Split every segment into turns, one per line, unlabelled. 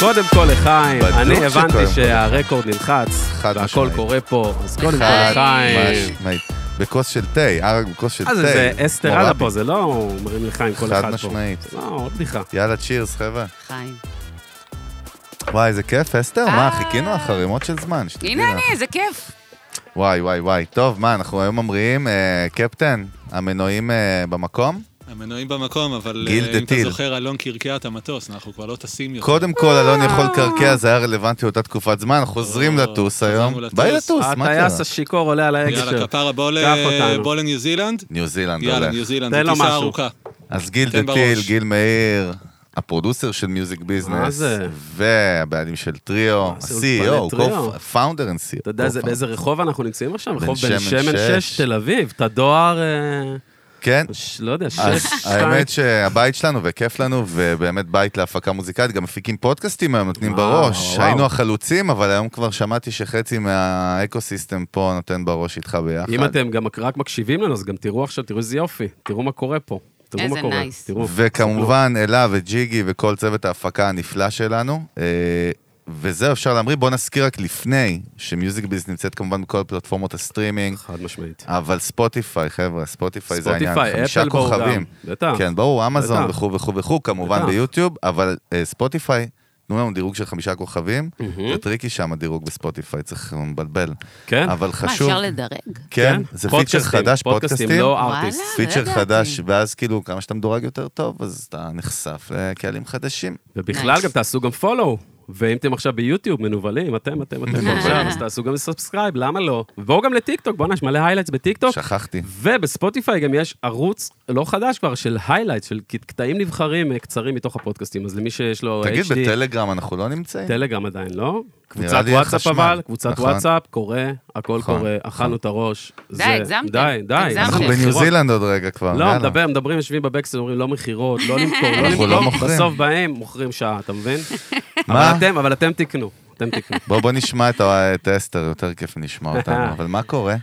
קודם כל לחיים,
בדוק
אני
שקודם
הבנתי
כל.
שהרקורד נלחץ,
חד
והכל
משמעית.
קורה פה, אז קודם כל
חד
לחיים.
משמעית. בכוס של תה, ערק בכוס
אה,
של תה.
אז זה אסתרלה
מורבי.
פה, זה לא אומרים לחיים כל אחד
חד
פה.
משמעית.
לא, עוד בדיחה.
יאללה, צ'ירס, חבר'ה.
חיים.
וואי, איזה כיף, אסתר, מה,
אה.
חיכינו לך רימות של זמן, שתדעי
הנה
לך.
אני, איזה כיף.
וואי, וואי, וואי. טוב, מה, אנחנו היום ממריאים, אה, קפטן, המנועים אה, במקום?
נכון. המנועים במקום, אבל
גיל
אה, אם אתה
דתיל.
זוכר, אלון קרקע את המטוס, אנחנו כבר לא טסים יותר.
קודם כל, אלון יכול לקרקע, זה היה רלוונטי אותה תקופת זמן, אנחנו חוזרים
או,
לטוס
חזרנו
היום.
לטוס.
ביי לטוס, מה קרה?
הטייס השיכור עולה על ההגה
יאללה,
שלו.
כפרה, בוא ל-
קח אותנו.
בוא לניו זילנד.
ניו זילנד
יאללה,
הולך.
ניו זילנד,
תן לו
זו
משהו.
טיסה ארוכה.
אז גיל
תן
דתיל,
בראש.
גיל מאיר, הפרודוסר של מיוזיק
מה
ביזנס,
זה?
והבעלים של טריו, E
זה אולפני
ה-CEO,
טריו?
פאונדר אנד CEO.
אתה יודע איזה- באיזה רחוב אנחנו נמצאים עכשיו? רחוב
שמן
בן שמן
שש.
6, תל אביב. את הדואר, אה,
כן.
ש- לא יודע, 6,
אז
2.
האמת שהבית שלנו, וכיף לנו, ובאמת בית להפקה מוזיקלית, גם מפיקים פודקאסטים היום, נותנים
וואו,
בראש.
וואו.
היינו החלוצים, אבל היום כבר שמעתי שחצי מהאקוסיסטם פה נותן בראש איתך ביחד.
אם אתם גם רק מקשיבים לנו, אז גם תראו עכשיו, תראו איזה יופי. תראו מה קורה פה. תראו
איזה
מה קורה.
nice.
תראו.
וכמובן, אלה וג'יגי וכל צוות ההפקה הנפלא שלנו. אה, וזהו, אפשר להמריא. בואו נזכיר רק לפני, שמיוזיק ביז נמצאת כמובן בכל פלטפורמות הסטרימינג,
חד משמעית.
אבל ספוטיפיי, חבר'ה, ספוטיפיי זה העניין.
ספוטיפיי, אפל בואו גם. בטח.
כן, ברור, אמזון
בטח.
וכו' וכו' וכו', כמובן
בטח.
ביוטיוב, אבל אה, ספוטיפיי, תנו לנו דירוג של חמישה כוכבים,
מהמם.
זה טריקי שם הדירוג בספוטיפיי, צריך מבלבל.
כן?
אבל
מה,
חשוב,
אפשר לדרג?
כן, זה פיצ'ר
פודקאסטים,
חדש, פודקאסטים,
לא
וואלה.
ארטיסט.
פיצ'ר
לא
חדש,
ידעתי.
ואז כאילו, כמה שאתה מדורג יותר טוב, אז אתה נחשף לקהלים חדשים.
ובכלל
Nice.
גם תעשו גם follow. ואם אתם עכשיו ביוטיוב מנוולים, אתם, אתם, אתם
מנוולים.
עכשיו, אז תעשו גם סאבסקרייב, למה לא? ובואו גם לטיקטוק, בואנה, יש מלא היילייטס
לא.
בטיקטוק.
שכחתי.
ובספוטיפיי גם יש ערוץ לא חדש כבר של highlight, של קטעים נבחרים אה, קצרים מתוך הפודקאסטים, אז למי שיש לו
תגיד,
HD,
בטלגרם אנחנו לא נמצאים?
טלגרם עדיין לא, קבוצת
לי
וואטסאפ
חשמל.
אבל, קבוצת
נכון.
וואטסאפ, קורא, הכל
נכון,
קורה,
נכון.
אכלנו את הראש.
די,
זה-
הגזמתם.
די, די.
הגזמתם.
אנחנו
אחי,
בניו
מכירות.
זילנד עוד רגע כבר,
לא,
אה, יאללה.
מדבר, מדברים, יושבים בבקסטר, אומרים לא מכירות, לא למכור, לא
אנחנו
למכור,
לא מוכרים.
בסוף באים, מוכרים שעה, אתה מבין?
מה?
אבל אתם, אבל אתם תקנו, אתם תקנו.
בוא, בוא נשמע את ה- את אסתר, יותר כיף נשמע אותנו, אבל מה קורה?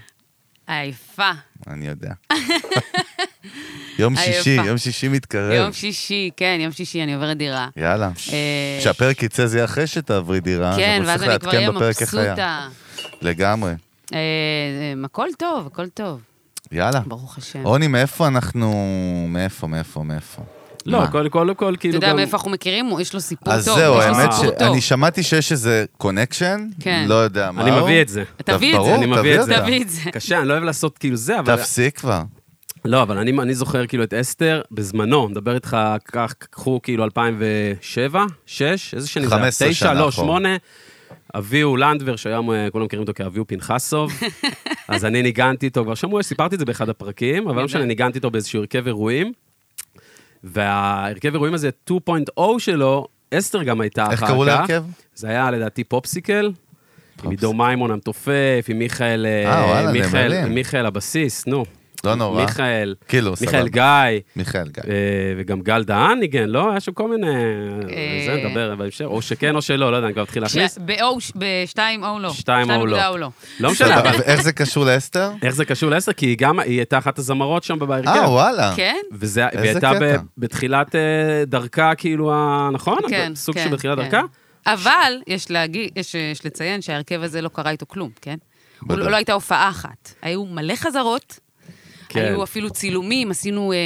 עייפה.
אני יודע. יום שישי,
עייפה.
יום שישי מתקרב.
יום שישי, כן, יום שישי אני עוברת דירה.
יאללה.
אה,
כשהפרק יצא זה יהיה אחרי שתעברי דירה, אז
כן,
אבל
ואז
צריך
אני כבר
לעדכן
אהיה
בפרק איך היה.
מבסוטה.
לגמרי.
אה, אה, הכל טוב, הכל טוב.
יאללה.
ברוך השם.
עוני, מאיפה אנחנו... מאיפה, מאיפה, מאיפה?
לא,
מה?
קודם כל, כל,
אתה
כאילו
יודע
גם...
מאיפה אנחנו מכירים? הוא- יש לו סיפור טוב.
אז זהו,
יש לו
האמת
סיפור טוב.
שאני שמעתי שיש איזה קונקשן,
כן.
לא יודע מה
אני
הוא.
מביא את זה.
תביא את
ברור,
זה.
אני מביא
תביא
את זה.
אותה.
תביא את זה.
קשה, אני לא אוהב לעשות כאילו זה, אבל...
תפסיק כבר.
לא, אבל אני, אני זוכר כאילו את אסתר בזמנו, מדבר איתך, כך, קחו כאילו 2007, 6, איזה שנים זה? היה?
15
תשע,
שנה
לא,
אחורה.
8. אביהו לנדבר, שהיום אה, כולם מכירים אותו כאביהו פנחסוב, אז אני ניגנתי איתו, כבר שמעו, סיפרתי את זה באחד הפרקים, אבל לא משנה, ניגנתי איתו באיזשהו הרכב אירועים, וההרכב אירועים הזה, 2.0 שלו, אסתר גם הייתה אחר
איך
כך.
קראו להרכב?
זה היה לדעתי פופסיקל, עם עידו מימון המתופף, עם מיכאל, אה,
אה, וואלה,
מיכאל-
נמלים.
מיכאל הבסיס, נו.
לא נורא.
מיכאל,
כאילו, סבבה.
מיכאל גיא,
מיכאל גיא.
אה, וגם גל דהן ניגן, לא? היה שם כל מיני...
אה.
זה נדבר בהמשך, או שכן או שלא, לא יודע, אני כבר מתחיל להכניס.
ב-2 או לא.
שתיים או
שתיים
לא.
או לא.
לא משנה,
סבבה,
אבל
ואיך זה קשור לאסתר?
איך זה קשור לעשר? כי היא גם, היא הייתה אחת הזמרות שם
אה,
בהרכב.
וואלה.
כן?
וזה,
איזה
והיא הייתה
קטע.
ב- בתחילת אה, דרכה, כאילו, ה- נכון?
כן,
סוג
כן,
שבתחילת
כן.
דרכה?
אבל יש להגיד, יש, יש לציין שההרכב הזה לא קרה איתו כלום, כן? הוא
בטח.
לא, לא הייתה הופעה אחת. היו מלא חזרות,
כן.
כן. היו אפילו צילומים, עשינו אה,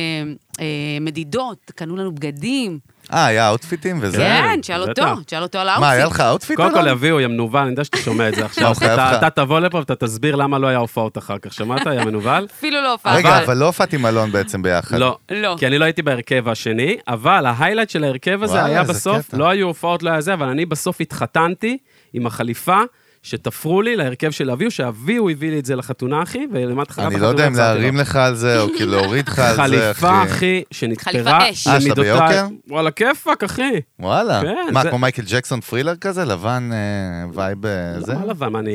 אה, מדידות, קנו לנו בגדים.
אה, היה אאוטפיטים וזה?
כן, תשאל
בטח.
אותו, תשאל אותו על האוטפיט.
מה, היה לך אאוטפיט?
קודם כל,
אלון?
יביאו, יא מנוול, אני יודע שאתה שומע את זה
מה,
עכשיו.
הוא לא, חייב
אתה-
לך?
אתה תבוא לפה ואתה תסביר למה לא היה הופעות אחר כך. שמעת, יא מנוול?
אפילו לא הופעה.
רגע, אבל לא הופעת עם אלון בעצם ביחד.
לא.
לא.
כי אני לא הייתי בהרכב השני, אבל ההיילייט של ההרכב הזה
וואלה,
היה
איזה
בסוף,
קטע.
לא היו הופעות, לא היה זה, אבל אני בסוף התחתנתי עם החליפה. שתפרו לי להרכב של אביהו, שאביהו הביא לי את זה לחתונה, אחי, ולמטה חתונה
אני לא יודע אם להרים לך על זה, או כאילו להוריד לך על זה, אחי.
חליפה, אחי, שנתפרה
חליפה אש.
אה, שאתה ביוקר?
וואלה, כיפאק, אחי.
וואלה.
כן,
מה,
זה-
כמו מייקל ג'קסון פרילר כזה? לבן אה, וייב אה, זה?
מה לבן? מה, אני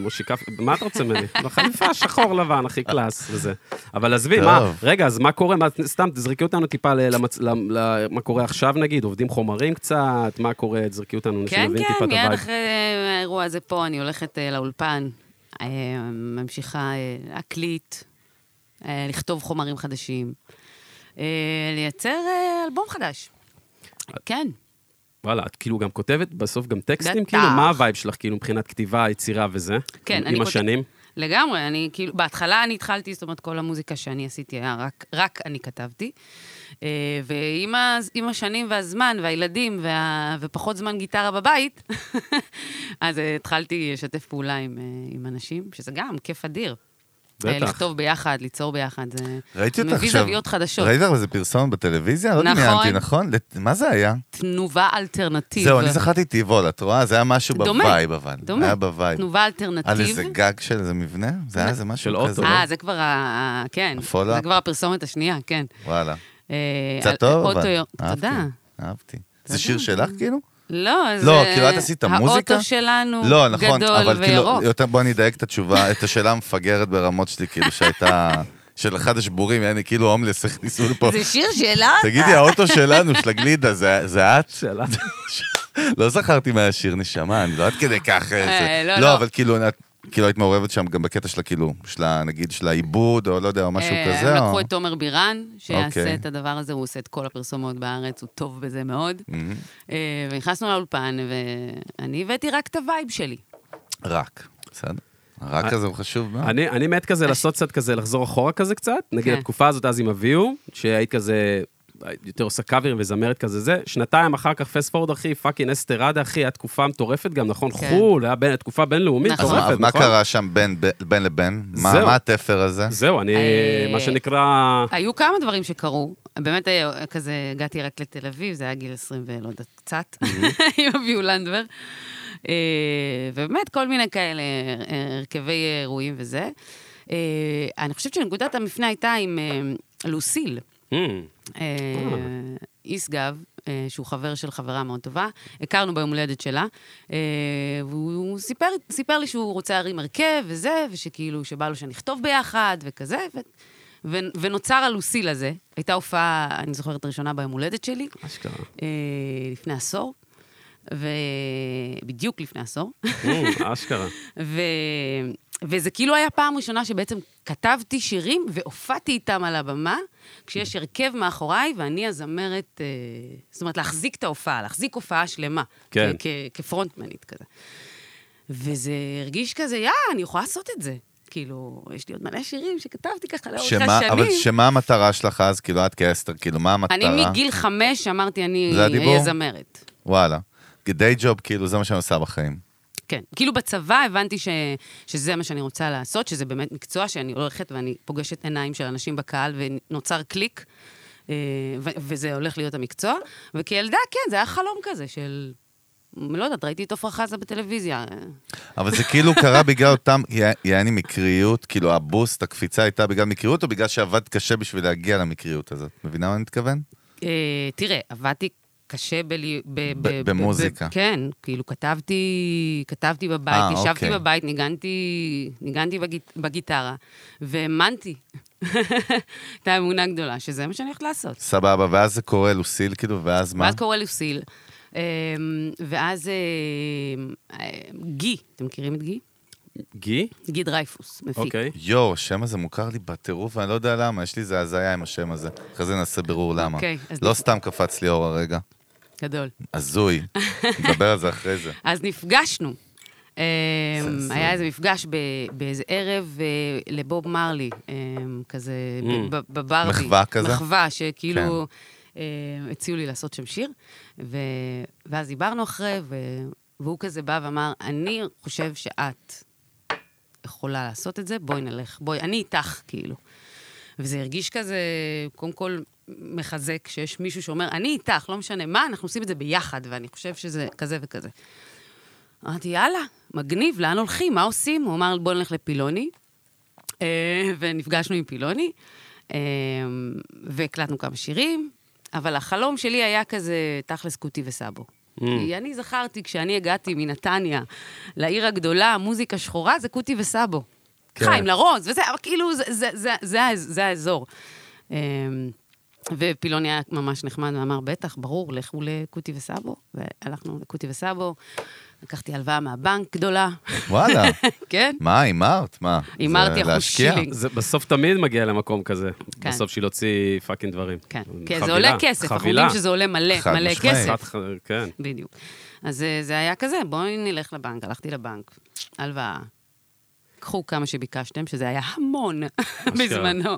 מושיקה... מה אתה רוצה ממני? חליפה שחור לבן, הכי קלאס וזה. אבל עזבי, מה...
טוב.
רגע, אז מה קורה? מה- סתם, תזרקי אותנו טיפה ל- למצ- ל- ל- מה קורה עכשיו, נגיד? עובדים חומרים קצת? מה קורה? תזרקי אותנו,
כן,
שנבין טיפה
כן,
את
מיד
הווייב.
אחרי אה, האירוע הזה פה, אני הולכת אה, לאולפן, אה, ממשיכה אה, להקליט, אה, לכתוב חומרים חדשים, אה, לייצר אה, אלבום חדש. כן,
וואלה, את כאילו גם כותבת בסוף גם טקסטים,
בטח.
כאילו, מה הווייב שלך, כאילו, מבחינת כתיבה, יצירה וזה?
כן,
עם
אני כותבת-
השנים?
לגמרי, אני כאילו, בהתחלה אני התחלתי, זאת אומרת, כל המוזיקה שאני עשיתי, היה רק, רק אני כתבתי. אה, ועם ה- עם השנים והזמן והילדים וה, ופחות זמן גיטרה בבית, אז אה, התחלתי לשתף פעולה עם, אה, עם אנשים, שזה גם כיף אדיר.
בטח.
אה, לכתוב ביחד, ליצור ביחד, זה
ראיתי אותך
מביא
עכשיו.
זוויות חדשות.
ראית לך איזה פרסומת בטלוויזיה? לא
נכון.
דמיינתי, נכון? לת- מה זה היה?
תנובה אלטרנטיב.
זהו, אני זכרתי טבעול, את רואה? זה היה משהו
דומה,
בווייב, אבל.
דומה.
היה בווייב.
תנובה
על
אלטרנטיב.
איזה גג של איזה מבנה? זה היה איזה
של
משהו
אוטו,
כזה.
לא?
אה, זה כבר ה... ה- כן.
הפולו-אפ?
זה כבר הפרסומת השנייה, כן.
וואלה.
אה, על-
קצת טוב, אבל.
אוטו יום-
אהבתי,
תודה.
אהבתי. זה שיר שלך, כאילו?
לא, זה...
לא, כאילו, את עשית מוזיקה?
האוטו שלנו
לא, נכון,
גדול
אבל כאילו,
וירוק.
יותר- בוא אני אדייק את התשובה, את השאלה המפגרת ברמות שלי, כאילו, שהייתה... של אחד השבורים, יעני, כאילו הומלס הכניסו לפה.
זה שיר שלה?
תגידי, האוטו שלנו, של הגלידה, זה זה את?
שאלה.
לא זכרתי מהשיר נשמה, אני לא עד כדי כך... אה,
אה,
זה-
לא,
לא,
לא.
אבל כאילו, את- כאילו היית מעורבת שם גם בקטע של הכאילו, של ה- נגיד של העיבוד, או לא יודע, או משהו
אה,
כזה,
הם
או...
לקחו את תומר בירן,
אוקיי.
שיעשה את הדבר הזה, הוא עושה את כל הפרסומות בארץ, הוא טוב בזה מאוד. אה, ונכנסנו לאולפן, ואני הבאתי רק את הווייב שלי.
רק, בסדר. הרק הזה הוא חשוב מאוד.
אני, אני מת כזה לעשות קצת כזה, לחזור אחורה כזה קצת, נגיד
אה, כן.
התקופה הזאת אז עם אביהו, שהיית כזה, יותר עושה קאברים וזמרת כזה זה, שנתיים אחר כך פסט פורד אחי, פאקינג אסטרדה אחי, הייתה תקופה מטורפת גם, נכון?
כן.
חו"ל, היה בין, תקופה בינלאומית
נכון.
אז
מטורפת,
מה-
נכון?
מה קרה שם בין ב- בין לבין? מה
זהו.
מה התפר הזה?
זהו, אני,
אה,
מה שנקרא,
היו כמה דברים שקרו. באמת, אה, כזה, הגעתי רק לתל אביב, זה היה גיל 20 ולא יודעת, קצת, עם אביו לנדבר. אה, ובאמת, כל מיני כאלה אה, הרכבי אה, אירועים וזה. אה, אני חושבת שנקודת המפנה הייתה עם אה, לוסיל.
אה,
אה, ישגב, אה, שהוא חבר של חברה מאוד טובה, הכרנו ביום הולדת שלה, אה, והוא סיפר, סיפר לי שהוא רוצה להרים הרכב וזה, ושכאילו, שבא לו שנכתוב ביחד וכזה, ו, ו, ונוצר הלוסיל הזה. הייתה הופעה, אני זוכרת, הראשונה ביום הולדת שלי,
אשכרה.
אה, לפני עשור, ובדיוק לפני עשור.
אה, אשכרה.
ו... וזה כאילו היה פעם ראשונה שבעצם כתבתי שירים והופעתי איתם על הבמה, כשיש הרכב מאחוריי ואני הזמרת, אה, זאת אומרת, להחזיק את ההופעה, להחזיק הופעה שלמה.
כן.
כ- כ- כפרונטמנית כזה. וזה הרגיש כזה, יא, אני יכולה לעשות את זה. כאילו, יש לי עוד מלא שירים שכתבתי ככה לאורך
שמה-
השנים.
אבל שמה המטרה שלך אז, כאילו, את כאסתר, כאילו, מה המטרה?
אני מגיל חמש אמרתי, אני
זה הדיבור?
אהיה זמרת.
וואלה. די ג'וב, כאילו, זה מה שאני עושה בחיים.
כן. כאילו בצבא הבנתי ש, שזה מה שאני רוצה לעשות, שזה באמת מקצוע שאני הולכת ואני פוגשת עיניים של אנשים בקהל ונוצר קליק, אה, ו, וזה הולך להיות המקצוע. וכילדה, כן, זה היה חלום כזה של... לא יודעת, ראיתי את עפרה חזה בטלוויזיה. אה,
אבל זה כאילו קרה בגלל אותם, יע- יעני מקריות, כאילו הבוסט, הקפיצה הייתה בגלל מקריות, או בגלל שעבד קשה בשביל להגיע למקריות הזאת? מבינה מה אני מתכוון?
אה, תראה, עבדתי קשה בלי... ב,
ב- במוזיקה.
כן, כאילו כתבתי, כתבתי בבית,
אה,
ישבתי
אוקיי.
בבית, ניגנתי, ניגנתי בגיט, בגיטרה, והאמנתי. את האמונה הגדולה, שזה מה שאני הולכת לעשות.
סבבה, ואז זה קורה לוסיל, כאילו, ואז מה?
ואז קורא לוסיל, אמ, ואז אמ, אמ, גי, אתם מכירים את גי?
גי?
גי דרייפוס, מפיק.
אוקיי.
יואו, השם הזה מוכר לי בטירוף, ואני לא יודע למה, יש לי איזה הזיה עם השם הזה. אחרי זה נעשה בירור למה.
אוקיי, אז
לא
נפ-
סתם קפץ לי אור הרגע.
גדול.
הזוי. נדבר על זה אחרי זה.
אז נפגשנו. אמ,
זה-
היה איזה מפגש ב- באיזה ערב אה, לבוב מרלי, אמ, כזה ב- ב- בברבי.
Mm. מחווה כזה?
מחווה, שכאילו אמ, הציעו לי לעשות שם שיר, ו- ואז דיברנו אחרי, ו- והוא כזה בא ואמר, אני חושב שאת יכולה לעשות את זה, בואי נלך, בואי, אני איתך, כאילו. וזה הרגיש כזה, קודם כל, מחזק שיש מישהו שאומר, אני איתך, לא משנה מה, אנחנו עושים את זה ביחד, ואני חושב שזה כזה וכזה. אמרתי, יאללה, מגניב, לאן הולכים? מה עושים? הוא אמר, בוא נלך לפילוני. אה, ונפגשנו עם פילוני, אה, והקלטנו כמה שירים, אבל החלום שלי היה כזה, תכלס קוטי וסבו. כי אני זכרתי, כשאני הגעתי מנתניה לעיר הגדולה, מוזיקה שחורה, זה קוטי וסבו.
כן.
חיים לרוז, וזה, אבל כאילו, זה, זה, זה, זה, ה- זה האזור. אה, ופילוני היה ממש נחמד ואמר, בטח, ברור, לכו לקוטי וסבו. והלכנו לקוטי וסבו, לקחתי הלוואה מהבנק גדולה,
וואלה.
כן?
מה, הימרת? מה?
הימרתי
זה
אחוז
להשקיע?
שילינג.
זה בסוף תמיד מגיע למקום כזה.
כן.
בסוף שהיא להוציא פאקינג דברים.
כן. כן,
חבילה,
זה עולה כסף, אנחנו
חבילה.
יודעים שזה עולה מלא,
חד
מלא
משמעית.
חת-
כסף.
ח- כן.
בדיוק. אז אה, זה היה כזה, בואי נלך לבנק. הלכתי לבנק, הלוואה. קחו כמה שביקשתם, שזה היה המון בזמנו.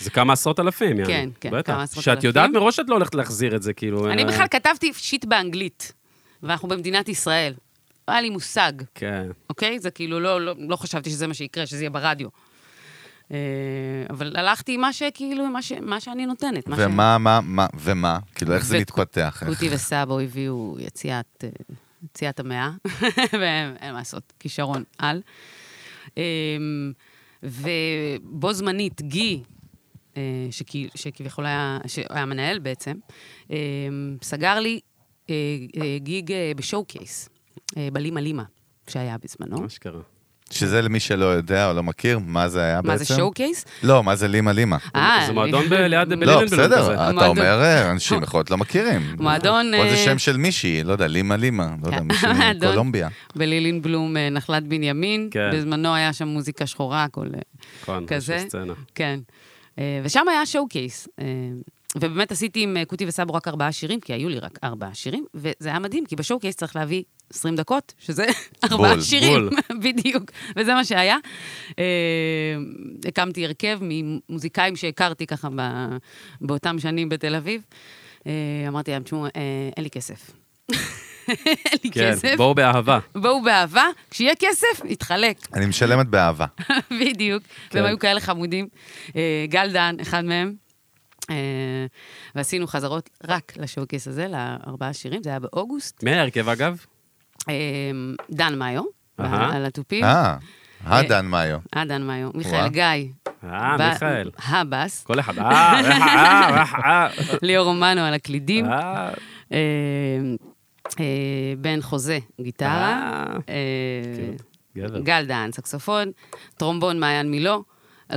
זה כמה עשרות אלפים, יעני.
כן, כן,
בטח.
כמה עשרות
שאת
אלפים.
יודעת מראש שאת לא הולכת להחזיר את זה, כאילו...
אני
אה,
בכלל כתבתי שיט באנגלית, ואנחנו במדינת ישראל. לא היה לי מושג,
כן.
אוקיי? זה כאילו, לא, לא, לא חשבתי שזה מה שיקרה, שזה יהיה ברדיו. אה, אבל הלכתי עם מה שכאילו, עם מה, ש, מה שאני נותנת. מה ש-
ומה, מה, מה, ומה? כאילו, איך זה
ו-
מתפתח? איך-
קוטי וסבו הביאו יציאת, אה, יציאת המאה, ואין מה לעשות, כישרון על. אמ, ובו זמנית, גי, אה, שכי- שכביכול היה, שהיה מנהל בעצם, אמ, סגר לי אה, אה, גיג אה, בשואו-קייס, אה, בלימה לימה, שהיה בזמנו.
מה שקרה.
שזה למי שלא יודע או לא מכיר, מה זה היה בעצם?
מה זה שואו-קייס?
לא, מה זה לימה לימה?
אה,
זה
אני-
מועדון ב- ליד
לא,
בלילנבלום כזה.
בסדר, אתה
מועדון.
אומר, אה, אנשים יכול להיות לא מכירים.
מועדון,
או זה
אה,
שם של מישהי, לא יודע, לימה לימה, לא יודע,
כן.
מישהי
מועדון.
מקולומביה.
בלילינבלום, אה, נחלת בנימין.
כן.
בזמנו היה שם מוזיקה שחורה, הכל... אה,
נכון,
כזה.
יש סצנה.
כן. אה, ושם היה שואו קייס. ובאמת עשיתי עם אה, קוטי וסבו רק ארבעה שירים, כי היו לי רק ארבעה שירים, וזה היה מדהים, כי בשואו קייס צריך להביא 20 דקות, שזה ארבעה
בול,
בול.
שירים, בדיוק, וזה מה שהיה. אה, הקמתי הרכב ממוזיקאים שהכרתי ככה ב- באותם שנים בתל אביב. אה, אמרתי להם, תשמעו, אה, אין לי כסף. אין לי
כן,
כסף.
בואו באהבה.
בואו באהבה, כשיהיה כסף, נתחלק.
אני משלמת באהבה.
בדיוק,
כן.
והם היו כאלה חמודים. אה, גל דן, אחד מהם. אה, ועשינו חזרות רק לשואו-קייס הזה, לארבעה שירים, זה היה באוגוסט.
מההרכב, אגב.
אה, דן מאיו,
אהה.
על התופים.
אה, הדן מאיו.
אה, דן מאיו. מיכאל
וואה.
גיא.
אה,
ב-
מיכאל.
הבאס.
כל אחד, אה, אה, אה, אה,
ליאור רומנו על הקלידים.
אה,
אה, אה, בן חוזה, גיטרה.
אה.
אה,
כאילו, גבר.
גל דהן, סקסופון, טרומבון, מעיין מילו.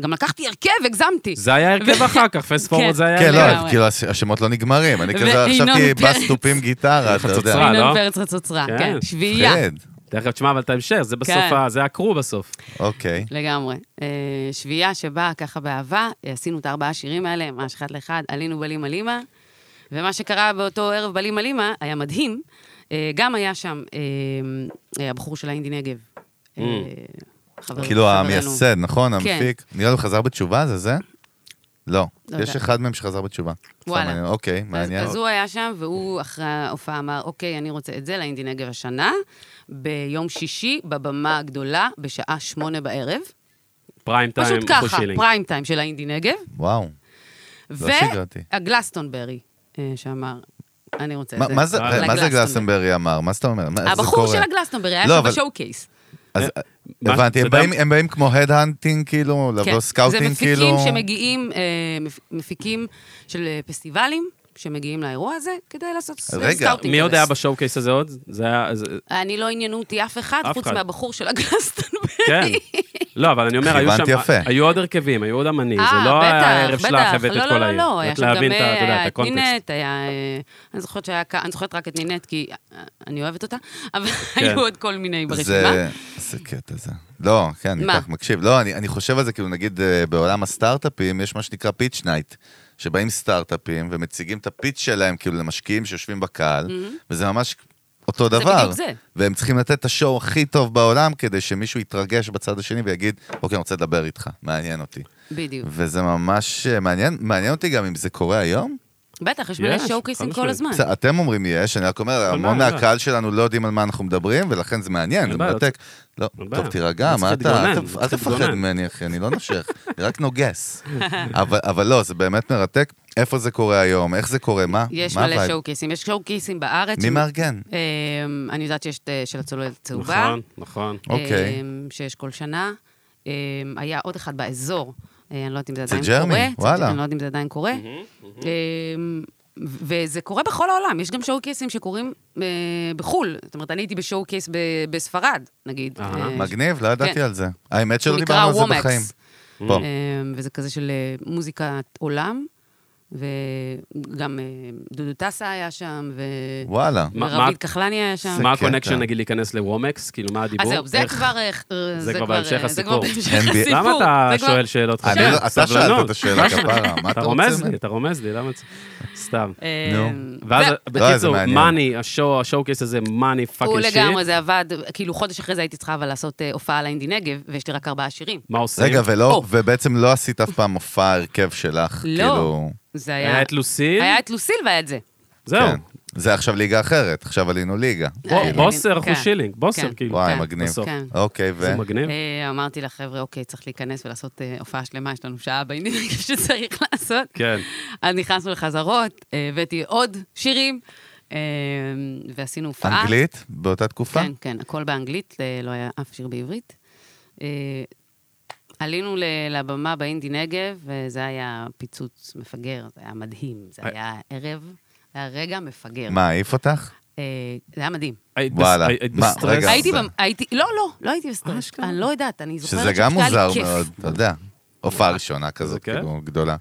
גם לקחתי הרכב, הגזמתי.
זה היה הרכב אחר כך, פסט פורוורד
כן.
זה היה...
כן, לא,
הרכב.
אז כאילו הש- השמות לא נגמרים. אני כזה
וינון
חשבתי
פרץ.
בס תופים גיטרה, אתה יודע.
חצוצרה, לא?
ינון פרץ חצוצרה,
כן.
כן, שביעייה.
חד,
תכף תשמע אבל את ההמשך, זה בסוף,
כן.
ה- זה הקרו בסוף.
אוקיי.
לגמרי. אה, שביעייה שבאה ככה באהבה, אה, עשינו את ארבעה שירים האלה, ממש אחד לאחד, עלינו בלימה לימה, ומה שקרה באותו ערב בלימה לימה היה מדהים. אה, גם היה שם אה, אה, הבחור של האינדי נגב. אה, חבר-
Mm. כאילו
חברנו.
המייסד, נכון?
לא, כן.
המפיק. נראה לי הוא חזר בתשובה, זה זה? לא.
לא
יש
יודע.
אחד מהם שחזר בתשובה.
וואלה.
סתם מעניין. אוקיי,
אז,
מעניין.
אז הוא היה שם, והוא אחרי ההופעה אמר, אוקיי, אני רוצה את זה לאינדי נגב השנה, ביום שישי, בבמה הגדולה, בשעה שמונה בערב.
פריים טיים,
פשוט ככה,
חושילינג.
פריים טיים של האינדי נגב.
וואו.
לא
שגרתי.
והגלסטונברי, אה, שאמר, אני רוצה
מה-
את זה.
מה זה-
אה,
מה זה
לגלסטונברי.
גלסנברי אמר? מה זאת אומרת? מה- איך זה
הבחור
קורה?
של הגלסטונברי היה
לא,
שם
אבל-
בשואו קייס.
אז
מה- אתה
הבנתי, הם
יודע-
באים- הם באים כמו הדהנטינג, כאילו, לבוא
כן. זה
סקאוטינג,
מפיקים
כאילו...
שמגיעים, אה, מפ- מפיקים של אה, פסטיבלים, שמגיעים לאירוע הזה, כדי לעשות ס-
רגע,
סקאוטינג.
מי עוד
כזה.
היה בשואו קייס הזה עוד? זה היה... זה-
אני לא עניינו אותי אף אחד,
אף
חוץ
אחד.
מהבחור של הגלסטונברי.
כן. לא, אבל אני אומר, היו
כיוונת
שם...
יפה.
היו עוד הרכבים, היו עוד אמנים. זה
אה,
לא
בטח,
הערב שלך
בטח.
הבאת את כל העיר.
לא, לא, לא, היה
רק
שם גם
להבין את ה- אתה יודע, את
אה, את
הקונטקסט.
נינט, היה... אה, אני זוכרת שהיה... כ- אני זוכרת רק את נינט, כי אה, אני אוהבת אותה, אבל
כן.
היו עוד כל מיני ברשימה.
זה... איזה קטע זה. לא, כן, אני
מה?
כך מקשיב. לא, אני, אני חושב על זה, כאילו, נגיד, אה, בעולם הסטארט-אפים, יש מה שנקרא פיץ' נייט, שבאים סטארט-אפים ומציגים את הפיץ' שלהם, כאילו, למשקיעים שיושבים בקהל, וזה ממש אותו
Mm-hmm. זה
דבר.
בדיוק זה.
והם צריכים לתת את השואו הכי טוב בעולם, כדי שמישהו יתרגש בצד השני ויגיד, אוקיי, אני רוצה לדבר איתך, מעניין אותי.
בדיוק.
וזה ממש אה, מעניין, מעניין אותי גם אם זה קורה היום.
בטח, יש מלא
יש,
שואו-קייסים
חד
כל
משמעית.
הזמן.
בסדר, אתם אומרים יש, אני רק אומר,
אין בעיה,
המון
אין
מהקהל שלנו לא יודעים על מה אנחנו מדברים, ולכן זה מעניין,
אין
זה
בעיה,
מרתק. לא,
אין
טוב,
בעיה.
תירגע,
לא
מה
צריך
אתה, אל
להתגונן,
תפ-
לא
אל
צריך
תפחד
להתגונן.
ממני, אחי, אני לא נושך, אני רק נוגס. אבל אבל לא, זה באמת מרתק. איפה זה קורה היום, איך זה קורה, מה?
יש
מה
מלא
הווייב?
שואו-קייסים. יש שואו-קייסים בארץ.
מי
ש-
מארגן?
אמ, אני יודעת שיש את, אה, של הצוללת הצהובה.
נכון, נכון.
אוקיי.
אמ, שיש כל שנה. אמ, היה עוד אחד באזור, אה, אני לא יודעת אם זה
אצל
עדיין
ג'רמי,
קורה. אצל
וואלה.
ג'רמי, אני לא יודעת אם זה עדיין קורה. אמ, ו- וזה קורה בכל העולם, יש גם שואו-קייסים שקורים אה, בחו"ל. זאת אומרת, אני הייתי בשואו-קייס ב- בספרד, נגיד.
אהה.
אה,
מגניב, לא ידעתי
כן.
על זה. האמת שלא
שהוא
דיברנו על
נקרא
זה בחיים.
Womax.
פה.
אמ, וזה כזה של אה, מוזיקת עולם, וגם אה, דודו טסה היה שם, ו...
וואלה.
מה-
ורביד כחלני היה שם.
זה
מה
קטע.
הקונקשן, נגיד, להיכנס לוומקס? כאילו, מה הדיבור?
אז זהו, זה
איך-
כבר... אה,
זה כבר בהמשך
אה, זה כבר
הסיפור.
בהמשך
אין בי-
הסיפור.
למה אתה
זה כבר-
שואל שאלות
אני
חשובות?
לא- אתה שאלת
סבלנות.
את השאלה, כפרה, מה
אתה
אתה רוצה?
רומז
ממני?
לי, אתה רומז לי, למה... אתה- סתם.
אה,
נו.
ואז,
לא, זה
בקיצור,
מעניין.
מאני, השואו, השואו קייס הזה, מאני
הוא
פאקינג שיט.
לגמרי, זה עבד, כאילו חודש אחרי זה הייתי צריכה אבל לעשות אה, הופעה על האינדי נגב, ויש לי רק ארבעה שירים.
מה עושים?
רגע, ולא,
או.
ובעצם לא עשית אף פעם מופע הרכב שלך,
לא.
כאילו...
זה
היה
היה...
את לוסיל?
היה את לוסיל והיה את זה.
זהו.
כן. זה עכשיו ליגה אחרת, עכשיו עלינו ליגה.
בוא-
היה-
בוסר,
כן,
אחוז שילינג, בוסר,
כן.
כאילו.
וואי,
כן,
מגניב.
בסוף.
כן.
אוקיי, ו...
זה מגניב.
אה, אמרתי לחבר'ה, אוקיי, צריך להיכנס ולעשות אה, הופעה שלמה, יש לנו שעה באינדי נגב שצריך לעשות.
כן.
אז נכנסנו לחזרות, אה, הבאתי עוד שירים, אה, ועשינו הופעה.
אנגלית? באותה תקופה?
כן, כן, הכל באנגלית, אה, לא היה אף שיר בעברית. אה, עלינו ל- לבמה באינדי נגב, וזה היה פיצוץ מפגר, זה היה מדהים, זה
אה.
היה ערב, זה היה רגע מפגר.
מה, העיף אותך?
אה, זה היה מדהים.
היית בס-
וואלה.
היית
מה,
בסטרס?
רגע,
הייתי,
זה-
במ- הייתי, לא, לא, לא הייתי בסטרס,
אשכרה.
אני לא יודעת, אני זוכרת
שזה גם
שהיה לי
מוזר
כיף.
מאוד, אתה יודע. הופעה ראשונה כזאת,
אה, כיף.
כאילו, גדולה.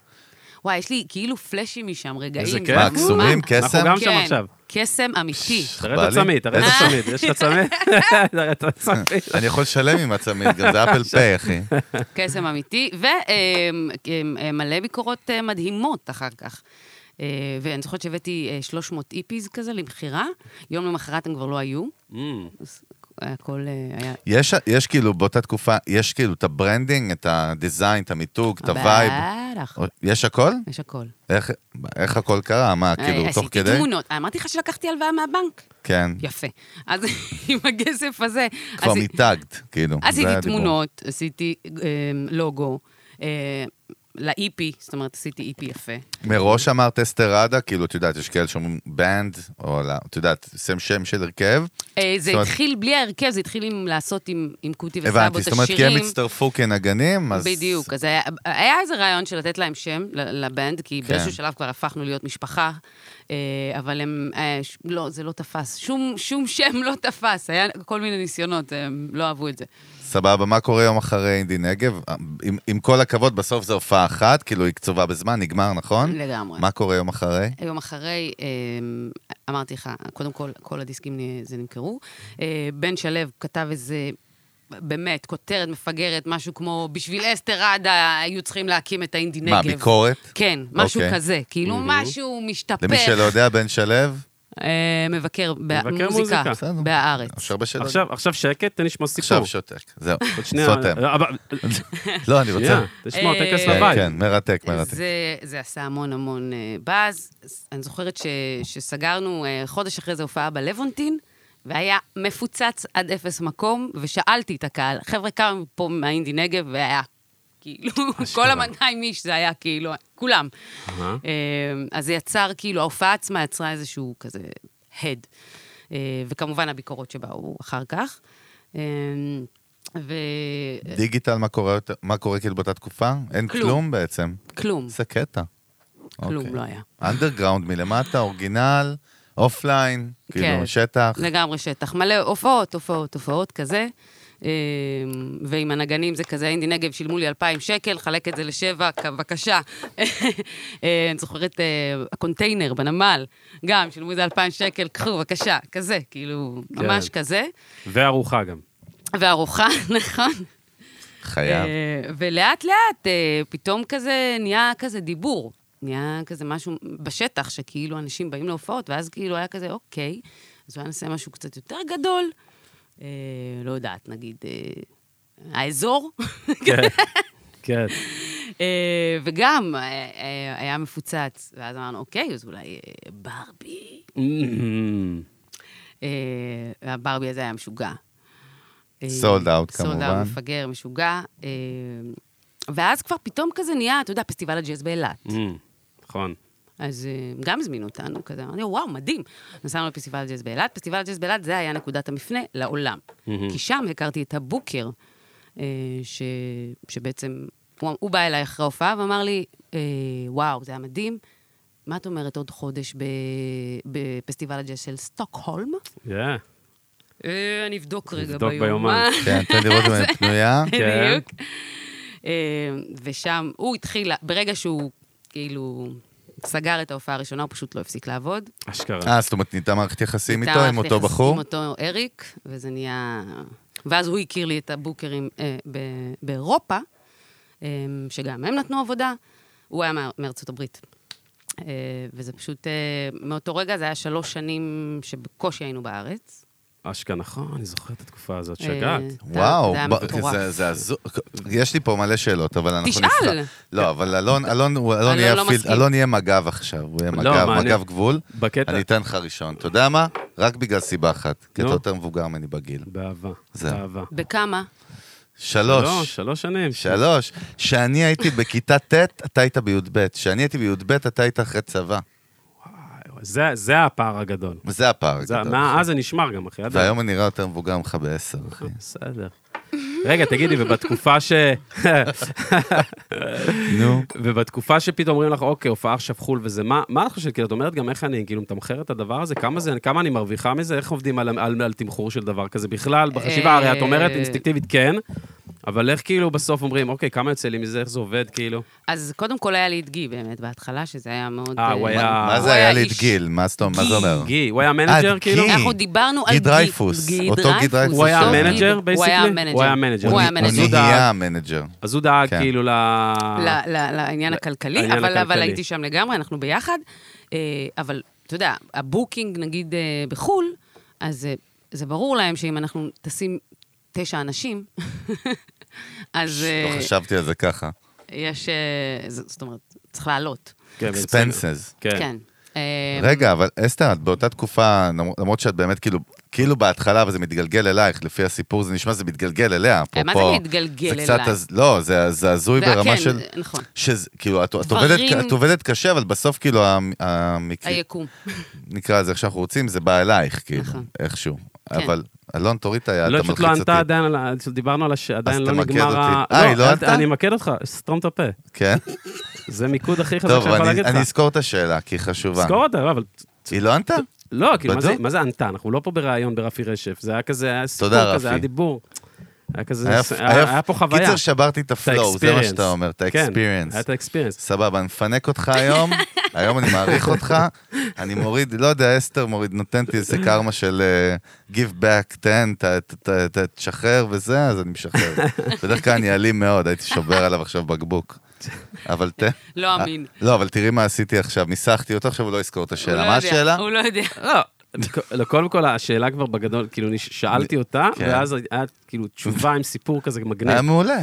וואי, יש לי כאילו פלאשים משם, רגעים.
איזה כיף.
ממש.
מה, קסומים?
אנחנו
קסם?
גם שם
כן,
עכשיו.
קסם אמיתי.
תראה
בא
את
לי.
הצמיד, תראה את
איזה-
אה.
הצמיד, יש לך צמיד? תראה את הצמיד.
אני יכול לשלם עם הצמיד, גם זה אפל פיי, אחי.
קסם אמיתי, ומלא ביקורות אה, מדהימות אחר כך. אה, ואני זוכרת שהבאתי אה, 300 איפיז כזה למכירה, יום למחרת הם כבר לא היו,
אמ,
אז הכל אה, היה...
יש, יש כאילו, באותה תקופה, יש כאילו את הברנדינג, את הדיזיין, את המיתוג, את הווייב.
בטח,
יש הכל?
יש הכל.
איך, איך הכל קרה? מה, כאילו,
אה,
תוך
עשיתי
כדי?
תמונות, אמרתי לך שלקחתי הלוואה מהבנק.
כן.
יפה. אז עם הכסף הזה...
כבר
עשי-
מיתגת, כאילו. זה
עשיתי
הדיבור.
תמונות, עשיתי אה, לוגו, אה, לאיפי, זאת אומרת, עשיתי איפי יפה.
מראש אמרת אסתרדה, כאילו, את יודעת, יש כאלה שאומרים בנד, או לא, את יודעת, שם שם של הרכב.
אה,
זאת
זה
אומרת-
התחיל בלי ההרכב, זה התחיל עם לעשות עם, עם קוטי וסבו את
הבנתי, זאת
השירים.
אומרת, כי הם הצטרפו כנגנים, אז...
בדיוק, אז היה, היה איזה רעיון של לתת להם שם ל- לבנד, כי
כן.
באיזשהו שלב כבר הפכנו להיות משפחה, אה, אבל הם, אה, ש- לא, זה לא תפס, שום, שום שם לא תפס, היה כל מיני ניסיונות, הם לא אהבו את זה.
סבבה, מה קורה יום אחרי אינדי נגב? עם, עם כל הכבוד, בסוף זו הופעה אחת, כאילו, היא קצובה בזמן, נגמר, נכון?
לגמרי.
מה קורה יום אחרי?
יום אחרי, אה, אמרתי לך, קודם כל, כל הדיסקים נ- זה נמכרו. אה, בן שלו כתב איזה, באמת, כותרת מפגרת, משהו כמו, בשביל אסתר עדה היו צריכים להקים את האינדי נגב.
מה, ביקורת?
כן, משהו
אוקיי.
כזה. כאילו, משהו משתפך.
למי שלא יודע, בן שלו,
אה, מבקר
מבקר
במוזיקה,
מוזיקה.
בסדר.
בהארץ.
יש הרבה שאלות.
עכשיו, עכשיו שקט, תן לשמוע סיפור.
עכשיו שותק, זהו,
עוד שנייה. אה,
סותם.
אבל-
לא, אני רוצה...
שנייה, תשמע,
אה,
טקס
כן,
לבית.
כן, מרתק, מרתק.
זה, זה עשה המון המון אה, באז. אני זוכרת ש, שסגרנו אה, חודש אחרי זה הופעה בלוונטין, והיה מפוצץ עד אפס מקום, ושאלתי את הקהל, חבר'ה, כמה פה מהאינדי נגב, והיה כאילו, כל ה-200 איש זה היה כאילו, כולם.
אהה.
אה, אז זה יצר, כאילו, ההופעה עצמה יצרה איזשהו כזה הד. אה, וכמובן הביקורות שבאו אחר כך. אה, ו...
דיגיטל, מה קורה יותר- מה קורה כאילו באותה תקופה? אין
כן. כלום.
כלום בעצם.
כלום,
איזה קטע.
כלום
אוקיי.
לא היה.
אנדרגראונד מלמטה, אורגינל, אופליין,
כן.
כאילו שטח.
לגמרי שטח, מלא הופעות, הופעות, הופעות כזה. אה, ועם הנגנים זה כזה, אינדי נגב שילמו לי 2,000 שקל, חלק את זה לשבע, בבקשה. אה, אני זוכרת, אה, הקונטיינר בנמל, גם שילמו איזה 2,000 שקל, קחו, בבקשה, כזה, כאילו,
כן.
ממש כזה.
וארוחה גם.
וארוחה, נכון.
חייב.
אה, ולאט לאט אה, פתאום כזה נהיה כזה דיבור, נהיה כזה משהו בשטח, שכאילו אנשים באים להופעות, ואז כאילו היה כזה, אוקיי, אז אולי נעשה משהו קצת יותר גדול, אה, לא יודעת, נגיד אה, האזור,
כן, כן.
אה, וגם אה, אה, היה מפוצץ, ואז אמרנו, אוקיי, אז אולי אה, ברבי.
אמ,
אה, והברבי הזה היה משוגע. אה,
Sold out,
Sold
כמובן.
out, מפגר, משוגע. אה, ואז כבר פתאום כזה נהיה, אתה יודע, פסטיבל הג'אז באילת.
אמ, נכון.
אז אה, גם הזמינו אותנו, כזה, אמרתי, וואו, מדהים. נסענו לפסטיבל ג'אז באילת, פסטיבל ג'אז באילת זה היה נקודת המפנה לעולם.
מהמם.
כי שם הכרתי את הבוקר, אה, ש... שבעצם, הוא, הוא בא אליי אחרי ההופעה ואמר לי, אה, וואו, זה היה מדהים. מה את אומרת עוד חודש ב... בפסטיבל הג'אז של סטוקהולם?
כן.
אה, אני אבדוק רגע
נבדוק
ביומן.
ביומן.
כן, תן לראות אם אני פנויה.
כן.
בדיוק. אה, ושם הוא התחיל, ברגע שהוא כאילו סגר את ההופעה הראשונה, הוא פשוט לא הפסיק לעבוד.
אשכרה.
אה, זאת אומרת, נהייתה מערכת יחסים איתו,
הייתה
עם
מערכת
אותו
יחסים עם
בחור?
אותו אריק, וזה נהיה... ואז הוא הכיר לי את הבוקרים אה, ב- באירופה, אה, שגם הם נתנו עבודה. הוא היה מה- מארצות הברית. אה, וזה פשוט, אה, מאותו רגע זה היה שלוש שנים שבקושי היינו בארץ.
אשכרה, נכון, אני זוכר את התקופה הזאת,
אה,
שגעת.
זה-
וואו,
זה היה
ב-
מטורף.
זה- זה הזו... יש לי פה מלא שאלות, אבל אנחנו
תשאל.
לא, אבל אלון, אלון, הוא- אלון,
אלון
יהיה
לא
הפיל-
מסכים.
אלון יהיה מג"ב עכשיו, הוא יהיה
לא,
מג"ב,
מעניין.
מג"ב גבול.
בקטע.
אני אתן לך ראשון. אתה יודע מה? רק בגלל סיבה אחת, כי אתה
נו.
יותר מבוגר ממני בגיל.
באהבה,
זהו.
באהבה. לא,
בכמה?
שלוש.
שלוש שנים.
שלוש. כשאני הייתי בכיתה ט', אתה היית בי"ב. כשאני הייתי בי"ב, אתה היית אחרי צבא.
וואי, זה- זה הפער הגדול.
וזה הפער
זה-
הגדול. כן.
מה- אז זה נשמר גם, אחי. עד היום.
והיום אני נראה יותר מבוגר ממך בעשר, אחי.
אוקיי, בסדר. רגע, תגידי, ובתקופה ש...
נו.
ובתקופה שפתאום אומרים לך, אוקיי, הופעה עכשיו חו"ל וזה, מה, מה את חושבת? כאילו, את אומרת גם איך אני, כאילו, מתמחרת את הדבר הזה? כמה זה, כמה אני מרוויחה מזה? איך עובדים על, על, על תמחור של דבר כזה בכלל? בחשיבה, הרי את אומרת
אה,
אינסטינקטיבית כן, אבל איך כאילו בסוף אומרים, אוקיי, כמה יוצא לי מזה, איך זה עובד, כאילו?
אז קודם כל היה לי את גיא באמת, בהתחלה, שזה היה מאוד...
אה, הוא
אה,
היה-
מה מה
הוא
זה היה לי את
איש-
גיל? מה זאת אומרת? מה זה אומר?
גי, הוא היה מנג'ר,
אה,
כאילו?
גי.
אנחנו דיברנו על
גיא
גיא.
דרייפוס, אותו גיא דרייפוס.
הוא היה
אותו גיא-
המנג'ר,
הוא היה
basically?
המנג'ר.
הוא היה המנג'ר.
הוא היה
הוא
המנג'ר.
נהיה המנג'ר.
אז הוא דאג
כן.
כאילו ל...
ל- ל- לעניין
ל-
הכלכלי,
לעניין
אבל, אבל
הכלכלי.
הייתי שם לגמרי, אנחנו ביחד. אה, אבל, אתה יודע, הבוקינג, נגיד, אה, בחו"ל, אז אה, זה ברור להם שאם אנחנו טסים תשע אנשים, אז אה,
לא חשבתי על זה ככה.
יש... אה, ז- זאת אומרת, צריך לעלות.
כן, בסדר.
אקספנסס.
כן.
כן. אה,
רגע, אבל אסתר, את באותה תקופה, למ- למרות שאת באמת כאילו, כאילו בהתחלה, אבל זה מתגלגל אלייך, לפי הסיפור, זה נשמע שזה מתגלגל אליה.
אה, מה זה
אפרופו-
מתגלגל
זה קצת,
אליי?
הז- לא, זה זה הזוי
זה-
ברמה
כן,
של...
נכון.
שזה, כאילו, את, את,
דברים-
עובדת, את עובדת קשה, אבל בסוף, כאילו, המ- המקרה,
היקום.
נקרא לזה איך שאנחנו רוצים, זה בא אלייך, כאילו,
נכון.
איכשהו.
כן.
אבל אלון, תוריד את היד, אתה
לא,
מלחיץ
פשוט
אותי.
לא ענתה עדיין, על ה- דיברנו על הש... עדיין לא
תמקד
נגמר ה...
אותי. אה, היא לא
אל-
ענתה?
אני אמקד אותך, סתום את הפה.
כן?
זה מיקוד הכי חזק
טוב,
שאני יכול
אני
להגיד
אני
לך.
אזכור את השאלה, כי היא חזקה.
זכור אותה, לא, אבל...
היא לא ענתה?
לא, כאילו, מה זה-
בדוק?
מה זה ענתה? אנחנו לא פה בראיון ברפי רשף. זה היה כזה, היה סיפור
תודה,
כזה,
רפי.
היה דיבור. היה כזה,
היה-
היה היה פה חוויה.
קיצר, שברתי את
את
הפלואו, זה מה
ה-experience.
שאתה אומר, את
כן, היה
האקספיריאנס.
את האקספיריאנס.
סבבה, אני מפנק אותך היום, היום אני מעריך אותך, אני מוריד, לא יודע, אסתר מוריד, נותנת לי איזה קרמה של אה, give back 10, ת- ת- ת- ת- תשחרר וזה, אז אני משחרר. בדרך כלל אני אלים מאוד, הייתי שובר עליו עכשיו בקבוק. אבל ת...
לא אמין.
לא, אבל תראי מה עשיתי עכשיו, ניסחתי אותו, עכשיו הוא לא יזכור את
הוא לא
השאלה. מה
יודע,
השאלה?
הוא לא יודע.
לא, לא, קודם כל השאלה כבר בגדול, כאילו, אני ש- שאלתי אותה,
כן.
ואז היה כאילו תשובה עם סיפור כזה מגניב.
לא-
היה אה, מעולה.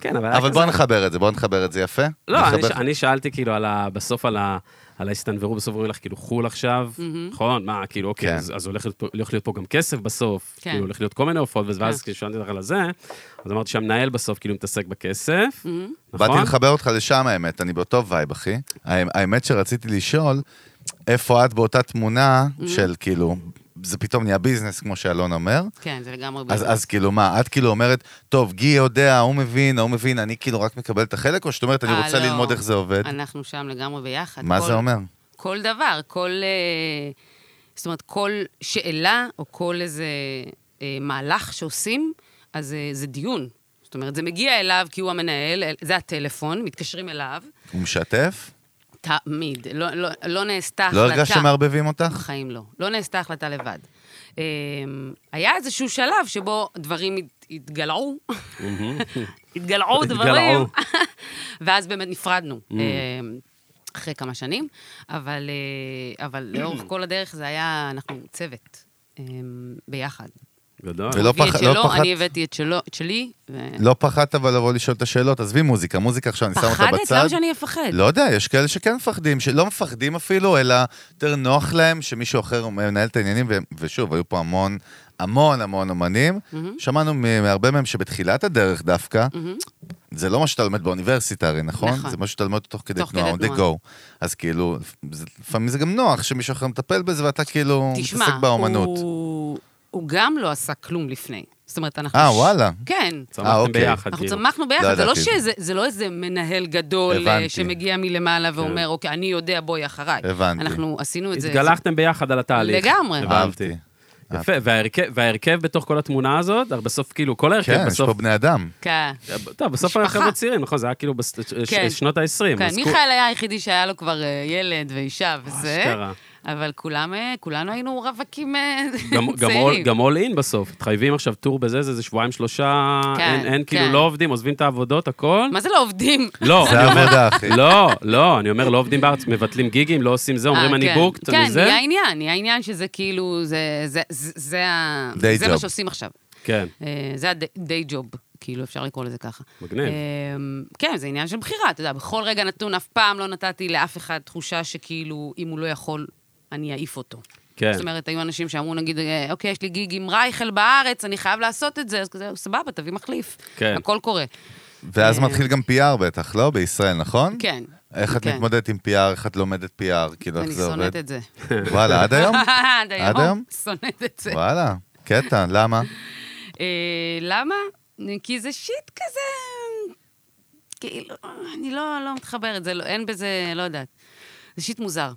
כן, אבל... היה
אבל
כזה-
בואו נחבר את זה, בואו נחבר את זה יפה.
לא, אני,
נחבר-
ש... אני שאלתי כאילו על ה... בסוף על ה... על ההסתנוורו, בסוף אומרים לך, כאילו, חו"ל עכשיו, נכון? מה, כאילו, אוקיי,
כן.
אז, אז הולך, להיות פה, הולך להיות פה גם כסף בסוף,
כן.
כאילו, הולך להיות כל מיני הופעות, ואז- ואז
כן.
כששאלתי אותך על זה, אז אמרתי שהמנהל בסוף כאילו מתעסק בכסף, נכון?
באתי לחבר אותך לשם, האמת, אני באותו וייב, אחי. האמ- האמת שרציתי לשאול, איפה את באותה תמונה
Mm.
של כאילו, זה פתאום נהיה ביזנס, כמו שאלון אומר.
כן, זה לגמרי...
אז,
בעיה.
אז כאילו מה, את כאילו אומרת, טוב, גי יודע, הוא מבין, ההוא מבין, אני כאילו רק מקבל את החלק, או שאת אומרת, אני
אה,
רוצה
לא.
ללמוד איך זה עובד?
אנחנו שם לגמרי ביחד.
מה
כל-
זה אומר?
כל דבר, כל... אה, זאת אומרת, כל שאלה או כל איזה אה, מהלך שעושים, אז אה, זה דיון. זאת אומרת, זה מגיע אליו כי הוא המנהל, אל- זה הטלפון, מתקשרים אליו,
הוא משתף?
תמיד. לא, לא, לא נעשתה
לא
החלטה.
הרגשת שמערבבים אותך?
בחיים לא. לא נעשתה החלטה לבד. אה, היה איזשהו שלב שבו דברים הת- התגלעו, התגלעו דברים,
התגלעו.
ואז באמת נפרדנו.
Mm.
אה, אחרי כמה שנים, אבל, אה, אבל לאורך כל הדרך זה היה, אנחנו צוות אה, ביחד.
גדול.
ולא
הביא את
פחד-
שלו,
לא פחד-
אני הבאתי את שלו, את שלי, ופחדת?
לא פחדת אבל לבוא לשאול את השאלות? עזבי מוזיקה, מוזיקה עכשיו, אני שם אותה בצד.
למה שאני אפחד?
לא יודע, יש כאלה שכן מפחדים, שלא מפחדים אפילו, אלא יותר נוח להם שמישהו אחר מנהל את העניינים, ו- ושוב, היו פה המון, המון המון אומנים. שמענו מ- מהרבה מהם שבתחילת הדרך דווקא, זה לא מה שאתה לומד באוניברסיטה הרי, נכון?
נכון.
זה מה שאתה לומד תוך כדי
תוך
תנועה, on
כדי
the
תנועה.
go. אז כאילו, זה- לפעמים זה גם נוח שמישהו אחר מטפל בזה, ואתה כאילו
תשמע,
מתעסק באומנות.
הוא, הוא גם לא עשה כלום לפני. זאת אומרת, אנחנו...
אה, וואלה.
כן.
צמחתם
אה, אוקיי.
ביחד,
אנחנו
כאילו.
צמחנו ביחד,
לא
זה, לא
ידעתי.
שזה, זה לא איזה מנהל גדול
הבנתי. כן.
אה, שמגיע מלמעלה ואומר, אוקיי, אני יודע, בואי אחריי.
הבנתי.
אנחנו עשינו את זה...
התגלחתם ביחד על התהליך.
לגמרי.
הבנתי.
אהבתי. כן,
יפה, וההרכב, וההרכב בתוך כל התמונה הזאת, הרי בסוף, כאילו, כל ההרכב
כן, יש
בסוף...
פה בני אדם.
כן.
טוב, בסוף
משפחה.
החבר'ה צעירים, נכון? זה היה כאילו
כן.
בשנות ה-20.
כן, מיכאל היה היחידי שהיה לו כבר אה, ילד ואישה וזה,
אשכרה.
אבל כולם, אה, כולנו היינו רווקים אה,
גם- גם all-
צעירים.
גם אול אין בסוף, מתחייבים עכשיו טור בזה, זה איזה שבועיים שלושה,
כן,
אין- אין כאילו
כן.
לא עובדים, עוזבים את העבודות, הכל.
מה זה לא עובדים?
לא,
זה
אני אומר-
עבודה, אחי.
לא, לא, אני אומר, לא עובדים בארץ, מבטלים גיגים, לא עושים זה, אומרים
אה,
אני
כן.
בוקט, אני
כן,
זה.
נהיה עניין, נהיה עניין שזה כאילו, זה- זה- זה- זה ה-
Day
זה מה
job.
שעושים עכשיו.
כן,
אה, זה הדיי ג'וב, כאילו, אפשר לקרוא לזה ככה.
מגניב.
אה, כן, זה עניין של בחירה, אתה יודע, בכל רגע נתון, אף פעם לא נתתי לאף אחד תחושה שכאילו, אם הוא לא יכול, אני אעיף אותו.
כן.
זאת אומרת, היו אנשים שאמרו, נגיד, אה, אוקיי, יש לי גיג עם רייכל בארץ, אני חייב לעשות את זה, אז כזה, סבבה, תביא מחליף.
כן.
הכל קורה.
ואז
אה.
מתחיל גם PR בטח, לא? בישראל, נכון?
כן.
איך את
כן.
מתמודדת עם PR, איך את לומדת PR, כאילו, איך
אני
זה עובד?
שונאת את זה.
וואלה, עד היום?
עד
עד היום?
היום? שונאת את זה.
וואלה, קטע, למה?
אה, למה? כי זה שיט כזה... כאילו, אני לא, לא מתחברת, זה לא, אין בזה, לא יודעת. זה שיט מוזר.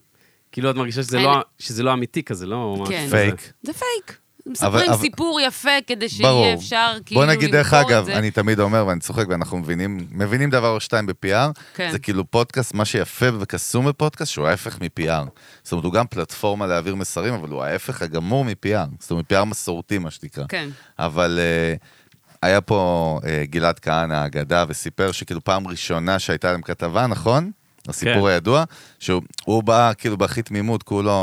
כאילו את מרגישה שזה
אין-
לא- שזה לא אמיתי כזה, לא ממש.
כן.
כזה.
פייק.
זה פייק. מספרים
אבל-
סיפור יפה כדי שיהיה
ברור.
אפשר כאילו
בוא נגיד, דרך
למכור את
אגב,
זה.
אני תמיד אומר, ואני צוחק, ואנחנו מבינים, מבינים דבר או שתיים ב-PR,
כן.
זה כאילו פודקאסט, מה שיפה וקסום בפודקאסט, שהוא ההפך מ-PR. זאת אומרת, הוא גם פלטפורמה להעביר מסרים, אבל הוא ההפך הגמור מ-PR. זאת אומרת, PR מסורתי, מה שנקרא.
כן.
אבל אה, היה פה אה, גלעד כהנא, האגדה, וסיפר שכאילו פעם ראשונה שהייתה להם כתבה, נכון? הסיפור
כן.
הידוע, שהוא הוא בא כאילו בהכי תמימות, כולו,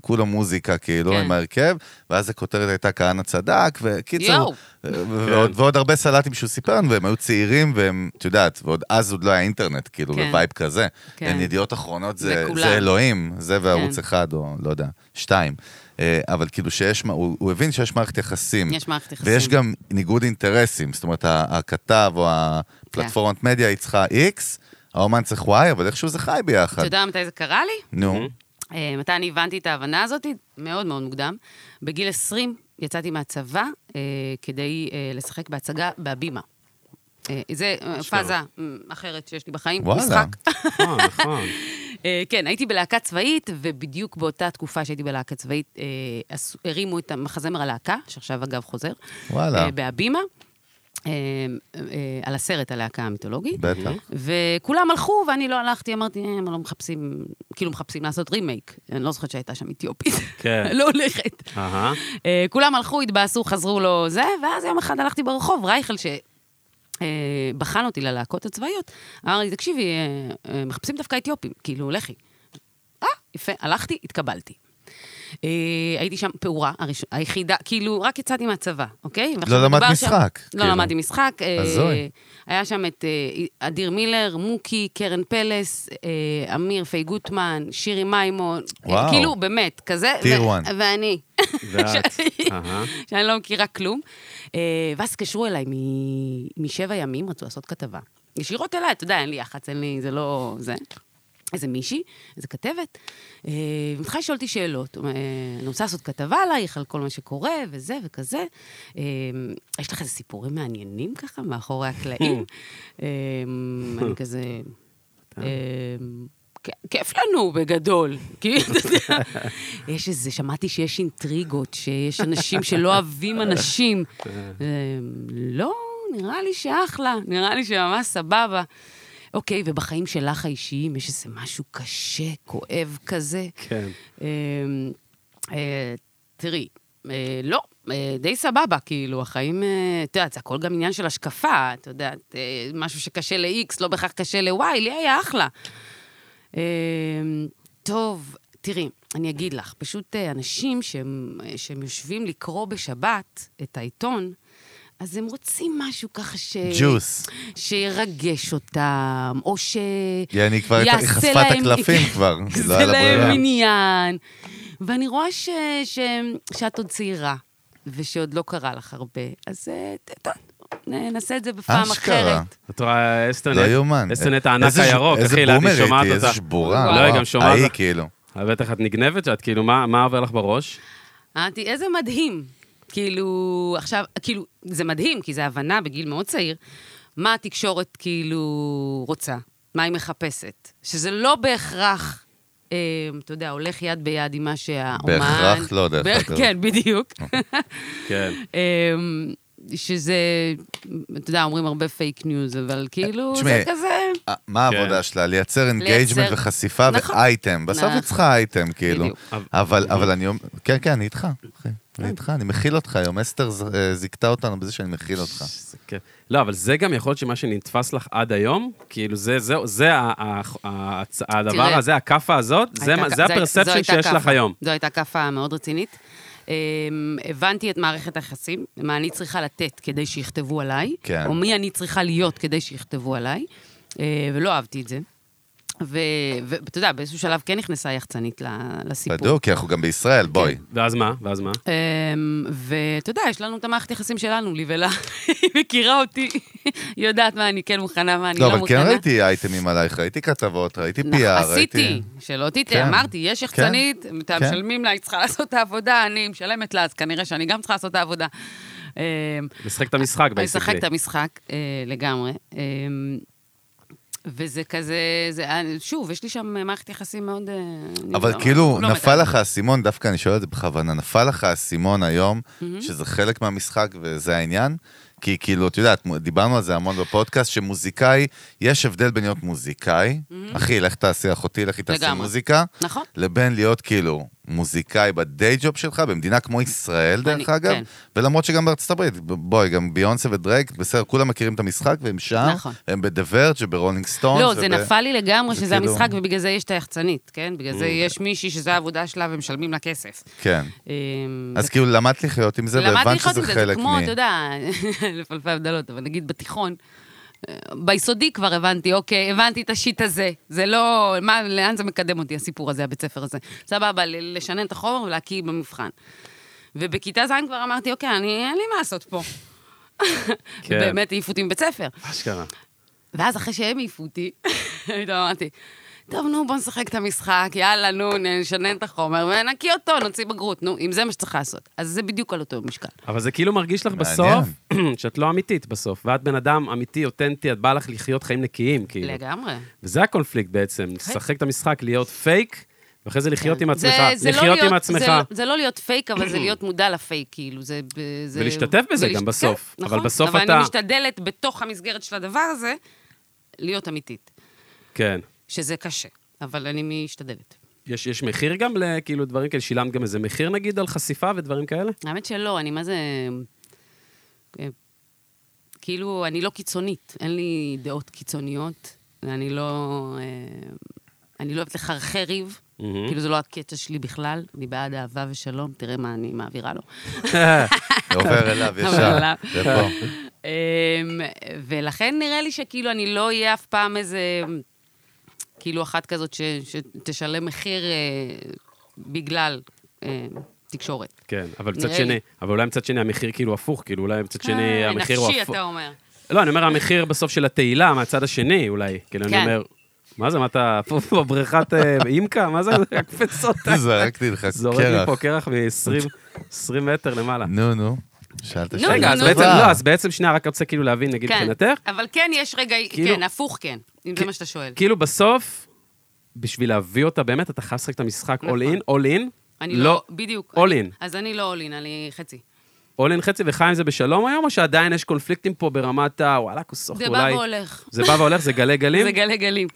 כולו מוזיקה כאילו
כן.
עם ההרכב, ואז הכותרת הייתה כהנא צדק,
יואו. כן.
וקיצור, אה, ועוד, ועוד הרבה סלטים שהוא סיפר לנו, והם היו צעירים, והם, את יודעת, ועוד אז עוד לא היה אינטרנט, כאילו,
כן.
ווייב כזה.
כן.
כן. ידיעות אחרונות
זה
זה,
כולם.
זה אלוהים, זה וערוץ
כן.
אחד, או לא יודע, שתיים. אה, אבל כאילו שיש, מה- הוא, הוא הבין שיש מערכת יחסים.
יש מערכת יחסים.
ויש גם ניגוד אינטרסים, זאת אומרת, ה- הכתב או הפלטפורמת
כן.
מדיה היא צריכה X, האומן צריך Y, אבל איכשהו זה חי ביחד.
אתה יודע מתי זה קרה לי?
נו,
אה, מתי אני הבנתי את ההבנה הזאת? מאוד מאוד מוקדם. בגיל 20 יצאתי מהצבא אה, כדי אה, לשחק בהצגה בהבימה. אה, זה אה,
אשכרה.
פאזה אה, אחרת שיש לי בחיים,
וואלה.
משחק.
נכון, נכון.
אה, כן, הייתי בלהקה צבאית, ובדיוק באותה תקופה שהייתי בלהקה צבאית, אה, עשו- הרימו את המחזמר הלהקה, שעכשיו אגב חוזר,
וואלה.
אה, בהבימה, אה, אה, על הסרט הלהקה המיתולוגית.
בטח.
וכולם הלכו, ואני לא הלכתי, אמרתי, "אה, הם לא מחפשים, כאילו מחפשים לעשות רימייק. אני לא זוכרת שהייתה שם אתיופית.
כן.
לא הולכת.
אהה.
אה, כולם הלכו, התבאסו, חזרו לו זה, ואז יום אחד הלכתי ברחוב, רייכל, ש... אה, בחן אותי ללהקות הצבאיות, אמר לי, תקשיבי, אה, אה, מחפשים דווקא אתיופים, כאילו, לכי. אה, יפה, הלכתי, התקבלתי. אה, הייתי שם פעורה, הראש... היחידה, כאילו, רק יצאתי מהצבא, אוקיי? ועכשיו
לא למדת
מדובר
משחק,
שם... לא
כאילו.
למדתי משחק. אה,
הזוי.
היה שם את אה, אדיר מילר, מוקי, קרן פלס, אה, אמיר פיי גוטמן, שירי מימון. אה,
וואו.
כאילו, באמת, כזה.
Tier
ו-
one.
ואני.
ואת,
שאני-
אהה.
שאני לא מכירה כלום. אה, ואז התקשרו אליי מ- משבע ימים, רצו לעשות כתבה. ישירות אליי, אתה יודע, אין לי יח"צ, אין לי, זה לא... זה. איזה מישהי, איזה כתבת. אה, ומתחילה לשאול אותי שאלות. אה, אני רוצה לעשות כתבה עלייך, על כל מה שקורה, וזה וכזה. אה, יש לך איזה סיפורים מעניינים ככה, מאחורי הקלעים? אה, אני כזה... אמ, כ- כיף לנו בגדול, כאילו, אתה יודע. יש איזה, שמעתי שיש אינטריגות, שיש אנשים שלא אוהבים אנשים. אמ, לא, נראה לי שאחלה, נראה לי שממש סבבה. אוקיי, ובחיים שלך האישיים יש איזה משהו קשה, כואב כזה?
כן.
אמ, אה, תראי, אה, לא, אה, די סבבה, כאילו, החיים, אה, את יודעת, זה הכל גם עניין של השקפה, את יודעת, אה, משהו שקשה ל-X, לא בהכרח קשה ל-Y, לי היה אחלה. אמ, טוב, תראי, אני אגיד לך, פשוט אה, אנשים שהם, אה, שהם יושבים לקרוא בשבת את העיתון, אז הם רוצים משהו ככה ש...
ג'וס.
שירגש אותם, או ש...
כי אני כבר, היא
יעשה
חשפה את
להם-
הקלפים כבר, לא
זה
היה לה ברירה.
להם עניין. ואני רואה ש... ש... שאת עוד צעירה, ושעוד לא קרה לך הרבה, אז אה, ת- ת- נעשה את זה בפעם
אשכרה.
אחרת.
את רואה אסטרנט,
לא יאומן.
אסטרנט אה, הענק
איזה ש-
הירוק,
איזה
אחי, אלעד,
בומר
היא שומעת
הייתי,
אותה.
איזה שבורה.
לא, היא
וואו.
גם שומעת
ההיא
אותך.
כאילו.
אבל בטח את נגנבת שאת כאילו, מה מה עובר לך בראש?
אמרתי, איזה מדהים. כאילו, עכשיו, כאילו, זה מדהים, כי זו הבנה בגיל מאוד צעיר, מה התקשורת כאילו רוצה, מה היא מחפשת. שזה לא בהכרח אה, אתה יודע, הולך יד ביד עם מה שהאומן...
בהכרח לא, דרך
בה-
אגב. אוקיי.
כן, בדיוק.
כן.
אמ, שזה, אתה יודע, אומרים הרבה פייק ניוז, אבל כאילו,
תשמעי,
זה כזה...
אה, מה
כן.
העבודה שלה? לייצר אינגייג'מנט וחשיפה
נכון.
ואייטם. בסוף היא
נכון.
צריכה אייטם, כאילו.
בדיוק.
אבל אבל אני אומר, כן, כן, אני איתך. אחי. אני איתך, אני מכיל אותך היום. אסתר ז- אה, זיכתה אותנו בזה שאני מכיל אותך.
זה כיף. לא, אבל זה גם יכול להיות שמה שנתפס לך עד היום, כאילו זה, זה, זה ה- ה- ה- הצ- הדבר
תראה.
הזה, הכאפה הזאת, זה,
הייתה
מה- זה
כ- זו- זו
הפרספשן
הייתה
שיש
כאפה.
לך היום.
זו הייתה כאפה מאוד רצינית. אמ, הבנתי את מערכת היחסים, מה אני צריכה לתת כדי שיכתבו עליי,
כן.
או מי אני צריכה להיות כדי שיכתבו עליי, אה, ולא אהבתי את זה. ו- ואתה יודע, באיזשהו שלב כן נכנסה יחצנית ל- לסיפור.
בדיוק, כי אנחנו גם בישראל, בואי.
כן. ואז מה? ואז מה?
אמ, ואתה יודע, יש לנו את המערכת יחסים שלנו, לי ולה. היא מכירה אותי, היא יודעת מה אני כן מוכנה, מה אני
לא,
לא
אבל
מוכנה.
כן ראיתי אייטמים עלייך, ראיתי כתבות, ראיתי PR,
נכון,
ראיתי...
עשיתי, שלא
כן.
תטעה, אמרתי, יש יחצנית, אתם
כן.
משלמים לה, היא צריכה לעשות את העבודה, אני משלמת לה, אז כנראה שאני גם צריכה לעשות את העבודה. אמ,
לשחק את המשחק,
אני אשחק
basically.
את המשחק אה, לגמרי. אמ, וזה כזה, זה, אה, שוב, יש לי שם מערכת יחסים מאוד... אה, אני
אבל
לא-
כאילו,
לא
נפל
מתאמת.
לך האסימון, דווקא אני שואל את זה בכוונה, נפל לך האסימון היום, שזה חלק מהמשחק וזה העניין? כי כאילו, את יודעת, דיברנו על זה המון בפודקאסט, שמוזיקאי, יש הבדל בין להיות מוזיקאי, אחי, לך תעשי אחותי, לכי תעשי
לגמרי.
מוזיקה,
נכון.
לבין להיות כאילו מוזיקאי בדיי ג'וב שלך, במדינה כמו ישראל, דרך
אני-
אגב,
כן.
ולמרות שגם בארצות הברית, ב- בואי, גם ביונסה ודרייק, בסדר, כולם מכירים את המשחק, והם שם,
נכון.
הם בדברג' וברולינג סטונס.
לא, זה נפל לי לגמרי
נכון, זה
שזה
כאילו- Mm.
המשחק, ובגלל זה יש את היחצנית, כן? בגלל זה יש מישהי שזו העבודה שלה ומשלמים לה כסף.
כן.
אמ,
אז כאילו, למדת לחיות עם זה,
למדתי
והבנת
לחיות
שזה
עם זה, זה
חלק מ...
כמו, אתה יודע, לפלפל הבדלות, אבל נגיד בתיכון, אה, ביסודי כבר הבנתי, אוקיי, הבנתי את השיט הזה. זה לא, מה, לאן זה מקדם אותי, הסיפור הזה, הבית ספר הזה. סבבה, ל- לשנן את החומר ולהקיא במבחן. ובכיתה ז' כבר אמרתי, אוקיי, אני, אין לי מה לעשות פה.
כן.
באמת העיפו אותי מבית ספר.
אשכרה.
ואז אחרי שהם העיפו אותי, פתאום אמרתי, טוב, נו, בוא נשחק את המשחק, יאללה, נו, נשנן את החומר ונקיא אותו, נוציא בגרות, נו, אם זה מה שצריך לעשות. אז זה בדיוק על אותו משקל.
אבל זה כאילו מרגיש לך
מעניין.
בסוף, שאת לא אמיתית בסוף, ואת בן אדם אמיתי, אותנטי, את באה לך לחיות חיים נקיים, כאילו.
לגמרי.
וזה הקונפליקט בעצם, לשחק את המשחק, להיות פייק, ואחרי זה לחיות עם עצמך,
זה- זה לא
לחיות עם
להיות-
עצמך,
זה לא- זה לא להיות פייק, אבל זה להיות מודע לפייק, כאילו, זה... ב- זה-
ולהשתתף בזה
ולהשת-
גם בסוף.
כן,
אבל
נכון,
בסוף
אבל
אתה-
אני משתדלת בתוך המסגרת של הדבר הזה, להיות אמיתית,
כן.
שזה קשה, אבל אני משתדלת.
יש, יש מחיר גם לכאילו דברים כאלה, שילמת גם איזה מחיר נגיד על חשיפה ודברים כאלה?
האמת שלא, אני מה זה... אה, כאילו, אני לא קיצונית, אין לי דעות קיצוניות, אני לא... אה, אני לא אוהבת לחרחר ריב,
מהמם.
כאילו זה לא הקטע שלי בכלל, אני בעד אהבה ושלום, תראה מה אני מעבירה לו.
זה עובר אליו ישר.
עובר אליו.
זה פה.
אמ, ולכן נראה לי שכאילו אני לא אהיה אף פעם איזה, כאילו אחת כזאת ש, שתשלם מחיר אה, בגלל אה, תקשורת.
כן, אבל מצד
נראה
שני,
לי.
אבל אולי מצד שני המחיר כאילו הפוך, כאילו אולי מצד שני
אה,
המחיר הוא
נפשי,
הפוך.
אתה אומר.
לא, אני אומר המחיר בסוף של התהילה מהצד השני אולי. כאילו, אני
כן.
אומר, מה זה, מה אתה פה פה בבריכת אה, אימקה? מה זה, הקפצות?
זרקתי לך
זורק לי פה
קרח.
קרח מ-20 מטר למעלה.
נו, נו. שאלת
נו,
שאלה.
רגע, אז
נו,
בעצם,
נו.
לא, אז בעצם שנייה, רק רוצה כאילו להבין, נגיד,
כן,
מבחינתך,
אבל כן יש רגע,
כאילו-
כן, הפוך כן, אם זה מה שאתה שואל.
כאילו בסוף, בשביל להביא אותה באמת, אתה חייב לשחק את המשחק all
נכון.
in, all in.
אני לא, בדיוק.
all
אני-
in.
אז אני לא all in, אני חצי.
all in חצי וחי עם זה בשלום היום, או שעדיין יש קונפליקטים פה ברמת ה... וואלה, כוסוך,
זה
אולי...
בא והולך.
זה בא והולך, זה גלי גלים.
זה גלי גלים.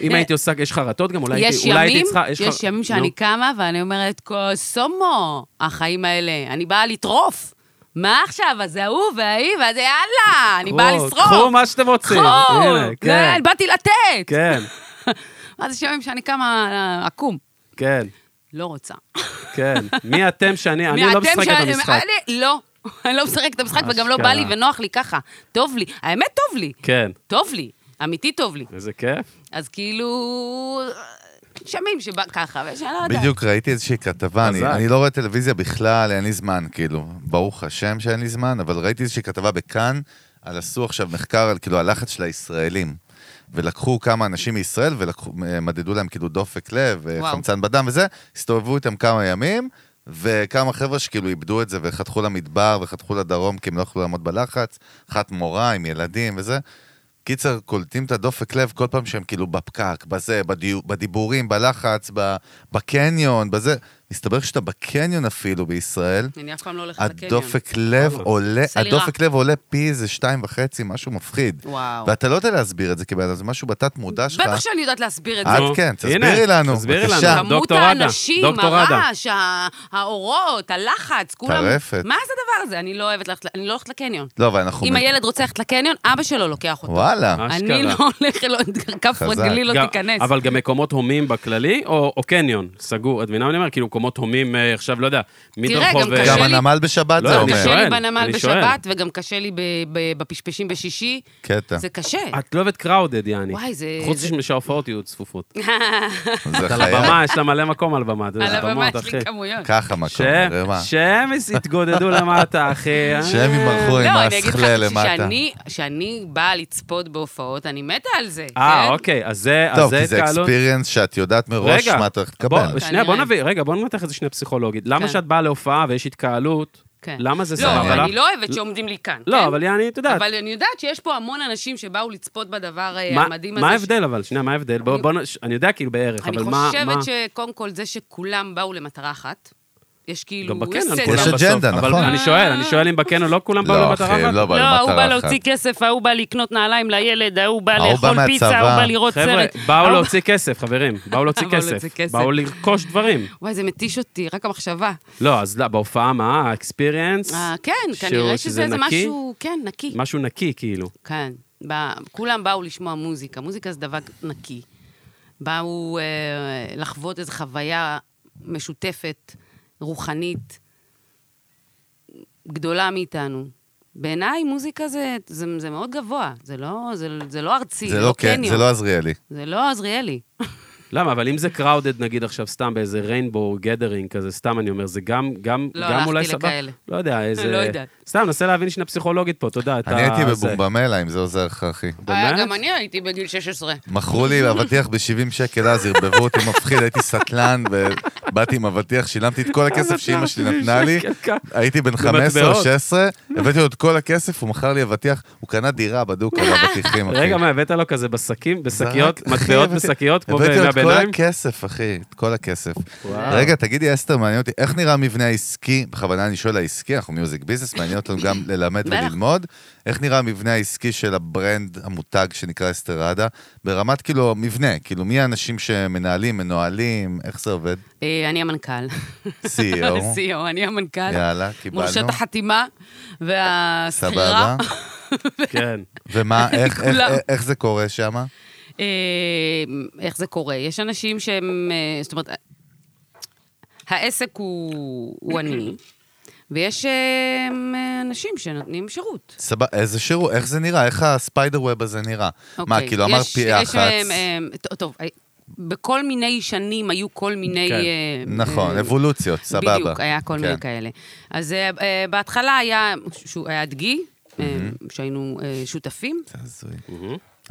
אם הייתי עושה, יש חרטות גם, אולי
יש
הייתי אולי הייתי
ימים,
צריכה... חר-
יש ימים שאני
נו.
קמה ואני אומרת, קוסומו, החיים האלה, אני באה לטרוף. מה עכשיו, אז ההוא וההיא, ואז יאללה, אני באה
קחו-
לשרוף.
קחו מה שאתם רוצים.
קחו,
הנה, כן,
כן, באתי לתת.
כן,
אז יש ימים שאני קמה אה, עקום.
כן,
לא רוצה.
כן. מי אתם שאני... אני
ואתם
לא משחק את
שאני-
המשחק.
אני- לא, אני לא משחקת את המשחק, וגם לא בא לי
אשכרה.
ונוח לי ככה. טוב לי, האמת טוב לי.
כן.
טוב לי, אמיתי טוב לי.
איזה כיף.
אז כאילו, יש ימים שבא ככה, ויש אני לא יודעת.
בדיוק ראיתי איזושהי כתבה, אני,
חזק.
אני לא רואה טלוויזיה בכלל, אין לי זמן, כאילו, ברוך השם שאין לי זמן, אבל ראיתי איזושהי כתבה בכאן, על עשו עכשיו מחקר על כאילו הלחץ של הישראלים. ולקחו כמה אנשים מישראל ומדדו להם כאילו דופק לב, אה,
וואו.
חמצן בדם וזה, הסתובבו איתם כמה ימים, וכמה חבר'ה שכאילו איבדו את זה וחתכו למדבר וחתכו לדרום כי הם לא יכלו לעמוד בלחץ, אחת מורה עם ילדים וזה. קיצר, קולטים את הדופק לב כל פעם שהם כאילו בפקק, בזה, בדיו, בדיבורים, בלחץ, ב, בקניון, בזה. מסתבר שאתה בקניון אפילו בישראל,
אני אף פעם לא הולכת לקניון.
הדופק לב עולה,
עשה לי רע.
הדופק לב עולה פי איזה שתיים וחצי, משהו מפחיד.
וואו.
ואתה לא יודע להסביר את זה כבן אדם, זה משהו בתת מודע שלך.
בטח שאני יודעת להסביר את
את
זה.
נו,
כן, תסבירי
הנה,
לנו,
תסבירי לנו.
בבקשה.
כמות
דוקטור עדה,
האנשים,
דוקטור עדה.
הרעש, ה- האורות, הלחץ, כולם...
טרפת.
מה זה הדבר הזה? אני לא אוהבת ללכת, אני לא הולכת לקניון.
לא, אבל אנחנו...
אם
מ-
הילד רוצה ללכת לקניון, אבא שלו לוקח אותו.
וואלה.
אה, אשכרה.
אני לא הולכת, לא, כף
חזק.
רגלי
גם-
לא תיכנס.
אבל גם מקומות הומים בכללי, או או קניון, סגור, את מבינה מה אני אומר? כאילו מקומות הומים, אה, עכשיו, לא יודע,
תראה, גם
מדרחוב... אה,
קשה
גם
לי-
הנמל בשבת
לא,
זה
גם
אומר.
שואל,
קשה לי
אני
בנמל
שואל.
בשבת, וגם קשה לי ב- ב- בפשפשים בשישי.
קטע.
זה קשה.
את לא אוהבת קראודד, יעני.
וואי, זה-
חוץ
זה-
משההופעות יהיו צפופות.
זה
על
חייב.
הבמה, יש לה מלא מקום על הבמה. אתה יודע,
על הבמה
במות,
יש
אחי.
לי כמויות.
ככה מקום, נראה מה.
שהם התגודדו למטה, אחי.
שהם ימרחו עם
לא, אני אגיד
השכלה
לך
למטה.
שאני- שאני באה לצפות בהופעות, אני מתה על זה.
אה,
כן?
אוקיי, אז זה... אז
טוב, כי זה
התקהלות-
אקספיריאנס שאת יודעת מראש
רגע,
מה את הולכת
בוא,
לקבל.
שנייה, בוא
כנראה.
נביא, רגע, בוא נמתח את זה שנייה פסיכולוגית. למה
כן.
שאת באה להופעה ויש התקהלות,
כן.
למה זה
לא,
סבבה
אבל
לך?
אני לא אוהבת שעומדים לי כאן.
לא,
כן?
אבל יעני, את יודעת.
אבל אני יודעת שיש פה המון אנשים שבאו לצפות בדבר אה,
מה-
המדהים הזה.
מה
ש-
ההבדל אבל? שנייה, מה ההבדל? בוא,
אני-
בוא, נ- ש- אני יודע כאילו בערך,
אני
אבל מה... מה-
חושבת שקודם כל זה שכולם באו למטרה אחת. יש כאילו...
גם בקניון
סדר.
כולם
יש
בסוף.
אג'נדה,
אבל
נכון.
אני שואל, אני שואל אם בקניון לא כולם באו
לא,
למטרה
אחי, הם
אחת?
לא באו
לא, ההוא
למטרה
בא
אחת.
להוציא כסף, ההוא בא לקנות נעליים לילד, ההוא בא
ההוא בא
לאכול פיצה,
מהצבא.
ההוא בא לראות סרט.
חבר'ה, באו
ההוא-
להוציא כסף, חברים. באו להוציא
לא. באו להוציא
כסף.
כסף.
באו לרכוש דברים.
וואי, זה מתיש אותי, רק המחשבה.
לא, אז לא, בהופעה מה? האקספיריאנס?
אה, כן, כנראה שזה איזה משהו, כן, נקי.
משהו נקי, כאילו.
כן, ב- כולם באו לשמוע מוזיקה, מוזיקה זה דבר נקי. באו אה, לחוות איזו חוויה משותפת, רוחנית, גדולה מאיתנו. בעיניי מוזיקה זה, זה, זה מאוד גבוה, זה לא, זה, זה לא ארצי,
זה לא כן,
קניון,
זה לא עזריאלי.
זה לא עזריאלי.
למה? אבל אם זה קראודד, נגיד עכשיו, סתם באיזה ריינבו גדרינג כזה, סתם אני אומר, זה גם, גם,
לא
גם
הלכתי
אולי סבבה.
לכאלה.
לא יודע, איזה...
לא יודעת.
סתם, נסה להבין שנייה פסיכולוגית פה, תודה.
אני הייתי בבומבמלה, אם זה עוזר לך, אחי.
באמת?
אה, גם אני הייתי בגיל 16.
מכרו לי אבטיח ב-70 שקל אז, ערבבו אותי מפחיד, הייתי סטלן, ובאתי עם אבטיח, שילמתי את כל הכסף שאימא שלי נתנה לי. הייתי בן 15 או
במטבעות.
16, הבאתי לו את כל הכסף, הוא מכר לי אבטיח, הוא קנה דירה בדוק על אבטיחים, אחי.
רגע, מה, הבאת לו כזה בשקים,
זרק,
בשקיות,
אחי,
מטבעות
הבאתי-
בשקיות, כמו
הבאתי לו את כל
מהביניים?
הכסף, אחי, את כל הכסף.
וואו.
רגע, תגידי, אסתר, מעניין אותי, איך נראה המבנה העסקי, בכוונה אני שואל העסקי, אנחנו מיוזיק ביזנס, מעניין אותנו גם ללמד
בטח.
וללמוד, איך נראה המבנה העסקי של הברנד, המותג שנקרא אסתר ראדה, ברמת כאילו המבנה, כאילו מי האנשים שמנהלים, מנוהלים, איך זה עובד?
אה, אני המנכ"ל.
CEO.
CEO, אני המנכ"ל.
E יאללה, קיבלנו.
מורשת החתימה
סבבה.
והשכירה.
כן.
ומה, איך- איך-
כולם.
איך זה קורה שם?
אה, איך זה קורה? יש אנשים שהם, אה, זאת אומרת, העסק הוא, הוא עני, ויש אה, אנשים שנותנים שירות.
סבבה, איזה שירות, איך זה נראה? איך הספיידר ווב הזה נראה? מה,
אוקיי,
כאילו, אמר
יש-
פי
יש,
אחת.
אה, אה, טוב, טוב, אה, בכל מיני שנים היו כל מיני...
כן.
אה,
נכון,
אה,
אבולוציות, סבבה. כן.
בדיוק, היה כל מיני כאלה. אז אה, אה, בהתחלה היה, שהוא- היה דגי, אה, שהיינו אה, שותפים. מה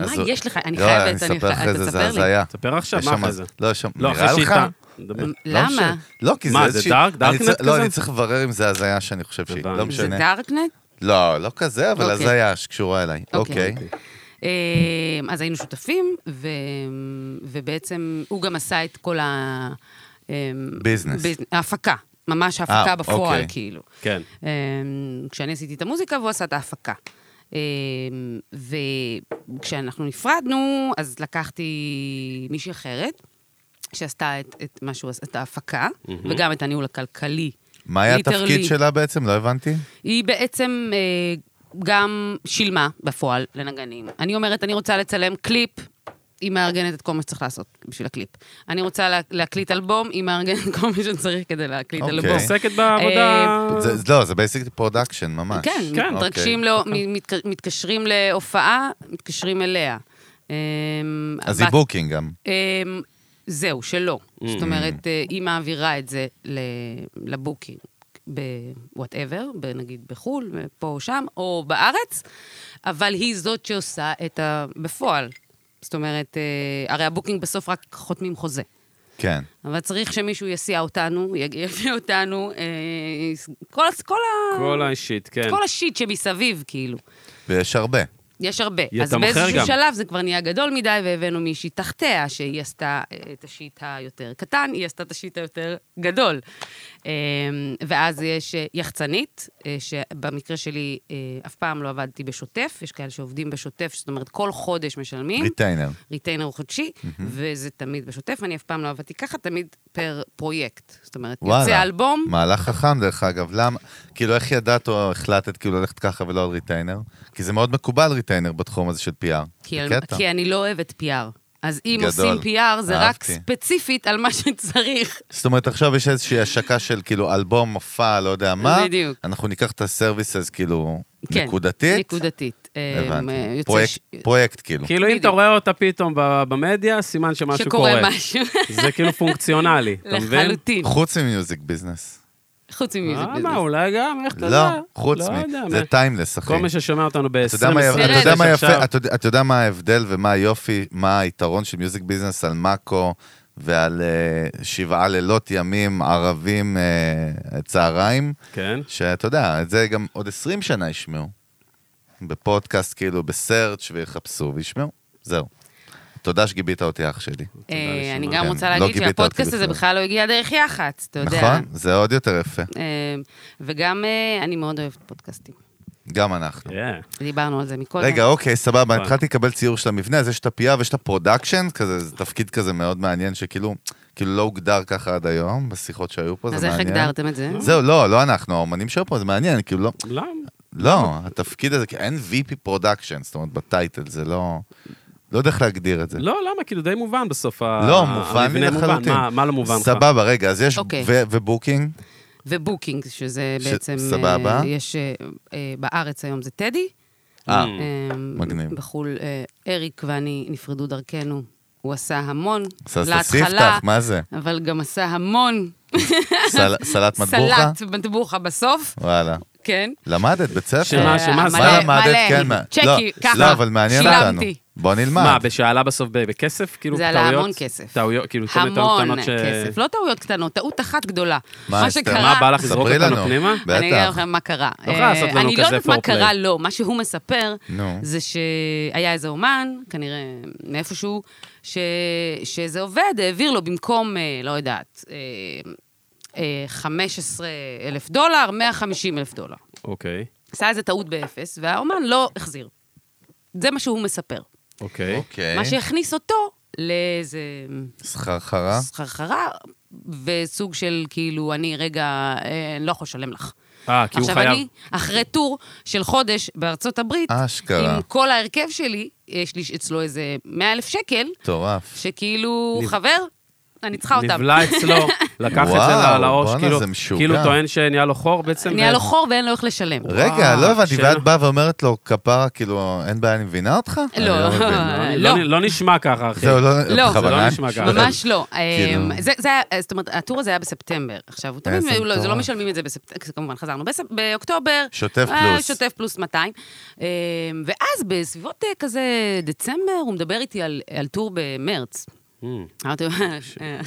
אז-
יש לך? אני
לא,
חייבת,
אני
אני
אספר
חי-
אחרי
אתה
זה, זה
תספר לי.
הזיה.
תספר עכשיו,
יש
מה
שם-
אחרי זה?
לא, יש שם,
לא,
נראה
אחרי
לך?
שאיתה. דבר.
לא
למה?
משנה. לא, כי זה
מה, זה
איזושהי...
דארק-
אני צריך-
דארקנט
לא,
כזה?
אני צריך לברר אם זה הזיה שאני חושב שהיא.
הבנתי.
לא
זה
זה
משנה.
דארקנט?
לא, לא כזה, אבל
אוקיי.
הזיה שקשורה אליי.
אוקיי.
אוקיי.
אמ, אז היינו שותפים, ו... ובעצם הוא גם עשה את כל ה... אמ,
ביזנס.
ביז- ההפקה, ממש ההפקה
אה,
בפועל,
אוקיי.
כאילו.
כן.
אמ, כשאני עשיתי את המוזיקה והוא עשה את ההפקה. אמ, וכשאנחנו נפרדנו, אז לקחתי מישהי אחרת, שעשתה את, את מה שהוא עשה, את ההפקה, וגם את הניהול הכלכלי.
מה היה
ליטרלי.
התפקיד שלה בעצם? לא הבנתי.
היא בעצם אה, גם שילמה בפועל לנגנים. אני אומרת, אני רוצה לצלם קליפ, היא מארגנת את כל מה שצריך לעשות בשביל הקליפ. אני רוצה לה, להקליט אלבום, היא מארגנת את כל מה שצריך כדי להקליט
אוקיי.
אלבום. אה,
עוסקת בעבודה...
זה- זה- לא, זה בייסיק פרודקשן, ממש.
כן,
כן.
כן, מתרגשים, לו, מ- מתק- מתקשרים להופעה, מתקשרים אליה. אה,
אז
הבת-
היא בוקינג גם.
אמ, זהו, שלא. זאת אומרת, אה, היא מעבירה את זה ל- לבוקינג, בוואטאבר, נגיד בחו"ל, פה או שם, או בארץ, אבל היא זאת שעושה את ה... בפועל. זאת אומרת, אה, הרי הבוקינג בסוף רק חותמים חוזה.
כן.
אבל צריך שמישהו יסיע אותנו, יג- יביא אותנו, אה, כל, כל, ה...
כל האישית, כן.
כל השיט שמסביב, כאילו.
ויש הרבה.
יש הרבה.
היא
אז
תמחר
באיזשהו
גם.
שלב זה כבר נהיה גדול מדי, והבאנו מישהי תחתיה, שהיא עשתה אה, את השיט היותר קטן, היא עשתה את השיט היותר גדול. אה, ואז יש אה, יחצנית, אה, שבמקרה שלי אה, אף פעם לא עבדתי בשוטף, יש כאלה שעובדים בשוטף, זאת אומרת, כל חודש משלמים.
ריטיינר.
ריטיינר הוא חודשי, וזה תמיד בשוטף, אני אף פעם לא עבדתי ככה, תמיד פר פרויקט. זאת אומרת,
וואלה.
יוצא אלבום,
מהלך חכם, דרך אגב. למה? כאילו, איך ידעת או החלטת כאילו ללכת ככה ולא על ריטיינר? כי זה מאוד מקובל ריטיינר בתחום הזה של PR.
כי,
זה
על,
קטע.
כי אני לא אוהבת PR. אז אם
גדול.
עושים PR, זה רק
אהבתי.
ספציפית על מה שצריך.
זאת אומרת, עכשיו יש איזושהי השקה של כאילו אלבום, מופע, לא יודע מה.
בדיוק.
אנחנו ניקח את הסרוויסס כאילו
כן,
נקודתית.
נקודתית. אה,
הבנתי.
אה, יוצא
פרויקט-
ש- כן.
פרויקט כאילו.
כאילו, אם אתה
בדיוק.
רואה אותה פתאום ב- במדיה, סימן שמשהו קורה.
שקורה משהו.
זה כאילו פונקציונלי, אתה מבין?
לחלוטין.
חוץ ממיוזיק ביזנס.
חוץ ממיוזיק
אה, מה,
ביזנס.
אולי גם, איך אתה
לא,
יודע?
חוץ
לא
מ...
יודע,
זה
מה-
טיימלס, אחי.
כל מי ששומע אותנו
אתה יודע מה-
ב-2020
אתה יודע מה
עכשיו.
יפה, אתה יודע- אתה יודע מה ההבדל ומה היופי, מה היתרון של מיוזיק ביזנס על מאקו ועל אה, שבעה לילות, ימים, ערבים, אה, צהריים,
כן.
שאתה יודע, את זה גם עוד 20 שנה ישמעו. בפודקאסט, כאילו, בסרצ' ויחפשו וישמעו. זהו. תודה שגיבית אותי, אח שלי.
אה,
נשמה.
אני גם
כן,
רוצה
לא
להגיד
גיבית אותי
שהפודקאסט הזה
בכלל.
בכלל לא הגיע דרך יח"צ, אתה יודע.
נכון? זה עוד יותר יפה.
אה, וגם אה, אני מאוד אוהבת פודקאסטים.
גם אנחנו.
כן.
דיברנו על זה מקודם.
רגע, אוקיי, סבבה, אני
אה.
התחלתי לקבל ציור של המבנה, אז יש את ה-PR ויש את הפרודקשן, כזה, זה תפקיד כזה מאוד מעניין, שכאילו, כאילו לא הוגדר ככה עד היום, בשיחות שהיו פה, זה
אז
מעניין.
איך הגדרתם את זה?
זהו, לא, לא אנחנו, האומנים שהיו פה, זה מעניין, כאילו לא,
למה?
לא, התפקיד הזה, כי אין VP פרודקשן, זאת אומרת, בטייטל, זה לא, לא יודע איך להגדיר את זה.
לא, למה? כאילו די מובן בסוף.
לא, מובן לי
המבנה
לחלוטין.
מה- מה לא מובן לך?
סבבה, רגע, אז יש,
אוקיי.
ו- ובוקינג,
ובוקינג, שזה
ש-
בעצם... אה,
סבבה.
יש אה, אה, בארץ היום זה טדי.
אה,
Mm.
אה,
מגניב.
בחו"ל, אה, אריק ואני נפרדו דרכנו. הוא עשה המון.
סלסה
להתחלה,
ספתח, מה זה?
אבל גם עשה המון
סל- סלט מטבוחה?
סלט מטבוחה בסוף,
וואלה.
כן. אה,
למדת בית ספר?
שמה, שמה,
מלא,
מה
מלא,
למדת? כן, מה-
מלא, צ'קי,
לא,
ככה.
לא, אבל מעניין אותנו.
שילמתי.
בוא
מה,
נלמד.
בשאלה בסוף ב- בכסף? כאילו
זה
טעויות?
עלה המון כסף.
טעויות, כאילו, כל מיני טעויות
המון
קטנות ש...
כסף. לא טעויות קטנות, טעות אחת גדולה.
מה,
מה
אסתר?
שקרה...
מה, בא לך לזרוק
ספרי
אותנו
לנו.
פנימה?
אני אגיד
בטח.
לכם מה קרה.
לא יכולה לעשות
אה,
לנו
אני לא
כזה
יודעת מה
foreplay.
קרה לו, מה שהוא מספר,
נו.
זה שהיה איזה אומן, כנראה מאיפשהו, ש- שאיזה עובד העביר לו במקום, אה, לא יודעת, אה, אה, 15 אלף דולר, 150 אלף דולר.
אוקיי,
עשה איזה טעות באפס, והאומן לא החזיר. זה מה שהוא מספר.
אוקיי.
אוקיי.
מה שהכניס אותו לאיזה...
אה?
סחרחרה?
סחרחרה, וסוג של כאילו, אני רגע, אה, אני לא יכול לשלם לך.
אה, כי הוא
עכשיו
חייב.
אני, אחרי טור של חודש בארצות הברית,
אשכרה.
עם כל ההרכב שלי, יש לי אצלו איזה 100 אלף שקל,
מטורף.
שכאילו,
נב-
חבר, אני צריכה אותם.
נבלע אצלו, לקח את זה
וואו,
ל- לראש,
בואנה,
כאילו,
זה משוגע.
כאילו טוען שנהיה לו חור בעצם. אה,
נהיה
ו-
לו חור ואין לו איך לשלם.
רגע, לא הבנתי,
שאלה.
ואת באה ואומרת לו, כפרה, כאילו, אין בעיה, אני מבינה אותך? אני מבין.
לא,
לא.
לא נשמע ככה, אחי.
זהו,
לא.
לא,
זה
בכוונה.
לא נשמע ככה.
ממש לא.
כאילו-
אמ, זה- זה היה, זאת אומרת, הטור הזה היה בספטמבר. עכשיו, הוא
היה
תמיד,
ספטמבר.
לא, זה לא משלמים את זה בספטמבר, כמובן, חזרנו בספ- באוקטובר.
שוטף
אה,
פלוס.
שוטף פלוס 200. אמ, ואז בסביבות אה, כזה דצמבר, הוא מדבר איתי על על טור במרץ.
אמ,
אמרתי לו, אה,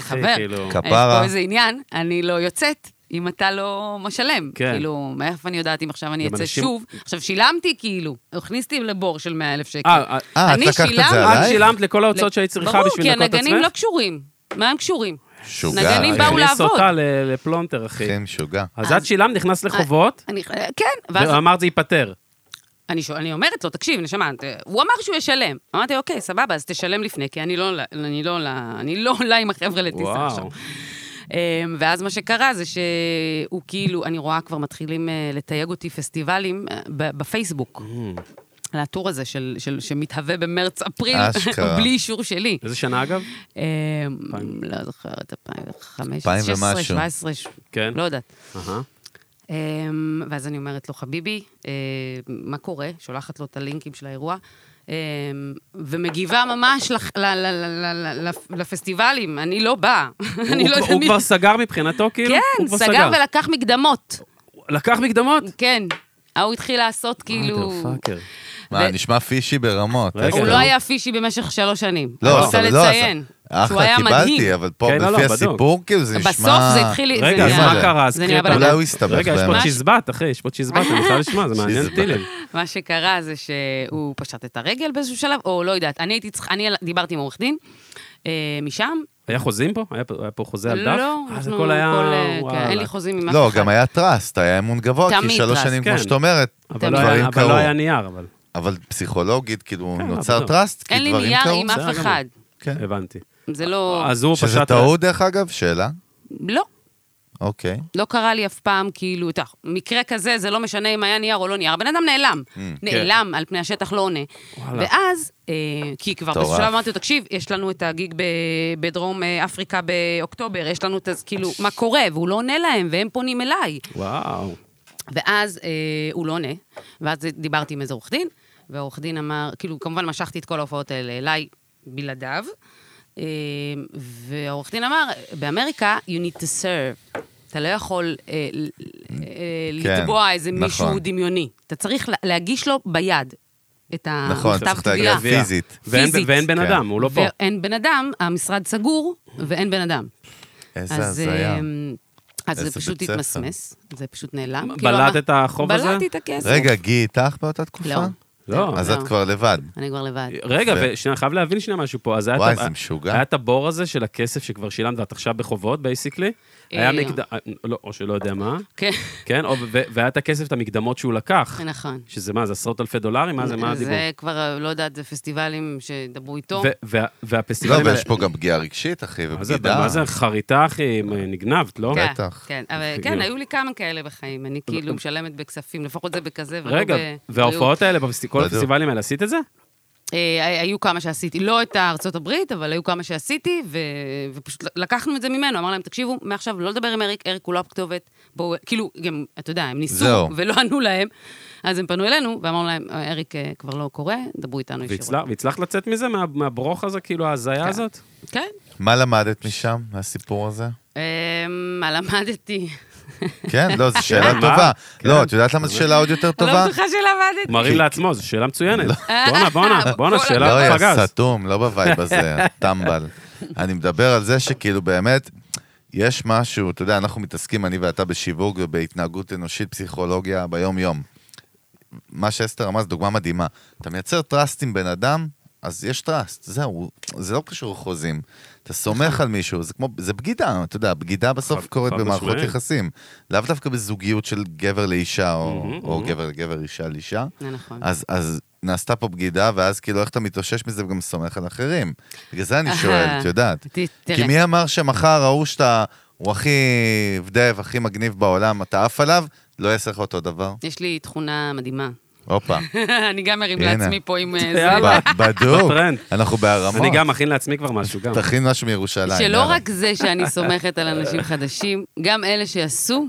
חבר,
אחי, כאילו,
כפ-
יש פה
כפרה.
איזה עניין, אני לא יוצאת. אם אתה לא משלם,
כן.
כאילו, מאיפה אני יודעת אם עכשיו אני
גם
אצא
אנשים-
שוב? עכשיו, שילמתי כאילו, הכניסתי לבור של 100,000 שקל.
אה, אה,
אה, את
אני
לקחת את
שילמתי-
זה
את
עלייך?
שילמת לכל ההוצאות שהיית צריכה בשביל
ברור,
לנקות את
כי
עצמך?
הנגנים לא קשורים. מה הם קשורים?
שוגע.
נגנים
אחי.
באו לה-
הכניס
לעבוד. אה,
אותה ל- לפלונטר, אחי. אה,
אחי, משוגע.
אז את שילמת, נכנסת לחובות,
אני, כן, אה, ואז
ואמרת זה ייפתר.
אני, שואל, אני אומרת לו, תקשיב, נשמה, ת- הוא אמר שהוא ישלם. אמרתי, אוקיי, סבבה, אז תשלם לפני, כי אני לא עולה- אני לא עולה- אני לא עולה עם החבר'ה לטיסה
וואו.
עכשיו. אמ, ואז מה שקרה זה שהוא כאילו, אני רואה כבר מתחילים אה, לתייג אותי פסטיבלים אה, ב- בפייסבוק. על הטור הזה של, של, שמתהווה במרץ-אפריל,
אשכרה.
בלי אישור שלי.
איזה שנה אגב?
אמ, לא זוכרת, 2015,
אלפיים
16,
ומשהו.
17,
כן.
לא יודעת.
אהה.
אמ, ואז אני אומרת לו, חביבי, אמ, מה קורה? שולחת לו את הלינקים של האירוע, אמ, ומגיבה ממש לח- ל- ל- ל- ל- ל- לפסטיבלים, אני לא באה. אני
הוא-
לא
הוא- הוא
מי-
כבר סגר מבחינתו, כאילו? הוא
כן,
כבר
סגר ולקח מקדמות,
לקח מקדמות?
כן. ההוא התחיל לעשות
אה,
כאילו...
אתה פאקר.
מה,
ו-
נשמע פישי ברמות.
רגע.
הוא
כן.
לא היה פישי במשך שלוש שנים.
לא,
אני רוצה
אבל לא,
לציין.
אחלה,
שהוא היה מדהים.
קיבלתי, אבל פה,
כן, לא, לא,
לפי
בדוק.
הסיפור, כאילו, זה נשמע...
בסוף זה התחיל... לי-
רגע,
זה
אז
נראה
מה
לי.
קרה? אז
זה
קחי
נהיה
אותנו.
אולי
בלאגן.
הוא הסתבך
רגע, יש פה
באמת.
צ'יזבט, אחי, יש פה צ'יזבט, אני חייב לשמוע, זה מעניין אותי.
צ'יזבט.
מה שקרה זה שהוא פשט את הרגל באיזשהו שלב, או לא יודעת, אני הייתי צריכה, אני דיברתי עם עורך דין אה, משם.
היה חוזים פה? היה פה- היה פה חוזה על דף?
לא,
אה, זה
אנחנו
הכל היה...
אה, כן,
וואלה.
אין לי חוזים עם אף אחד.
לא, גם היה טראסט, היה אמון גבוה, כי
תמיד
שלוש
trust,
שנים,
כן.
כמו שאת אומרת,
אבל לא
דברים
היה- אבל לא
קרו.
היה נייר, אבל.
אבל פסיכולוגית, כאילו,
כן,
נוצר
אבל לא.
טראסט, כי
אין לי
דברים
נייר
קרו.
עם אף
בסדר
אחד.
כן.
הבנתי.
זה לא...
אז הוא פשט...
שזה טעות, דרך אגב? שאלה?
לא.
אוקיי.
לא קרה לי אף פעם, כאילו, אתה, מקרה כזה, זה לא משנה אם היה נייר או לא נייר, הבן אדם נעלם.
Mm, כן.
נעלם על פני השטח, לא עונה.
וואלה.
ואז, אה, כי כבר באיזשהו
מטורף.
שלב אמרתי לו, תקשיב, יש לנו את הגיג ב- בדרום אה, אפריקה באוקטובר, יש לנו את, אז כאילו, מה קורה? והוא לא עונה להם, והם פונים אליי.
וואו.
ואז אה, הוא לא עונה, ואז דיברתי עם איזה עורך דין, והעורך דין אמר, כאילו, כמובן משכתי את כל ההופעות האלה אליי בלעדיו, אה, והעורך דין אמר, באמריקה, you need to serve. אתה לא יכול אה, ל- אה,
כן,
לתבוע איזה מישהו
נכון.
דמיוני. אתה צריך לה- להגיש לו ביד את
נכון,
המכתב
צריך
תביעה.
להגיע פיזית.
ואין-
פיזית.
ואין בן
כן.
אדם, הוא לא פה.
ואין בן אדם, המשרד סגור, ואין בן אדם.
איזה
אז,
הזיה.
אמ, אז זה
איזה
פשוט
בית ספר.
התמסמס, זה פשוט נעלם.
בלעת
כאילו,
את החוב הזה?
בלעתי את הכסף.
רגע, גי איתך באותה
לא,
תקופה?
לא.
אז
לא.
את כבר לבד.
אני כבר לבד.
רגע,
יפה.
ושנייה, חייב להבין שנייה משהו פה. אז היה
וואי,
את ה-
זה משוגע.
היה את הבור הזה של הכסף שכבר שילמת ואת עכשיו בחובות, בייסיקלי?
אה,
היה
לא.
מקדמות, או שלא יודע מה,
כן,
כן? או- ו- והיה את הכסף, את המקדמות שהוא לקח.
נכון.
שזה מה, זה עשרות אלפי דולרים? מה זה, מה הדיבור?
זה כבר, לא יודעת, זה פסטיבלים שדברו איתו.
כן.
ו- וה-
לא,
והפסטיבלים... האלה-
ויש פה גם פגיעה רגשית, אחי,
מה זה,
ובגידה.
מה זה חריטה, אחי? נגנבת, לא?
כן,
בטח.
כן, אבל כן, היו לי כמה כאלה בחיים. אני כאילו משלמת בכספים, לפחות זה בכזה ולא
רגע,
בבריאות.
וההופעות האלה, בפסט- כל
בדיוק.
הפסטיבלים האלה, עשית את זה?
אה, היו כמה שעשיתי, לא את ארצות הברית, אבל היו כמה שעשיתי, ו... ופשוט לקחנו את זה ממנו, אמר להם, תקשיבו, מעכשיו לא לדבר עם אריק, אריק הוא לא הכתובת, בואו, כאילו, גם, אתה יודע, הם ניסו,
זהו.
ולא ענו להם, אז הם פנו אלינו, ואמרנו להם, אריק אה, כבר לא קורה, דברו איתנו ישירות.
והצלח- והצלחת לצאת מזה, מה- מהברוך הזה, כאילו ההזיה
כן.
הזאת?
כן,
מה למדת משם, מהסיפור הזה?
אה, מה למדתי?
כן, לא, זו שאלה
מה?
טובה.
כן.
לא, את יודעת למה זו שאלה עוד יותר
אני לא
טובה?
בטוחה שלמדתי.
הוא מרים לעצמו, זו שאלה מצוינת. בואנה, בואנה, בואנה,
כל
שאלה
לא, יא
פגז.
סתום, לא בווייב הזה, טמבל. אני מדבר על זה שכאילו באמת, יש משהו, אתה יודע, אנחנו מתעסקים, אני ואתה, בשיווק ובהתנהגות אנושית, פסיכולוגיה, ביום-יום. מה שאסתר אמרה זו דוגמה מדהימה. אתה מייצר טראסט עם בן אדם, אז יש טראסט, זהו, זה לא קשור לחוזים. אתה סומך על מישהו, זה כמו, זה בגידה, אתה יודע, בגידה בסוף
נכון. חד-
קורית
חד
במערכות
משמעית.
יחסים. לאו דווקא בזוגיות של גבר לאישה, או
מהמם,
או
מהמם.
גבר לגבר, אישה לאישה.
זה נכון.
אז, אז נעשתה פה בגידה, ואז כאילו איך אתה מתאושש מזה וגם סומך על אחרים. בגלל זה אני שואל, את יודעת.
ת- תראה.
כי מי אמר שמחר ההוא שאתה, הוא הכי ודב, הכי מגניב בעולם, אתה עף עליו, לא יעשה לך אותו דבר?
יש לי תכונה מדהימה.
הופה.
אני גם מרים
הנה.
לעצמי פה עם אה, זה.
יאללה.
ב- בדוק,
בטרנד.
אנחנו בהרמות.
אני גם מכין לעצמי כבר משהו, גם.
תכין משהו מירושלים.
שלא
יאללה.
רק זה שאני סומכת על אנשים חדשים, גם אלה שעשו,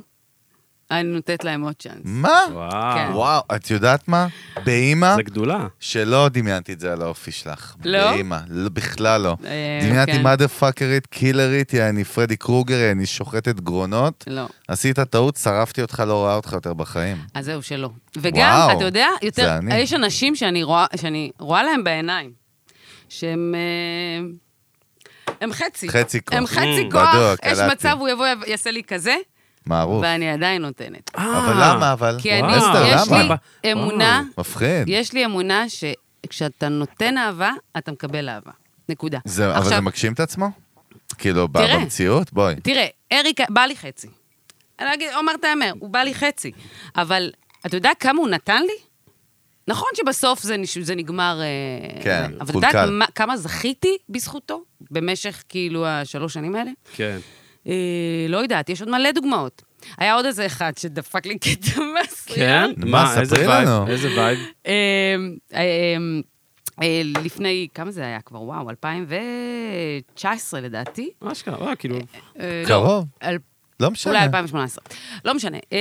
אני נותנת להם עוד צ'אנס.
מה?
כן.
וואו,
וואו, את יודעת מה? באימא,
זה גדולה.
שלא דמיינתי את זה על האופי שלך.
לא?
באימא, לא, בכלל לא.
אה,
דמיינתי
כן.
מאדר פאקרית, קילרית, יעני פרדי קרוגר, יעני שוחטת גרונות.
לא.
עשית טעות, שרפתי אותך, לא רואה אותך יותר בחיים.
אז זהו, שלא. וגם,
וואו,
אתה יודע, יותר,
זה אני.
יש אנשים שאני רואה, שאני רואה להם בעיניים, שהם... אה, הם חצי.
חצי כוח.
הם חצי
Mm,
כוח.
בדוק,
יש
קלטתי.
מצב, הוא יבוא, יב- יעשה לי כזה,
מערוף.
ואני עדיין נותנת.
אבל
אה.
למה, אבל?
כי אני,
אסתר,
יש
למה? כן.
לי אמונה
מפחיד.
יש לי אמונה שכשאתה נותן אהבה, אתה מקבל אהבה. נקודה.
זה- אבל זה מגשים את עצמו? כאילו, ב-
תראה.
במציאות? בואי.
תראה, אריק בא לי חצי. אני אגיד, עומר תאמר, הוא בא לי חצי. אבל אתה יודע כמה הוא נתן לי? נכון שבסוף זה, נש- זה נגמר... אה,
כן,
אבל אתה
קולקל.
יודעת מה- כמה זכיתי בזכותו במשך כאילו השלוש שנים האלה?
כן.
אה, לא יודעת, יש עוד מלא דוגמאות. היה עוד איזה אחד שדפק לי קטע מסריאן.
כן?
מה,
מה, איזה
ספרי
וייב,
לנו.
איזה וייב.
אמ, אמ, אה, לפני, כמה זה היה כבר? וואו, 2019 לדעתי.
אשכרה, וואי, כאילו,
אה, לא,
קרוב.
אל-
לא משנה.
אולי 2018. לא משנה. אמ,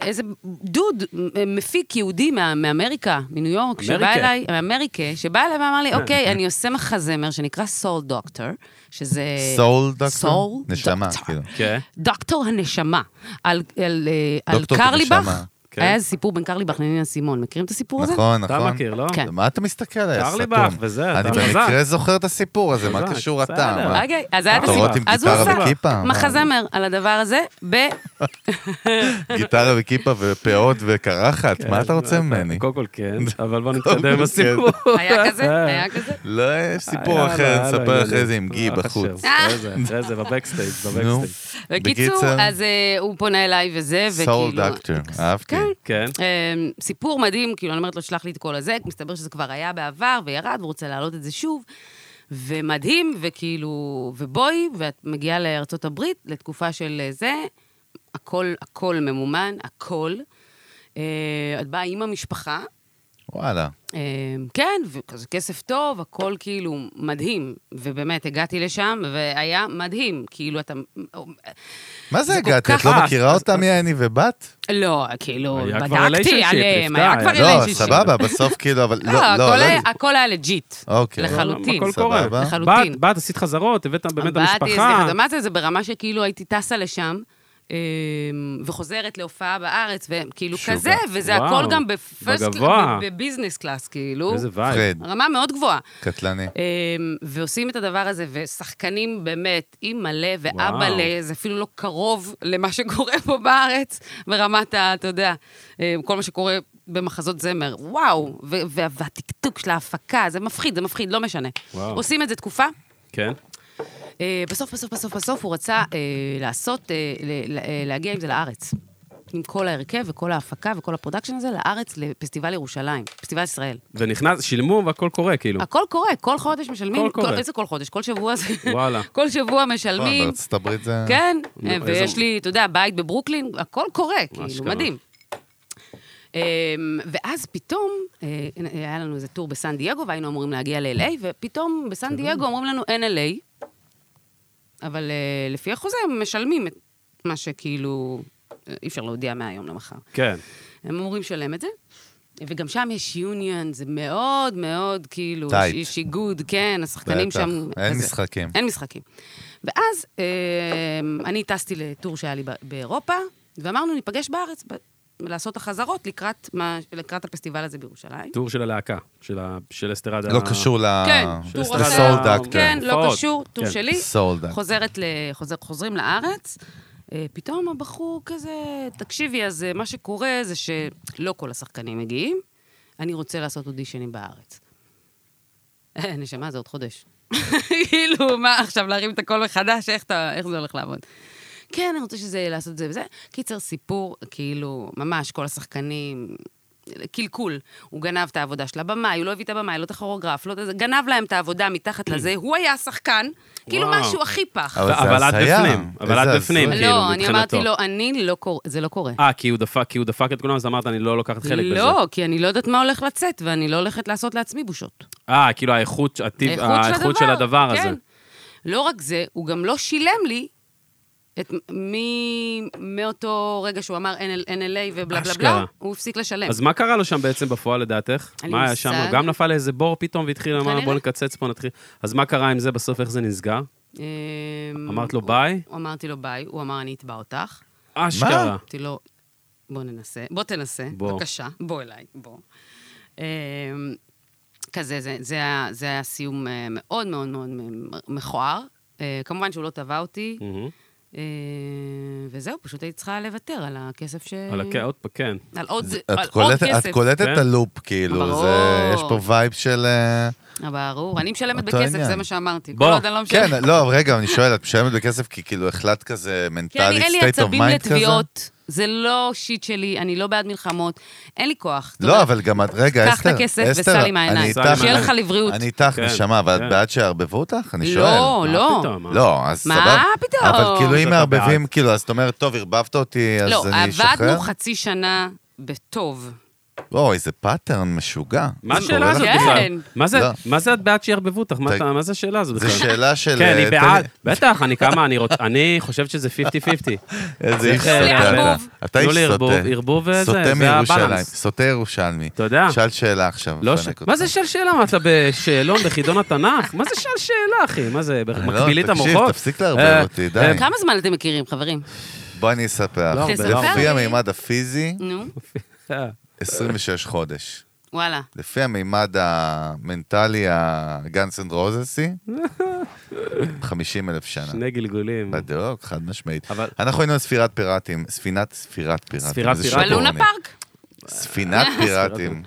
איזה דוד, אה, מפיק יהודי מה- מאמריקה, מניו יורק, שבא
אמריקה. אה,
אליי, מאמריקה, שבא אליי ואמר לי, אוקיי, אני עושה מחזמר שנקרא סול דוקטור, שזה...
סול דוקטור?
Soul
נשמה,
Doctor.
כאילו.
כן.
דוקטור הנשמה, על, על, אה, על
דוקטור
קרליבך.
כנשמה.
כן.
היה איזה סיפור בין קרליבך לנינה סימון, מכירים את הסיפור הזה?
נכון,
אתה
נכון.
מכיר, לא?
כן.
מה אתה מסתכל עליי?
קרליבך
סתום.
וזה, אתה
אני
חזק.
במקרה זוכר את הסיפור הזה, מה
חזק,
קשור אתה?
בסדר.
מה?
רגע, אוקיי, אז היה את הסיפור.
חתורות עם
אז הוא
גיטרה
עשה
וכיפה, מה?
מחזמר על הדבר הזה, ב...
גיטרה וכיפה ופאות וקרחת, מה אתה רוצה ממני?
כן, אה, קודם כל כן, אבל בוא
קודם כל
נתקדם אה. עם הסיפור.
היה כזה? היה כזה?
לא, יש סיפור
יאללה,
אחר,
יאללה,
נספר
יאללה.
אחרי זה עם גי
אה, לא חשוב,
בחוץ.
אחרי זה, אחרי זה, בבקסטייג',
נו.
בבקסטייג'.
בקיצור,
בקיצר-
אז אה, הוא פונה אליי וזה, וכאילו...
סול דוקטור, אהבתי.
כן.
כן.
אמ, סיפור מדהים, כאילו, אני אומרת לו, שלח לי את כל הזה, מסתבר שזה כבר היה בעבר, וירד, והוא רוצה להעלות את זה שוב. ומדהים, וכאילו, ובואי, ואת מגיעה לארצות הברית לתקופה של אה, זה, הכל, הכל ממומן, הכל. אה, את באה עם המשפחה,
וואלה.
אמ, כן, וכזה כסף טוב, הכל כאילו מדהים. ובאמת, הגעתי לשם, והיה מדהים. כאילו, אתה...
מה זה
זה כל
הגעת? את
כך-
לא
אה,
מכירה
אז-
אותה מי אני ובת?
לא, כאילו,
היה כבר
בדקתי
relationship,
עליהם,
נפגע,
היה כבר
היה-
לא,
ריליישנשיפ.
סבבה, בסוף כאילו, אבל לא,
כן, לא,
לא,
הכל
לא.
היה- הכל היה לג'יט.
אוקיי.
לחלוטין.
לא, הכל קורה.
סבבה.
לחלוטין.
באת, באת, עשית חזרות, הבאת באמת את
באתי,
המשפחה.
אז מה זה, זה ברמה שכאילו הייתי טסה לשם, אמ, וחוזרת להופעה בארץ, וכאילו
שוגע.
כזה, וזה
וואו,
הכל גם בפרסט,
בגבוה.
בביזנס קלאס, כאילו.
איזה וייב.
פרד,
רמה מאוד גבוהה.
קטלני. אה,
אמ, ועושים את הדבר הזה, ושחקנים באמת, עם מלא ואבא
וואו.
ל... זה אפילו לא קרוב למה שקורה פה בארץ, ברמת ה... אתה יודע, אמ, כל מה שקורה במחזות זמר. וואו, ו- וה- והטקטוק של ההפקה, זה מפחיד, זה מפחיד, לא משנה.
וואו.
עושים את זה תקופה.
כן.
אה, בסוף, בסוף, בסוף, בסוף הוא רצה אה, לעשות, אה, ל- ל- אה, להגיע עם זה לארץ. עם כל ההרכב וכל ההפקה וכל הפרודקשן הזה, לארץ, לפסטיבל ירושלים, פסטיבל ישראל.
ונכנס, שילמו והכל קורה, כאילו.
הכל קורה, כל חודש משלמים.
הכל קורה.
איזה כל חודש? כל שבוע זה...
וואלה.
כל שבוע
וואו,
משלמים.
בארצות הברית זה...
כן,
נו, איזה-
ויש לי, אתה יודע, בית בברוקלין, הכל קורה, כאילו,
אשכרה.
מדהים. אמ, ואז פתאום, אה, היה לנו איזה טור בסן דייגו, והיינו אמורים להגיע ל-LA, ופתאום בסן דייגו אומרים לנו, אין LA, אבל אה, לפי החוזה הם משלמים את מה שכאילו, אה, אי אפשר להודיע מהיום למחר.
כן.
הם אמורים לשלם את זה. וגם שם יש יוניון, זה מאוד מאוד כאילו,
טייט.
יש- יש איגוד, כן, השחקנים
בטח.
שם...
אין
אז-
משחקים.
אין משחקים. ואז אה, אני טסתי לטור שהיה לי ב- באירופה, ואמרנו, ניפגש בארץ, ב- לעשות החזרות לקראת, מה, לקראת הפסטיבל הזה בירושלים.
טור של הלהקה, של ה- של אסטרדה.
לא קשור ל...
כן,
של
טור
אסטרדה.
לסול
אחר.
דאקטר.
כן, לא
הופעות.
קשור, טור
כן.
שלי.
סול דאקטר.
חוזרת ל... חוזר, חוזרים לארץ, אה, פתאום הבחור כזה, תקשיבי, אז אה, מה שקורה זה שלא כל השחקנים מגיעים, אני רוצה לעשות אודישנים בארץ. אה, נשמה, זה עוד חודש. כאילו, מה עכשיו, להרים את הכל מחדש, איך, אתה, איך זה הולך לעבוד? כן, אני רוצה שזה, לעשות את זה וזה. קיצר, סיפור, כאילו, ממש, כל השחקנים, קלקול. הוא גנב את העבודה של הבמאי, הוא לא הביא את הבמאי, לא את הכוריאוגרף, לא את זה, גנב להם את העבודה מתחת לזה, הוא היה השחקן, כאילו
וואו.
משהו הכי פח.
אבל זה
אבל את
הזיה.
בפנים, אבל
איזה
את בפנים.
הזוי.
כאילו,
לא, אני אמרתי
מבחינתו.
לו, אני לא קורא, זה לא קורה.
אה, כי הוא דפק, כי הוא דפק את כולם, אז אמרת, אני לא לוקחת חלק בזה.
לא, כי אני לא יודעת מה הולך לצאת, ואני לא הולכת לעשות לעצמי בושות.
אה, כאילו האיכות, הטיב, האיכות של הדבר
כן.
הזה.
לא רק זה, הוא גם לא שילם לי את מ... מאותו רגע שהוא אמר NLA ובלה בלה
אשכרה.
בלה, הוא הפסיק לשלם.
אז מה קרה לו שם בעצם בפועל לדעתך?
כן. אין לי
מה היה שם?
מושג.
הוא גם נפל לאיזה בור פתאום והתחיל, אמרנו,
כנראה.
בוא נקצץ פה, נתחיל. אז מה קרה עם זה בסוף, איך זה נסגר?
אמ,
אמרת לו
הוא-
ביי?
אמרתי לו ביי, הוא אמר, אני אתבע אותך.
אשכרה.
אמרתי לו, בוא ננסה, בוא תנסה,
בוא.
בוא. בבקשה, בוא אליי, בוא. אמ, כזה, זה, זה, היה- זה היה סיום אה, מאוד מאוד מאוד מ- מכוער. אה, כמובן שהוא לא תבע אותי,
מהמם.
אה, וזהו, פשוט הייתי צריכה לוותר על הכסף ש...
על הכ... עוד פעם, כן.
על עוד,
זה-
על
את
עוד
קולטת-
כסף.
את קולטת
כן.
את הלופ, כאילו,
ברור.
זה- יש פה וייב של... אה,
ברור, אני משלמת
אותו
בכסף,
עניין.
זה מה שאמרתי.
בוא.
כל עוד אני לא משלמת.
כן, לא, אבל רגע, אני שואל, את משלמת בכסף כי כאילו החלטת כזה
כן,
מנטלית,
נראה לי
state of
עצבים
mind כזה?
לתביעות, זה לא שיט שלי, אני לא בעד מלחמות, אין לי כוח. אתה
לא,
יודע,
אבל גם את, רגע,
קח את
אסתר,
הכסף
אסתר,
וסע לי מהעיניים.
אני
סע
איתך,
לי שיהיה
אני-
לך
לבריאות.
אני איתך,
כן,
נשמה, ואת
כן.
בעד שיערבבו אותך? אני שואל.
לא,
מה
לא.
פתאום?
לא, אז
מה
סבבה.
פתאום?
אבל כאילו, אם
אתה
מערבבים,
בעד.
כאילו, אז את אומרת, טוב, ערבבת אותי, אז
לא,
אני אשחרר?
עבדנו חצי שנה בטוב.
לא, איזה פאטרן משוגע.
מה
זה
השאלה
קורה
הזאת
לך?
כן.
בכלל? מה זה-
לא.
מה זה את בעד שיערבבו אותך? מה
אתה-
אתה- מה זה השאלה הזו בכלל?
זו שאלה של...
כן,
אה,
אני
תן
בעד.
לי-
בטח, אני כמה, אני רוצה... אני חושבת שזה 50-50.
איזה איש
תנו לי
סוטה.
ערבוב.
אתה. אתה
תנו
איש
לי ערבוב,
סוטה.
לא ערבוב וזה,
סוטה
זה
מירושלים,
הבאלנס.
סוטה ירושלמי.
אתה יודע.
שאל שאלה עכשיו.
לא ש...
מפנק אותך.
מה זה שאל שאלה? מה, אתה בשאלון בחידון התנ"ך? מה זה שאל שאלה, אחי? מה זה,
לא,
מקבילי את
תקשיב,
המוחות?
תפסיק לערבב
אה,
אותי, די.
אה,
כמה זמן אתם מכירים, חברים?
בוא אני אספר.
לא,
תספר
לא.
לפי
לי. Mm.
המימד הפיזי,
נו,
אה,
26 חודש.
וואלה.
לפי המימד המנטלי הגאנס אנד רוזסי, 50 אלף שנה.
שני גלגולים.
בדיוק, חד משמעית.
אבל-
אנחנו היינו על ספירת פיראטים, ספינת ספירת פיראטים.
ספירת
זה
פיראטים.
שברוני.
בלונה פארק?
ספינת פיראטים.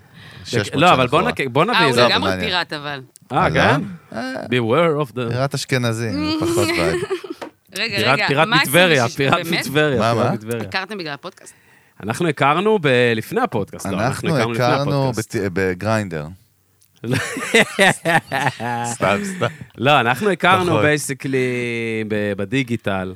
600
לא,
שנה
אבל בוא
אחורה.
נק- בוא
אה,
נביא
הוא
איזה...
זה
לגמרי
לא, מעניין.
פיראט, אבל.
אה,
אה,
גם?
אה,
beware of the...
פיראט אשכנזי, פחות בעד.
רגע, רגע,
פיראט פיראט
מה עשינו
מטבריה,
בשביל-
פיראט
באמת?
מטבריה.
מה,
פיראט
מה?
מטבריה.
הכרתם בגלל הפודקאסט?
אנחנו הכרנו ב- לפני הפודקאסט. לא,
אנחנו
לפני
הכרנו
הפודקאסט.
בת- בגריינדר. סתם, סתם.
לא, אנחנו הכרנו
נכון.
בייסיקלי בדיגיטל.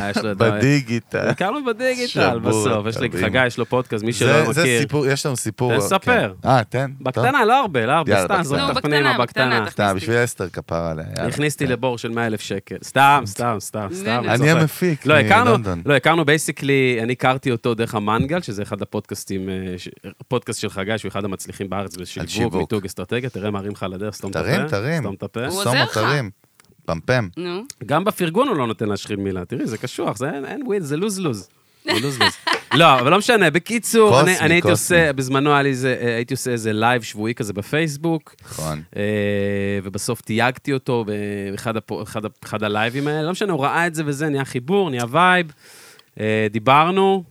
אה, יש לו את ה-
בדיגיטל.
הכרנו בדיגיטל
שבור,
בסוף, יש לי
תבין.
חגי, יש לו פודקאסט, מי שלא
זה- זה
מכיר.
סיפור, יש לנו סיפור.
תן, ספר.
כן. אה, תן. טוב.
בקטנה, לא הרבה, לא הרבה,
יאללה,
סתם,
בקטנה.
זורק
נו,
אותך
בקטנה,
פנימה, בקטנה.
בקטנה, תכניס
סתם,
לי.
בשביל אסתר כפרה עליה. יאללה,
הכניסתי
כן.
לבור של 100 אלף שקל. סתם, סתם, סתם, סתם.
אני
לצורך
אני
ה-
המפיק
לא, הכרנו,
מלונדון.
לא, הכרנו בייסיקלי, אני הכרתי אותו דרך המנגל, שזה אחד הפודקאסטים, אה, ש- פודקאסט של חגי, שהוא אחד המצליחים בארץ
על
בשיווק,
שיווק.
מיתוג אסטרטגיה, תראה מה הרים לך על הדרך, סתום את הפה.
תרים, תרים.
סתום את הפה.
הוא
סומו,
עוזר לך.
תרים. פמפם.
נו,
גם בפרגון הוא לא נותן להשחיל מילה, תראי, זה קשוח, זה אין- אין וויד, זה לוז-לוז. זה לוז-לוז. לא, אבל לא משנה, בקיצור,
קוסמי,
אני, אני הייתי
קוסמי.
עושה, בזמנו היה לי איזה, אה, הייתי עושה איזה לייב שבועי כזה בפייסבוק,
נכון.
אה, ובסוף תייגתי אותו באחד הפו- אחד ה- אחד הלייבים האלה, לא משנה, הוא ראה את זה וזה, נהיה חיבור, נהיה וייב, אה, דיברנו,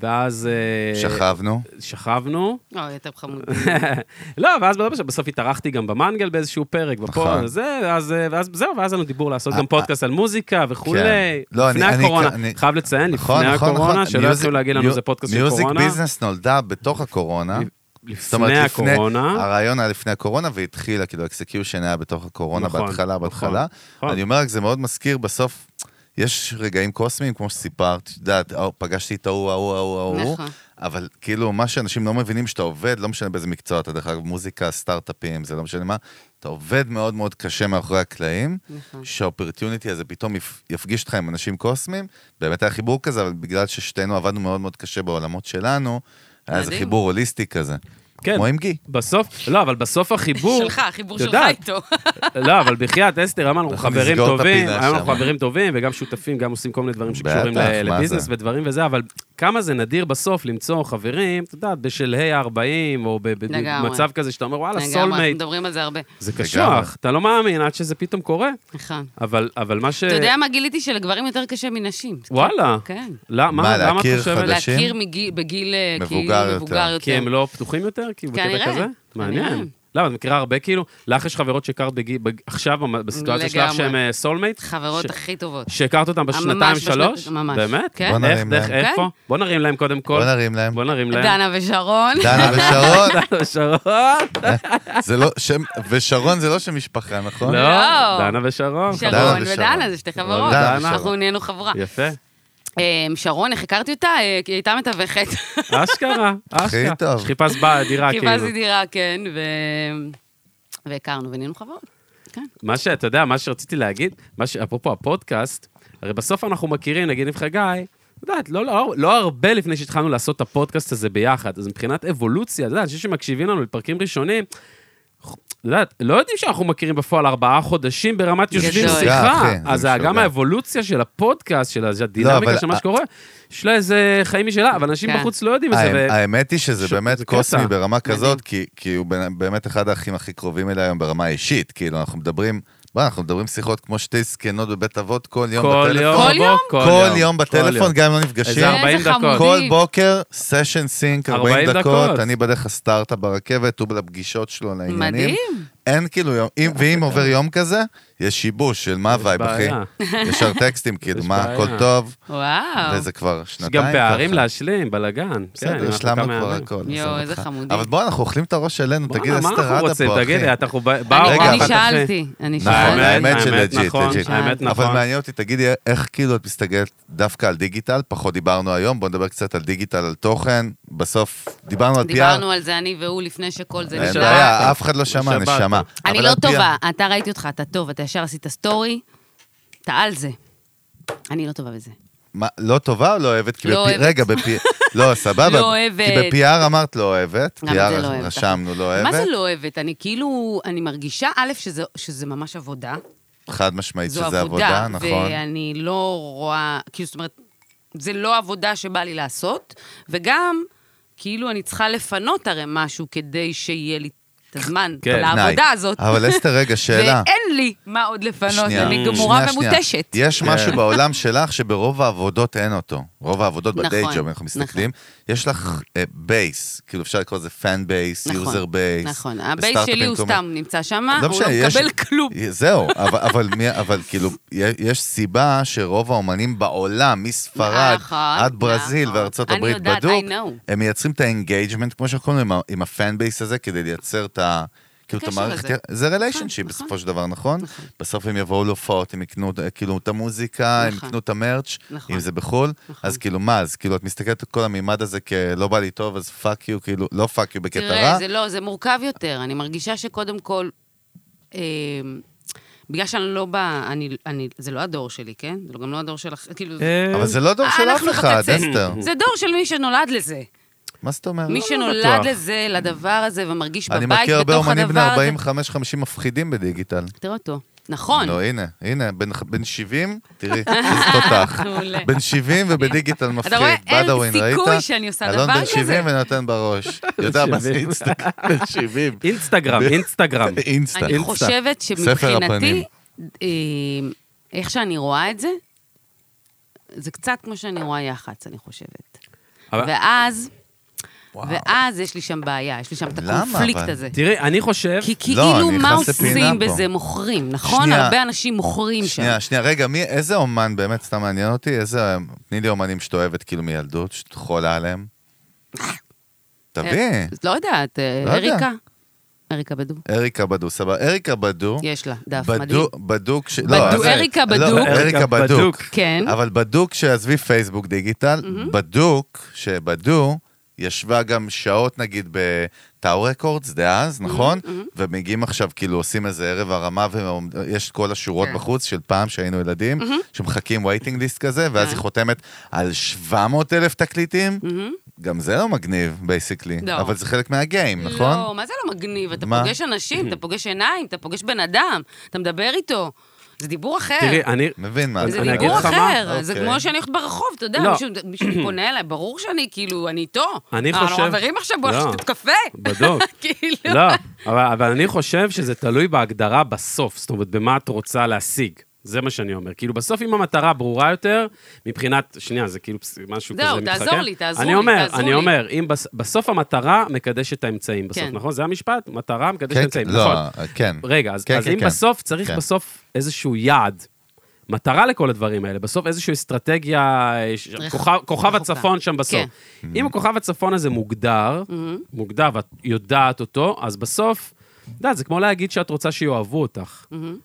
ואז... אה,
שכבנו.
שכבנו.
אוי, אתם חמודים.
לא, ואז בסוף- בסוף התארחתי גם במנגל באיזשהו פרק, בפועל,
נכון.
זה, ואז, אה, ואז זהו, ואז היה לנו דיבור לעשות גם
אה,
פודקאסט על מוזיקה וכולי.
כן. לא, אני-
לפני
אני-
הקורונה,
אני-
חייב לציין,
נכון,
לפני
נכון,
הקורונה,
נכון.
שלא
מיוזיק-
יצאו להגיד לנו
מיו-
זה פודקאסט של קורונה.
מיוזיק ביזנס נולדה בתוך הקורונה. זאת אומרת,
לפני הקורונה.
הרעיון היה לפני הקורונה והתחילה, כאילו, האקסקיושן היה בתוך הקורונה
נכון,
בהתחלה,
נכון,
בהתחלה.
נכון.
אני אומר רק, זה מאוד מזכיר, בסוף, יש רגעים קוסמיים, כמו שסיפרת, את יודעת, "אה, פגשתי את ההוא, ההוא, ההוא, ההוא,
נכון.
אבל כאילו, מה שאנשים לא מבינים, שאתה עובד, לא משנה באיזה מקצוע אתה, דרך אגב, מוזיקה, סטארט-אפים, זה לא משנה מה, אתה עובד מאוד מאוד קשה מאחורי הקלעים,
נכון.
שהאופרטיוניטי הזה פתאום יפ- יפגיש אותך עם אנשים קוסמיים. באמת היה חיבור כזה, אבל בגלל ששתינו עבדנו מאוד מאוד קשה בעולמות שלנו, היה איזה
מדהים.
חיבור הוליסטי כזה.
כן.
כמו עם גי.
בסוף, לא, אבל בסוף החיבור...
שלך, החיבור שלך
יודעת,
איתו.
לא, אבל בחייאת, אסתר, אמרנו, אנחנו
אנחנו
חברים
נסגור את
טובים,
הפינה
היום אנחנו
שם.
חברים טובים, וגם שותפים, גם עושים כל מיני דברים שקשורים
בטח,
ל-
מה
לביזנס
זה?
ודברים וזה, אבל כמה זה נדיר בסוף למצוא חברים, את יודעת, בשלהי ה-40, או ב- ב-
לגמרי.
במצב כזה שאתה אומר, וואלה,
לגמרי,
סולמייט.
אנחנו מדברים על זה הרבה.
זה
לגמרי.
קשוח, אתה לא מאמין עד שזה פתאום קורה.
נכון.
אבל, אבל מה ש...
אתה יודע מה גיליתי? שלגברים יותר קשה מנשים.
וואלה.
כן.
לא, מה,
מה,
למה את
להכיר
חושבת?
חדש? נשים?
להכיר מגיל- בגיל אה,
מבוגר
כאילו
יותר.
מבוגר יותר.
כי הם לא פתוחים יותר? כי הוא
כנראה,
בקטע כזה?
כנראה.
מעניין. למה, את מכירה הרבה כאילו? לך יש חברות שהכרת בגיל, בג... עכשיו, במ- בסיטואציה שלך
לגמרי.
שהן אה, סולמייט?
חברות
ש-
הכי טובות.
שהכרת אותן בשנתיים,
בשנת-
שלוש?
ממש.
באמת?
כן.
בוא
איך,
נרים
דרך,
להם.
איפה?
כן.
בוא נרים להם קודם כל.
בוא נרים להם.
בוא נרים להם.
דנה ושרון.
דנה ושרון,
דנה ושרון.
זה לא שם, ושרון זה לא שם משפחה, נכון?
לא,
לא.
דנה ושרון.
דנה
שרון
ושרון.
ודנה, זה שתי חברות.
דנה ושרון.
אנחנו נהיינו חברה.
יפה.
אה, שרון, איך הכרתי אותה? אה, כי היא הייתה מתווכת.
אשכרה, אשכרה.
טוב.
שחיפש בה דירה, כאילו.
חיפשתי דירה, כן, ו- והכרנו ונהיינו חברות. כן.
מה שאתה יודע, מה שרציתי להגיד, מה ש... אפרופו הפודקאסט, הרי בסוף אנחנו מכירים, נגיד עם חגי, את יודעת, לא, לא, לא הרבה לפני שהתחלנו לעשות את הפודקאסט הזה ביחד. אז מבחינת אבולוציה, אתה יודע, אנשים שמקשיבים לנו לפרקים ראשונים, את יודעת, לא יודעים שאנחנו מכירים בפועל ארבעה חודשים ברמת יושבים
גדול.
שיחה.
משוגע, אחי, זה
אז
משוגע.
גם האבולוציה של הפודקאסט, של
לא,
הדינמיקה,
אבל-
של מה שקורה, יש לה איזה חיים משלה, אבל אנשים
כן.
בחוץ לא יודעים את זה.
האמת-
ו-
האמת היא שזה
ש-
באמת
זה קטע.
קוסמי ברמה
מדהים.
כזאת, כי- כי הוא בנ- באמת אחד האחים הכי קרובים אליי היום ברמה האישית. כאילו, אנחנו מדברים, בוא, אנחנו מדברים שיחות כמו שתי זקנות בבית אבות כל יום
כל יום,
בטלפון.
כל יום?
כל יום בטלפון, גם אם לא נפגשים.
איזה 40
איזה
דקות.
כל
חמודים.
בוקר, סשן סינק,
40
40
דקות.
דקות, אני בדרך הסטארט-אפ ברכבת, הוא לפגישות שלו, לעניינים.
מדהים.
אין כאילו יום, אם- ואם עובר יום כזה, יש שיבוש של מה הווייב, אחי.
בעיה.
ישר טקסטים, כאילו,
יש
מה,
בעיה.
הכל טוב,
וואו.
וזה כבר
יש
שנתיים
גם פערים
ככה.
להשלים, בלאגן.
בסדר,
כן,
השלמנו
אנחנו כמה
כבר
ימים.
הכל.
יואו,
עזוב
איזה
אותך.
חמודים.
אבל בוא, אנחנו אוכלים את הראש שלנו,
בואנה,
תגיד,
מה אנחנו
אסתר עדה
רוצים?
פה, אחי.
תגידי, אנחנו באו...
אני-
רגע,
אני
אבל-
שאלתי, אני
נכון,
שאלתי.
האמת
האמת
שלג'יט,
נכון,
לג'יט.
האמת נכון.
אבל מעניין אותי, תגידי, איך כאילו את מסתכלת דווקא על דיגיטל? פחות דיברנו היום, בוא נדבר קצת על דיגיטל, על תוכן. בסוף דיברנו על PR.
דיברנו על זה אני והוא לפני שכל זה
אין
נשמע.
בעיה, אף אחד לא שמע,
נשמע.
נשמה.
אני
אבל
לא
על PR.
טובה, אתה ראיתי אותך, אתה טוב, אתה ישר עשית סטורי, אתה על זה. אני לא טובה בזה.
מה, לא טובה או לא אוהבת? כי
לא
בפי-
אוהבת.
רגע, בפי... לא, סבבה.
לא אוהבת.
כי ב-PR אמרת לא אוהבת.
גם את זה לא
PR
אוהבת.
רשמנו לא
מה זה
אוהבת.
לא אוהבת? אני כאילו, אני מרגישה, א', שזה- שזה ממש עבודה.
חד משמעית
לא? זו
שזה
עבודה,
עבודה, נכון.
ואני לא רואה, כאילו, זאת אומרת, זה לא עבודה שבא לי לעשות, וגם, כאילו אני צריכה לפנות הרי משהו כדי שיהיה לי את הזמן
כן,
לעבודה
פנאי.
הזאת.
אבל אסתר, רגע, שאלה.
ואין לי מה עוד לפנות,
שנייה,
אני
שנייה,
גמורה
שנייה.
ומותשת.
יש
כן.
משהו בעולם שלך שברוב העבודות אין אותו. רוב העבודות
נכון,
בדיי ג'וב, אנחנו מסתכלים, יש לך אה, בייס, כאילו אפשר לקרוא לזה פן בייס,
נכון,
יוזר בייס.
נכון, הבייס
בסטארט-אפים
שלי הוא
כל מיני-
סתם נמצא שם,
לא
הוא לא
משנה, יש-
מקבל כלום.
זהו, אבל, אבל, מי, אבל כאילו, יש, יש סיבה שרוב האומנים בעולם, מספרד
נכון,
עד ברזיל
נכון.
וארצות
אני
הברית
יודעת, I
בדוק,
know.
הם מייצרים את האינגייג'מנט, כמו שאנחנו קוראים, עם ה- עם הפן בייס הזה, כדי לייצר את ה... כאילו את
הקשר
המערכת,
הזה.
זה ריליישנשיפ
נכון,
בסופו
נכון.
של דבר, נכון?
נכון.
בסוף הם יבואו להופעות, הם יקנו אה, כאילו את המוזיקה, הם
נכון.
יקנו את המרץ',
נכון.
אם זה בחו"ל,
נכון.
אז כאילו מה, אז כאילו את מסתכלת על כל המימד הזה כלא בא לי טוב, אז פאק יו, כאילו, לא פאק יו בקטע
תראה,
רע,
זה לא, זה מורכב יותר. אני מרגישה שקודם כל, אה, בגלל שאני לא ב... אני, אני, זה לא הדור שלי, כן? זה גם לא הדור שלך, כאילו... זה-
אה,
אבל זה לא דור של אף
אנחנו
אחד,
בקצה.
אסתר.
זה דור של מי שנולד לזה.
מה זאת אומרת?
מי
לא
שנולד
בטוח.
לזה, לדבר הזה, ומרגיש
אני
בבית בתוך הדבר הזה.
מכיר הרבה אומנים בני 45-50 מפחידים בדיגיטל.
תראה אותו. נכון.
נו, הנה, הנה, בן- בן 70, תראי, איזה תותח.
מעולה.
בן 70 ובדיגיטל מפחיד.
רואה? אין
בדאווין, ראית?
סיכוי שאני עושה
אלון
דבר
בן
כזה.
70 ונותן בראש. יודע מה זה
70.
אינסטגרם? בן 70.
אינסטגרם, אינסטגרם.
אינסטה.
אני
אינסטה.
חושבת
ספר הפנים.
שמבחינתי, אה, איך שאני רואה את זה, זה קצת כמו שאני רואה יח"צ, אני חושבת.
אבל-
ואז, ואז יש לי שם בעיה, יש לי שם את
למה,
הקונפליקט
אבל?
הזה.
תראי, אני חושב...
כי
לא,
כאילו,
אני
מה
נכנס לפינה
עושים
פה.
בזה? מוכרים, נכון?
שנייה.
הרבה אנשים מוכרים שם.
שנייה, שנייה, רגע, מי, איזה אומן באמת, סתם מעניין אותי, איזה, תני לי אומנים שאת אוהבת כאילו מילדות, שאת חולה עליהם. תביא,
אה, לא יודעת, אה,
לא יודע.
אריקה. אריקה בדו.
אריקה בדו, סבבה. אריקה בדו,
יש לה דף
בדוק-
מדהים.
בדוק, ש-
בדוק,
לא, אז-
אריקה
לא,
בדוק.
אריקה בדוק.
כן.
אבל בדוק שעזבי פייסבוק דיגיטל, בדוק שבדו ישבה גם שעות נגיד בטאו רקורדס דאז, נכון? ומגיעים עכשיו כאילו עושים איזה ערב הרמה ויש כל השורות
כן.
בחוץ של פעם שהיינו ילדים, שמחכים וייטינג ליסט כזה, ואז
כן.
היא חותמת על 700 אלף תקליטים. גם זה לא מגניב בייסיקלי,
לא.
אבל זה חלק מהגיים, נכון?
לא, מה זה לא מגניב? אתה
מה?
פוגש אנשים, אתה פוגש עיניים, אתה פוגש בן אדם, אתה מדבר איתו. זה דיבור אחר.
תראי, אני...
מבין מה
זה
אני אגיד
דיבור
לך מה.
אחר, זה
אוקיי.
כמו שאני הולכת ברחוב, אתה יודע,
לא.
מישהו- מישהו פונה אליי, ברור שאני כאילו, אני איתו.
אני
אה,
חושב-
אנחנו חברים עכשיו, בוא
לא.
נשתות קפה.
בדוק.
כאילו.
לא, אבל, אבל אני חושב שזה תלוי בהגדרה בסוף, זאת אומרת, במה את רוצה להשיג. זה מה שאני אומר. כאילו, בסוף אם המטרה ברורה יותר, מבחינת, שנייה, זה כאילו פס- משהו
זהו,
כזה מתחכם.
לא, תעזור לי, תעזור
אני
לי,
אומר,
תעזור
אני
לי.
אומר, אם בס, בסוף המטרה מקדשת את האמצעים בסוף,
כן.
נכון? זה המשפט? מטרה מקדשת את
כן,
האמצעים,
לא,
נכון.
כן.
רגע, אז,
כן,
אז
כן,
אם
כן.
בסוף צריך
כן.
בסוף איזשהו יעד, מטרה לכל הדברים האלה, בסוף איזושהי אסטרטגיה, יש-
רחוק-
כוכב, כוכב
רחוקה.
הצפון שם בסוף.
כן.
Mm-hmm.
אם הכוכב הצפון הזה מוגדר,
Mm-hmm.
מוגדר ואת יודעת אותו, אז בסוף, את יודעת, זה כמו להגיד שאת רוצה שיאהבו אותך.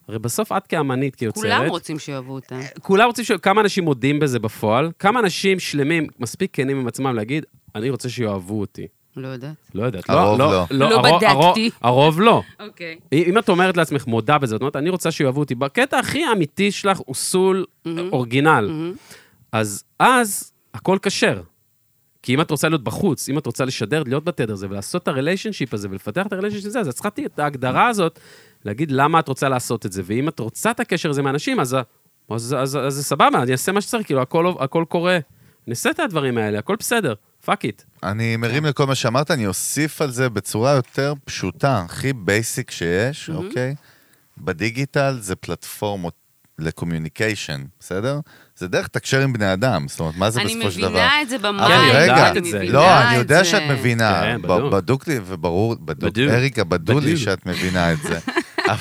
הרי בסוף את כאמנית, כיוצרת,
Mm-hmm. כולם רוצים שיאהבו אותה.
כולם רוצים ש... כמה אנשים מודים בזה בפועל, כמה אנשים שלמים, מספיק כנים עם עצמם להגיד, אני רוצה שיאהבו אותי.
לא יודעת.
לא יודעת.
הרוב לא.
לא
הרוב-
בדקתי.
הרוב- הרוב לא.
אוקיי.
אם את אומרת לעצמך, מודה בזה, את אומרת, אני רוצה שיאהבו אותי, בקטע הכי אמיתי שלך הוא סול אורגינל. אז אז הכל כשר. כי אם את רוצה להיות בחוץ, אם את רוצה לשדר, להיות בתדר הזה, ולעשות את הריליישנשיפ הזה, ולפתח את הריליישנשיפ הזה, אז את צריכה את ההגדרה הזאת, להגיד למה את רוצה לעשות את זה. ואם את רוצה את הקשר הזה מאנשים, אז, ה- אז, אז, אז זה סבבה, אני אעשה מה שצריך, כאילו, הכל, הכל קורה. אני אעשה את הדברים האלה, הכל בסדר, פאק איט.
אני
כן.
מרים לכל מה שאמרת, אני אוסיף על זה בצורה יותר פשוטה, הכי בייסיק שיש, אוקיי? בדיגיטל זה פלטפורמות לקומיוניקיישן, בסדר? זה דרך לתקשר עם בני אדם, זאת אומרת, מה זה
אני
בסופו של דבר? כן,
מבינה את זה במים.
אני
רגע,
יודעת את זה.
לא, אני יודע
את
שאת
זה.
מבינה,
כן,
ב-
בדוק.
בדוק לי וברור, בדוק,
בדיוק.
אריקה, בדו לי
בדיוק.
שאת מבינה את זה. אבל-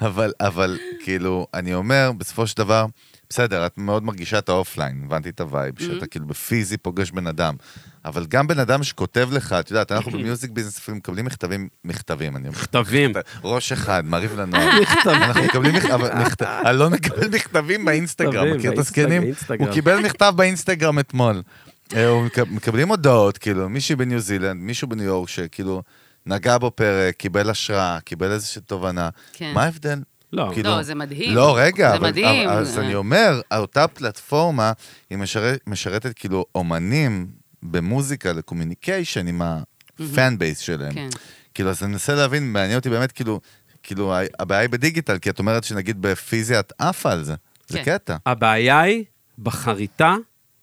אבל, אבל, כאילו, אני אומר, בסופו של דבר, בסדר, את מאוד מרגישה את האופליין, הבנתי את הווייב, שאתה כאילו בפיזי פוגש בן אדם. אבל גם בן אדם שכותב לך, את יודעת, אנחנו במיוזיק ביזנס אפילו מקבלים מכתבים, מכתבים, אני אומר.
תבין.
ראש אחד, מעריב לנוער. אנחנו מקבלים מכתבים, אלון לא מקבל מכתבים באינסטגרם,
מכתבים,
מכיר את
באינסטגרם,
הזקנים? הוא
אינסטגרם.
קיבל מכתב באינסטגרם אתמול. אה, הוא מק- מקבלים הודעות, כאילו, מישהי בניו זילנד, מישהו בניו יורק, שכאילו, נגע בו פרק, קיבל השראה, קיבל איזושהי תובנה.
כן.
מה ההבדל?
לא.
כאילו-
לא, זה מדהים.
לא, רגע,
זה
אבל-
מדהים.
אבל- אז אני אומר, אותה פלטפורמה, היא משרת- משרתת כאילו אומנים במוזיקה לקומיוניקיישן עם הפן בייס שלהם.
כן.
כאילו, אז אני מנסה להבין, מעניין אותי באמת, כאילו, כאילו, ה- הבעיה היא בדיגיטל, כי את אומרת שנגיד בפיזי את עפה על זה. זה
כן.
קטע.
הבעיה היא בחריטה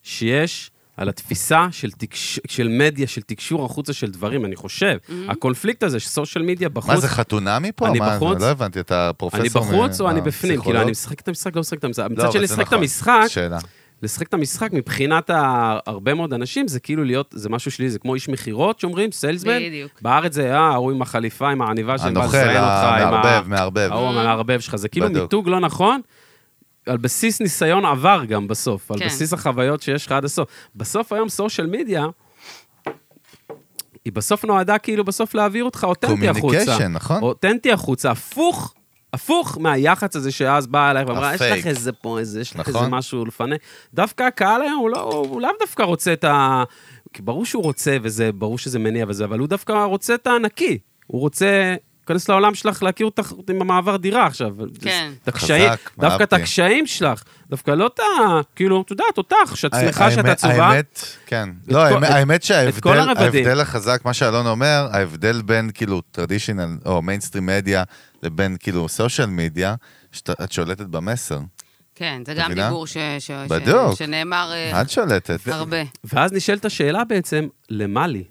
שיש על התפיסה של, תקש... של מדיה, של תקשור החוצה של דברים, אני חושב. הקונפליקט הזה, סושיאל מדיה בחוץ...
מה זה חתונמי פה?
אני
מה,
בחוץ.
לא הבנתי, אתה
אני
פרופסור...
בחוץ
מ-
או אני
אה,
בפנים? כאילו,
פסיכולוג?
אני משחק את המשחק, לא משחק את המשחק.
לא,
מצד שני,
אבל זה
לשחק את
נכון.
המשחק,
שאלה.
לשחק את המשחק מבחינת ה- הרבה מאוד אנשים, זה כאילו להיות, זה משהו שלי, זה כמו איש מכירות שאומרים, סיילסמן.
בדיוק.
בארץ זה, אה, ההוא עם החליפה, עם העניבה של
הנוכל,
לזיין אותך, עם
המערבב,
ה-
מערבב.
ההוא המערבב שלך, זה כאילו
בדיוק.
מיתוג לא נכון. על בסיס ניסיון עבר גם בסוף, על
כן.
בסיס החוויות שיש לך עד הסוף. בסוף היום סושיאל מדיה, היא בסוף נועדה כאילו בסוף להעביר אותך אותנטי החוצה.
Communication, נכון.
אותנטי החוצה, הפוך, הפוך מהיח"צ הזה שאז באה אלייך ואמרה, יש
הפייק.
לך איזה פה, איזה, יש לך
נכון.
איזה משהו לפני. דווקא הקהל היום, הוא לא- הוא לאו דווקא רוצה את ה... כי ברור שהוא רוצה, וזה, ברור שזה מניע וזה, אבל הוא דווקא רוצה את הנקי. הוא רוצה... להיכנס לעולם שלך, להכיר אותך עם המעבר דירה עכשיו.
כן.
את הקשיים,
חזק,
דווקא את
אהבתי.
הקשיים שלך, דווקא לא את ה... כאילו, את יודעת, אותך, שאת שמחה שאת
האמת-
עצובה.
האמת, כן. לא,
כל-
האמת-
את-
האמת
כל
שההבדל
הרבדים.
ההבדל החזק, מה שאלון אומר, ההבדל בין כאילו טרדישיונל או מיינסטרים מדיה לבין כאילו סושיאל מדיה, שאת שולטת במסר.
כן, זה
את
גם
מבינה?
דיבור ש- ש- ש-
בדיוק.
שנאמר
כן.
אה,
את שולטת.
הרבה.
ואז נשאלת השאלה בעצם, למה לי?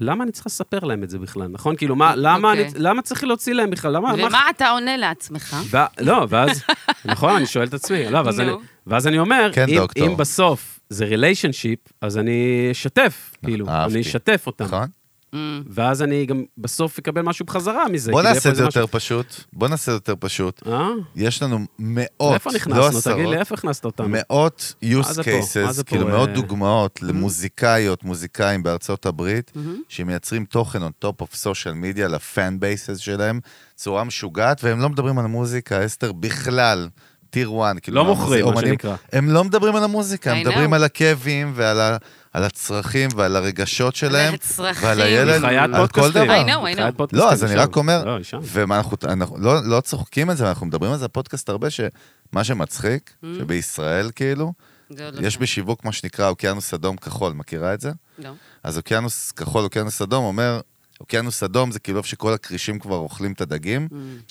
למה אני צריכה לספר להם את זה בכלל, נכון? כאילו, מה, למה, אני,
אוקיי.
למה צריך להוציא להם בכלל? למה... מה-
ומה אתה עונה לעצמך?
ו- לא, ואז, נכון, אני שואל את עצמי, לא, ואז,
נו.
אני, ואז אני אומר,
כן,
אם,
דוקטור.
אם בסוף זה ריליישנשיפ, אז אני אשתף, כאילו,
אה, אהבתי.
אני אשתף אותם.
נכון?
אמ,
ואז אני גם בסוף אקבל משהו בחזרה מזה.
בוא
כאילו,
נעשה
איפה
את זה יותר
משהו-
פשוט. בוא נעשה את זה יותר פשוט.
אה?
יש לנו מאות,
איפה
לא
נכנסנו? תגיד לי,
עשרות,
איפה הכנסת אותנו?
מאות
מה
use
זה פה? מה זה
cases,
פה,
כאילו
אה?
מאות דוגמאות למוזיקאיות, מוזיקאים בארצות הברית,
Mm-hmm.
שמייצרים תוכן on top of social media לפן בייסס שלהם, צורה משוגעת, והם לא מדברים על המוזיקה, אסתר, בכלל. טיר 1, כאילו,
לא מוכרים, מה
האומנים-
שנקרא.
הם לא מדברים על המוזיקה, הם
I know.
מדברים על הכאבים ועל ה- על הצרכים ועל הרגשות שלהם,
הצרכים.
ועל הילד,
היא חיית
על כל
פודקאסטים.
דבר.
I know, I
היא
know.
חיית פודקאסטים,
לא, אז אני
אישה.
רק אומר,
לא, אישה.
ומה אנחנו, אנחנו לא, לא צוחקים על זה, אנחנו מדברים על זה בפודקאסט הרבה, שמה שמצחיק, שבישראל כאילו,
זה עוד Mm. לא
יש
שם.
בשיווק מה שנקרא אוקיינוס אדום כחול, מכירה את זה?
לא.
אז אוקיינוס כחול, אוקיינוס אדום אומר, אוקיינוס אדום זה כאילו איפה שכל הכרישים כבר אוכלים את הדגים,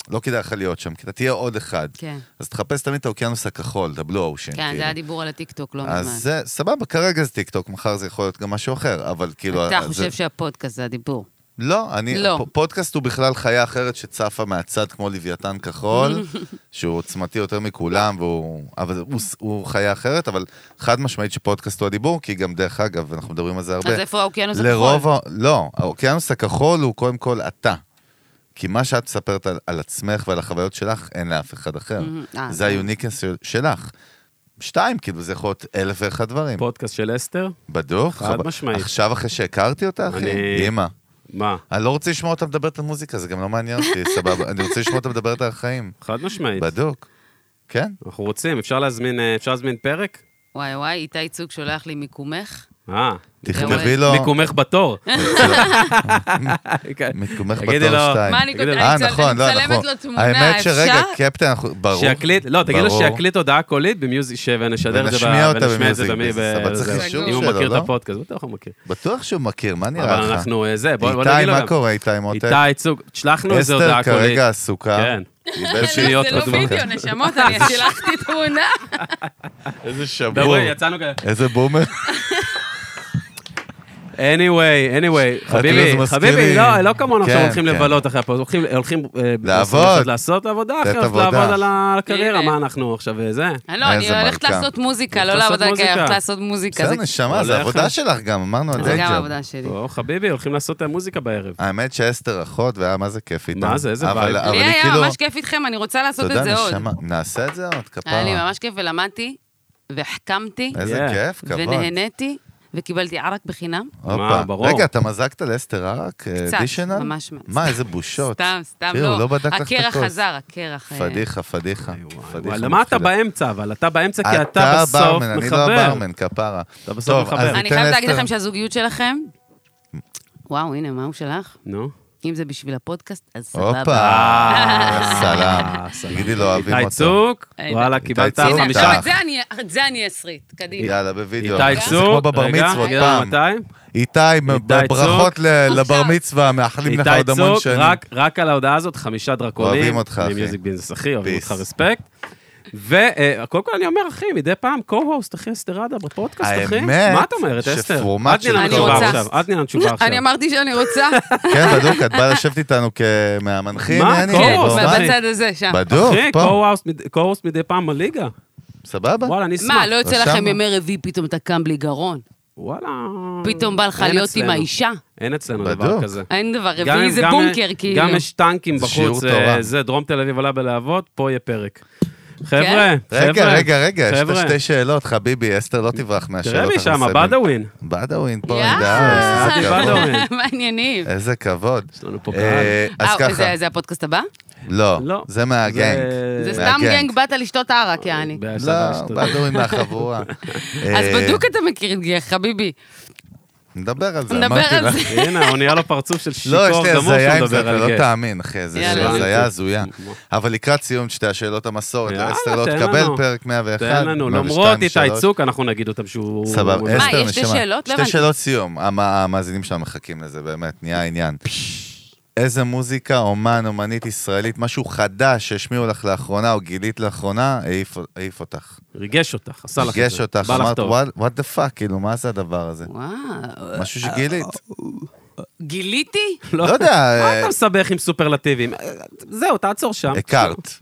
לא כדאי לך להיות שם, כי אתה תהיה עוד אחד.
Mm. כן.
אז תחפש תמיד את האוקיינוס הכחול, את הבלו אושן.
כן, זה היה דיבור על הטיקטוק לא
כאילו. אז
מזמן.
זה, סבבה, כרגע זה טיקטוק, מחר זה יכול להיות גם משהו אחר, אבל כאילו...
אתה
זה-
חושב שהפודקאסט זה הדיבור.
לא, אני...
לא.
פ- פודקאסט הוא בכלל חיה אחרת שצפה מהצד כמו לוויתן כחול, שהוא עוצמתי יותר מכולם, והוא... אבל הוא, ס- הוא חיה אחרת, אבל חד משמעית שפודקאסט הוא הדיבור, כי גם, דרך אגב, אנחנו מדברים על זה הרבה.
אז איפה האוקיינוס הכחול?
לרוב ה... לא, האוקיינוס הכחול הוא קודם כל אתה. כי מה שאת מספרת על, על עצמך ועל החוויות שלך, אין לאף אחד אחר.
Mhm, אה,
זה
כן.
היוניקנס של, שלך. שתיים, כאילו, זה יכול להיות אלף ואחד דברים.
פודקאסט של אסתר?
בדוח?
חד משמעית.
עכשיו, אחרי שהכרתי אותה, אחי,
אני-
אימא.
מה?
אני לא רוצה לשמוע אותה מדברת על מוזיקה, זה גם לא מעניין אותי, סבבה. אני רוצה לשמוע אותה מדברת על החיים.
חד משמעית.
בדוק. כן?
אנחנו רוצים, אפשר להזמין, אה, אפשר להזמין פרק?
וואי וואי, איתי צוק שולח לי מיקומך.
אה,
תכתבי לו, אה,
מיקומך בתור. כן.
מקומך
תגידי
בתור
לו,
שתיים.
מה, אני
תגידו,
כותבת-
אה,
אני צל- אני מצלמת לו תמונה,
נכון, לא, האמת שרגע,
אפשר?
קפטן, אנחנו... ברור.
שיקליט, לא, תגיד לו
ברור.
שיקליט הודעה קולית במיוזיק, ש- ונשדר את זה, ב-
ונשמיע אותה
ונשמיע את זה
במיוזיק
במי,
ביזנס, אבל
ב-
צריך
זה-
אישור
אם הוא
שלו,
מכיר
לא?
את הפודקאסט, בטח הוא מכיר.
בטוח שהוא מכיר, מה נראה לך?
אבל אנחנו, אה, זה, בוא בוא
איתי,
נגיד לו
מה
גם.
קורה, איתי מוטק?
איתי, צוג, שלחנו איזה
אסתר
הודעה קולית.
כרגע עסוקה.
כן.
היא
זה
באיזושהי-
שניות
זה לא
קודמות.
וידאו, נשמות, אני שלחתי תמונה.
איזה שבור.
דברי, יצאנו כאלה.
איזה בומר.
anyway, anyway,
זה
חביבי,
מזכיר
חביבי,
לי.
לא, לא כמונו עכשיו
כן,
הולכים
כן.
לבלות אחרי הפוסט, הולכים, הולכים, אה,
לעבוד.
לעשות- לעשות עבודה
לתת
אחרת,
עבודה.
לעבוד על הקריירה,
הנה.
מה אנחנו עכשיו, אה, זה?
אה, לא, אני
איזה
הולכת
מלכה.
לעשות מוזיקה,
הולכת
לא
לעשות
לעבוד על
מוזיקה.
הקריירה, הולכת לעשות מוזיקה.
בסדר,
זה
נשמה, זה
הולך.
עבודה שלך גם, אמרנו על
זה
די
גם
ג'וב.
העבודה שלי.
או, חביבי, הולכים לעשות אה, מוזיקה בערב.
האמת שאסתר אחות, והיה מה זה כיף איתה.
מה זה, איזה
אבל-
וייב.
אבל
לי
היא
היה
כאילו-
ממש כיף איתכם, אני רוצה לעשות את
תודה,
זה עוד.
נשמה. נעשה את זה עוד, כפרה.
היה לי ממש כיף ולמדתי, והחכמתי,
אה. איזה
Yeah.
כיף, כבוד.
ונהניתי, וקיבלתי ערק בחינם.
הופה.
מה, ברור.
רגע, אתה מזגת לאסתר ערק? אה,
קצת,
אדישנל?
ממש מעט.
מה, איזה בושות.
סתם, סתם,
תראי, הוא
לא.
לא בדק לך את
הקרח
הכוס.
חזר, הקרח. אה,
פדיחה, פדיחה. פדיחה
וואי, למה אתה
מפחידה.
באמצע, אבל אתה באמצע, כי אתה
אתה
בסוף
ברמן, אני לא
מחבר.
הברמן, כפרה.
אתה בסוף
טוב,
מחבר.
אז
אני
אני
ניתן
חייבת להגיד
לאסתר-
לכם שהזוגיות שלכם... וואו, הנה, מה הוא שלח?
נו.
אם זה בשביל הפודקאסט, אז סבבה.
הופה, סלאם.
אה, סלאם.
תגידי לו, אוהבים
איתי
אותו.
צוק,
אה,
וואלה,
איתי
קיבלת
צוק, אה,
הנה,
איתי
חמישה.
עכשיו
צוק.
את זה אני- את זה אני אסריט, קדימה.
יאללה, בווידאו.
איתי
זה
צוק,
כמו בבר
רגע,
מצוות
תגיד לנו
פעם.
מתי.
איתי,
איתי
ברכות ל- לבר מצווה, מאחלים לך
איתי
עוד המון
צוק,
שנים.
רק, רק על ההודעה הזאת, חמישה דרקונים.
אוהבים אותך, אחי.
ממיוזיק ביזנס, אחי, אוהבים
Peace.
אותך, רספקט. וקודם כל אני אומר, אחי, מדי פעם co-host, אחי, אסתרדה בפודקאסט, אחי.
האמת
מה את אומרת, אסתר?
שפורמט
אל תני לנו
של
תשובה
co-host.
עכשיו, אל תני לנו תשובה עכשיו.
לא, אני אמרתי שאני רוצה.
כן, בדוק, את באה לשבת איתנו כמהמנחים,
מה?
אני-
כן,
כן,
co-host,
בוא,
אחי.
בצד הזה, שם.
בדוק,
אחי,
פה,
co-host מד- co-host מדי פעם בליגה.
סבבה?
וואלה, אני אשמח.
מה, לא יוצא לכם
רשמנו.
ימי רביעי, פתאום אתה קם בלי גרון?
וואלה.
פתאום בא לך
אין
להיות עם
אצלנו.
האישה?
אין אצלנו דבר
בדוק.
כזה.
אין דבר,
גם
רביעי
אם-
זה
גם-
בונקר, כאילו.
גם יש טנקים
זה שיעור
בחוץ,
תורה.
אה, זה, דרום תל אביב עלה בלהבות, פה יהיה פרק. חבר'ה,
כן?
רגע,
חבר'ה.
רגע, רגע, יש
חבר'ה.
לך שתי שאלות, חביבי, אסתר לא תברח
תראה
מהשאלות.
לי שם,
אנחנו מסיימים.
בדאווין.
בדאווין, פה,
יאה,
נדע, איזה
אה,
כבוד.
בדאווין.
מעניינים.
איזה כבוד.
יש לנו פה קהל.
אה, אז
אה,
ככה,
זה- זה הפודקאסט הבא?
לא,
לא.
זה מהגנג.
זה-
זה
אה,
סתם
מהגנג.
גנג, באת לשתות ערק, יעני.
בהשגה
לא,
שטות.
בדואים מהחבורה.
אז
אה,
בדוק אתה מכיר את גיח, חביבי.
נדבר על זה,
נדבר
אמרתי
על
לך.
זה.
הנה, הוא נהיה לו פרצוף של
לא, יש
שיכור
לי
גמור שהוא
הזיה עם זה,
מדבר
אתה
על
לא
גיי.
תאמין, אחי, זה
יאללה.
הזיה
הבנתי. כן.
הזויה. אבל לקראת סיום, שתי השאלות המסורת,
יאללה,
אסתר לא
תן
תקבל
לנו.
פרק 101.
תן לנו, לא
102,
למרות איתי
3.
צוק, אנחנו נגיד אותם שהוא...
סבבה,
הוא-
מה,
אסתר,
יש שתי
נשמה.
שאלות?
שתי
לא הבנתי.
שאלות סיום. המ- המאזינים שלנו מחכים לזה, באמת, נהיה עניין. איזה מוזיקה, אומן, אומנית ישראלית, משהו חדש שהשמיעו לך לאחרונה, או גילית לאחרונה, העיף- העיף אותך.
ריגש אותך, עשה לך את זה.
ריגש אותך,
בא לך
אמרת,
טוב.
"What- what the fuck, כאילו, מה זה הדבר הזה?
וואו.
משהו שגילית.
גיליתי?
לא יודע,
מה אתה
אה,
מסבך עם סופרלטיבים? אה, זהו, תעצור שם.
הכרת.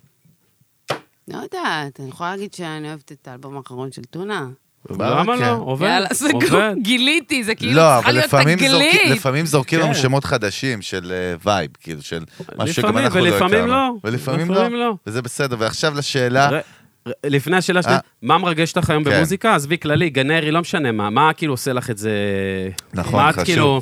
לא יודעת, אני יכולה להגיד שאני אוהבת את האלבום האחרון של טונה.
למה
כן.
לא? עובד,
יאללה, סגור.
עובד.
גיליתי, זה כאילו
לא,
צריכה
אבל
להיות
לפעמים
הגלית.
זורקים- לפעמים זורקים לנו
כן.
שמות חדשים של אה, וייב, כאילו, של משהו שגם
לפעמים,
אנחנו לא הכרנו.
ולפעמים לא.
ולפעמים
לפעמים
לא.
לא.
וזה בסדר. ועכשיו לשאלה,
ר- ר- לפני השאלה שלי,
אה.
מה מרגש אותך היום
כן.
במוזיקה? עזבי כללי, גנרי, לא משנה מה. מה כאילו עושה לך את זה...
נכון,
מה את
חשוב.
כאילו...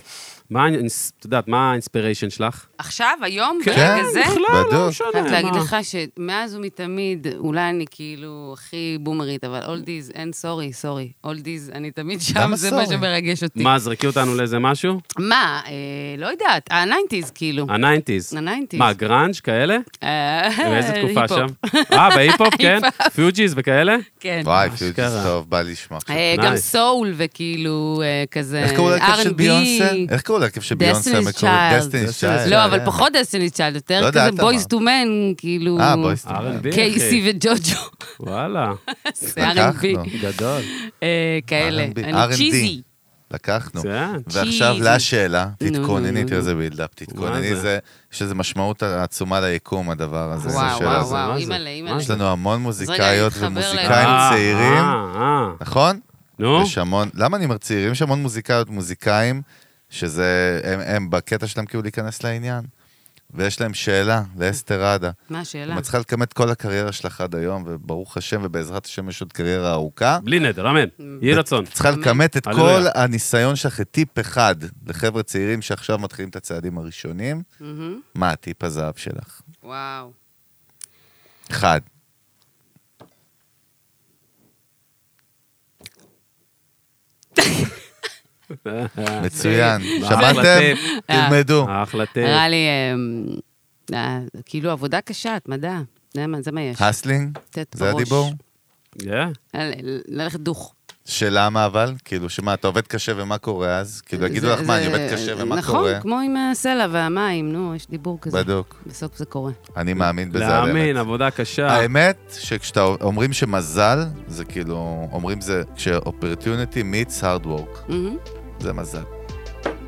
מה, האינס- את יודעת, מה האינספיריישן שלך?
עכשיו, היום,
כן,
ברגע אה, זה?
בכלל,
בדוק.
לא משנה.
אני חייבת להגיד
מה.
לך שמאז ומתמיד, אולי אני כאילו הכי בומרית, אבל אולדיז, אין סורי, סורי. אולדיז, אני תמיד שם,
למה
זה מה
sorry?
שמרגש אותי.
מה, זרקי אותנו לאיזה משהו?
מה, אה, לא יודעת, הניינטיז כאילו.
הניינטיז.
הניינטיז.
אה, מה, גראנג' כאלה?
אה,
באיזה תקופה
היפ-הופ.
שם? אה, בהיפ-הופ, כן?
היפ-הופ.
פיוג'יז וכאלה?
כן.
וואי,
אשכרה.
פיוטיס טוב, בא לי לשמוע. עכשיו.
אה,
Nice.
גם סול וכאילו אה, כזה
איך קראו להרכב של
R&B.
ביונסה? איך קראו להרכב של ביונסה?
Destiny's
המקורי?
Child.
Destiny's Child.
לא,
אה.
אבל פחות דסטיניס צ'יילד,
לא
יותר
יודע,
כזה
את אמרת.
בויז טו מן, כאילו...
אה, בויז טו מן.
R&B, אחי.
קייסי וג'וג'ו.
וואלה,
זה R&B.
אוקיי. לקחנו.
גדול.
אה, כאלה.
R&B.
אני צ'יזי.
לקחנו.
מצוין.
ועכשיו
צ'יזי.
לשאלה,
נו,
תתכונני,
נו,
תראה איזה בילדאפ, תתכונני,
זה?
זה- יש לזה משמעות עצומה ליקום, הדבר הזה.
וואו,
השאלה
וואו,
הזו.
מה
וואו,
זה?
אימא'לה, אימא'לה.
יש לנו המון
רגע,
מוזיקאיות
נתחבר
ומוזיקאים
לעניין.
אה,
צעירים,
אה, אה.
נכון?
נו,
יש המון, למה אני אומר צעירים? יש המון מוזיקאיות, מוזיקאים, שזה, הם, הם בקטע שלהם כאילו להיכנס לעניין. ויש להם שאלה לאסתר עדה.
מה השאלה?
אם את צריכה לקיים את כל הקריירה שלך עד היום, וברוך השם, ובעזרת השם יש עוד קריירה ארוכה.
בלי נדר, אמן.
אה.
יהי רצון.
את צריכה לכמת את כל
הללויה.
הניסיון שלך לטיפ אחד לחבר'ה צעירים שעכשיו מתחילים את הצעדים הראשונים.
מהמם.
מה הטיפ הזהב שלך?
וואו.
אחד. מצוין.
אה, אחלה
שמעתם?
טיפ.
תלמדו.
אחלה טיפ.
נראה לי, אה, אה, כאילו עבודה קשה, התמדה. זה מה- זה מה יש.
הסלינג?
טט
זה
בראש.
הדיבור?
כן.
ל- ל- ללכת דוך.
שלמה אבל? כאילו, שמה, אתה עובד קשה ומה קורה אז? כאילו, יגידו
זה-
לך, מה,
זה-
אני עובד קשה ומה
נכון,
קורה?
כמו עם הסלע והמים, נו, יש דיבור כזה.
בדוק.
בסוף זה קורה.
אני מאמין בזה. אה, על
להאמין,
האמת.
עבודה קשה.
האמת, שכשאתה אומרים שמזל, זה כאילו, אומרים זה, כש-opportunity meets hard work.
מהמם.
זה מזל.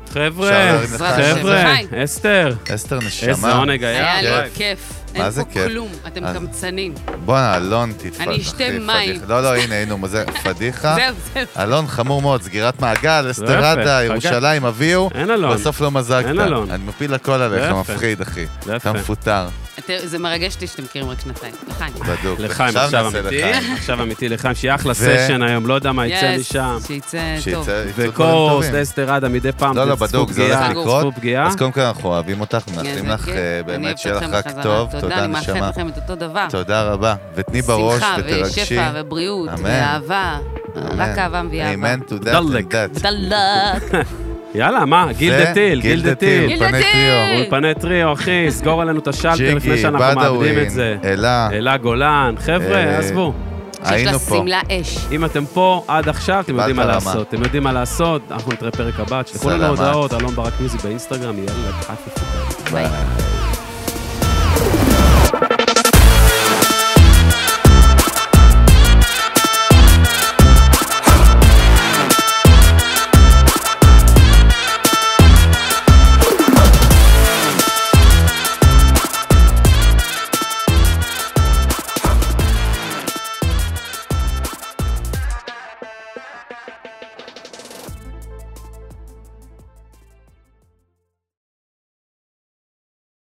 אפשר
חבר'ה,
להרים לך
בעזרת השם.
חבר'ה,
חי.
אסתר,
אסתר נשמה.
איזה עונג היה.
היה לי
וואי.
כיף. אין
אה, כן. זה
פה
כיף? אה.
כלום, אתם
אז-
קמצנים.
בואנה, אלון תתפתח.
אני אשתה מים.
לא, לא, הנה, היינו, מה זה, פדיחה.
זהו, זהו.
אלון, חמור מאוד, סגירת מעגל, אסתרדה,
להפך,
ירושלים, אביהו.
אין אלון.
בסוף לא מזגת.
אין אלון.
אני מפיל הכל עליך,
להפך.
מפחיד, אחי. אתה
להפך.
מפוטר,
אתם- זה מרגש אותי שאתם מכירים רק שנתיים. נכון. לחיים.
בדוק.
לחיים עכשיו
נעשה
אמיתי,
לחיים.
עכשיו אמיתי לחיים, שיהיה אחלה סשן היום, לא יודע מה יצא
יס,
משם.
שיצא טוב.
שיצא- יצאו דברים
וקורס,
טובים.
אסתר עדה מדי פעם,
לא, לא,
תצפו
בדוק, זה
פגיעה,
הולך לקרות.
תצפו פגיעה.
אז קודם כל אנחנו אוהבים אותך,
כן,
מאחלים
זה
לך
כיף.
אה,
אני
באמת
אוהבת
שיהיה לך
אתכם
רק
בחזרה.
טוב.
תודה,
תודה,
אני מאחלת
נשמה.
לכם את אותו דבר.
תודה רבה. ותני בראש ותרגשי.
שמחה ושפע ובריאות
אמן.
ואהבה. רק אהבה מביאה אהבה.
אמן, תודה.
דלק.
דלק.
יאללה, מה, גיל דה טיל, גיל דה טיל.
גיל דה
פני
טיל.
טריו.
אולפני טריו, אחי, סגור עלינו את השלטר לפני
ג'יגי,
שאנחנו מאבדים את
בדאווין,
זה.
אלה,
אלה גולן,
אה,
חבר'ה, עזבו.
שיש לה
היינו פה.
שמלה אש.
אם אתם פה עד עכשיו, אתם יודעים מה
קיבלת רמה.
לעשות. אתם יודעים מה לעשות, אנחנו נתראה פרק הבא, תשלחו לנו
סלמת.
הודעות, אלון ברק מיוזיק באינסטגרם, יאללה, תחפפו.
ביי.
ביי.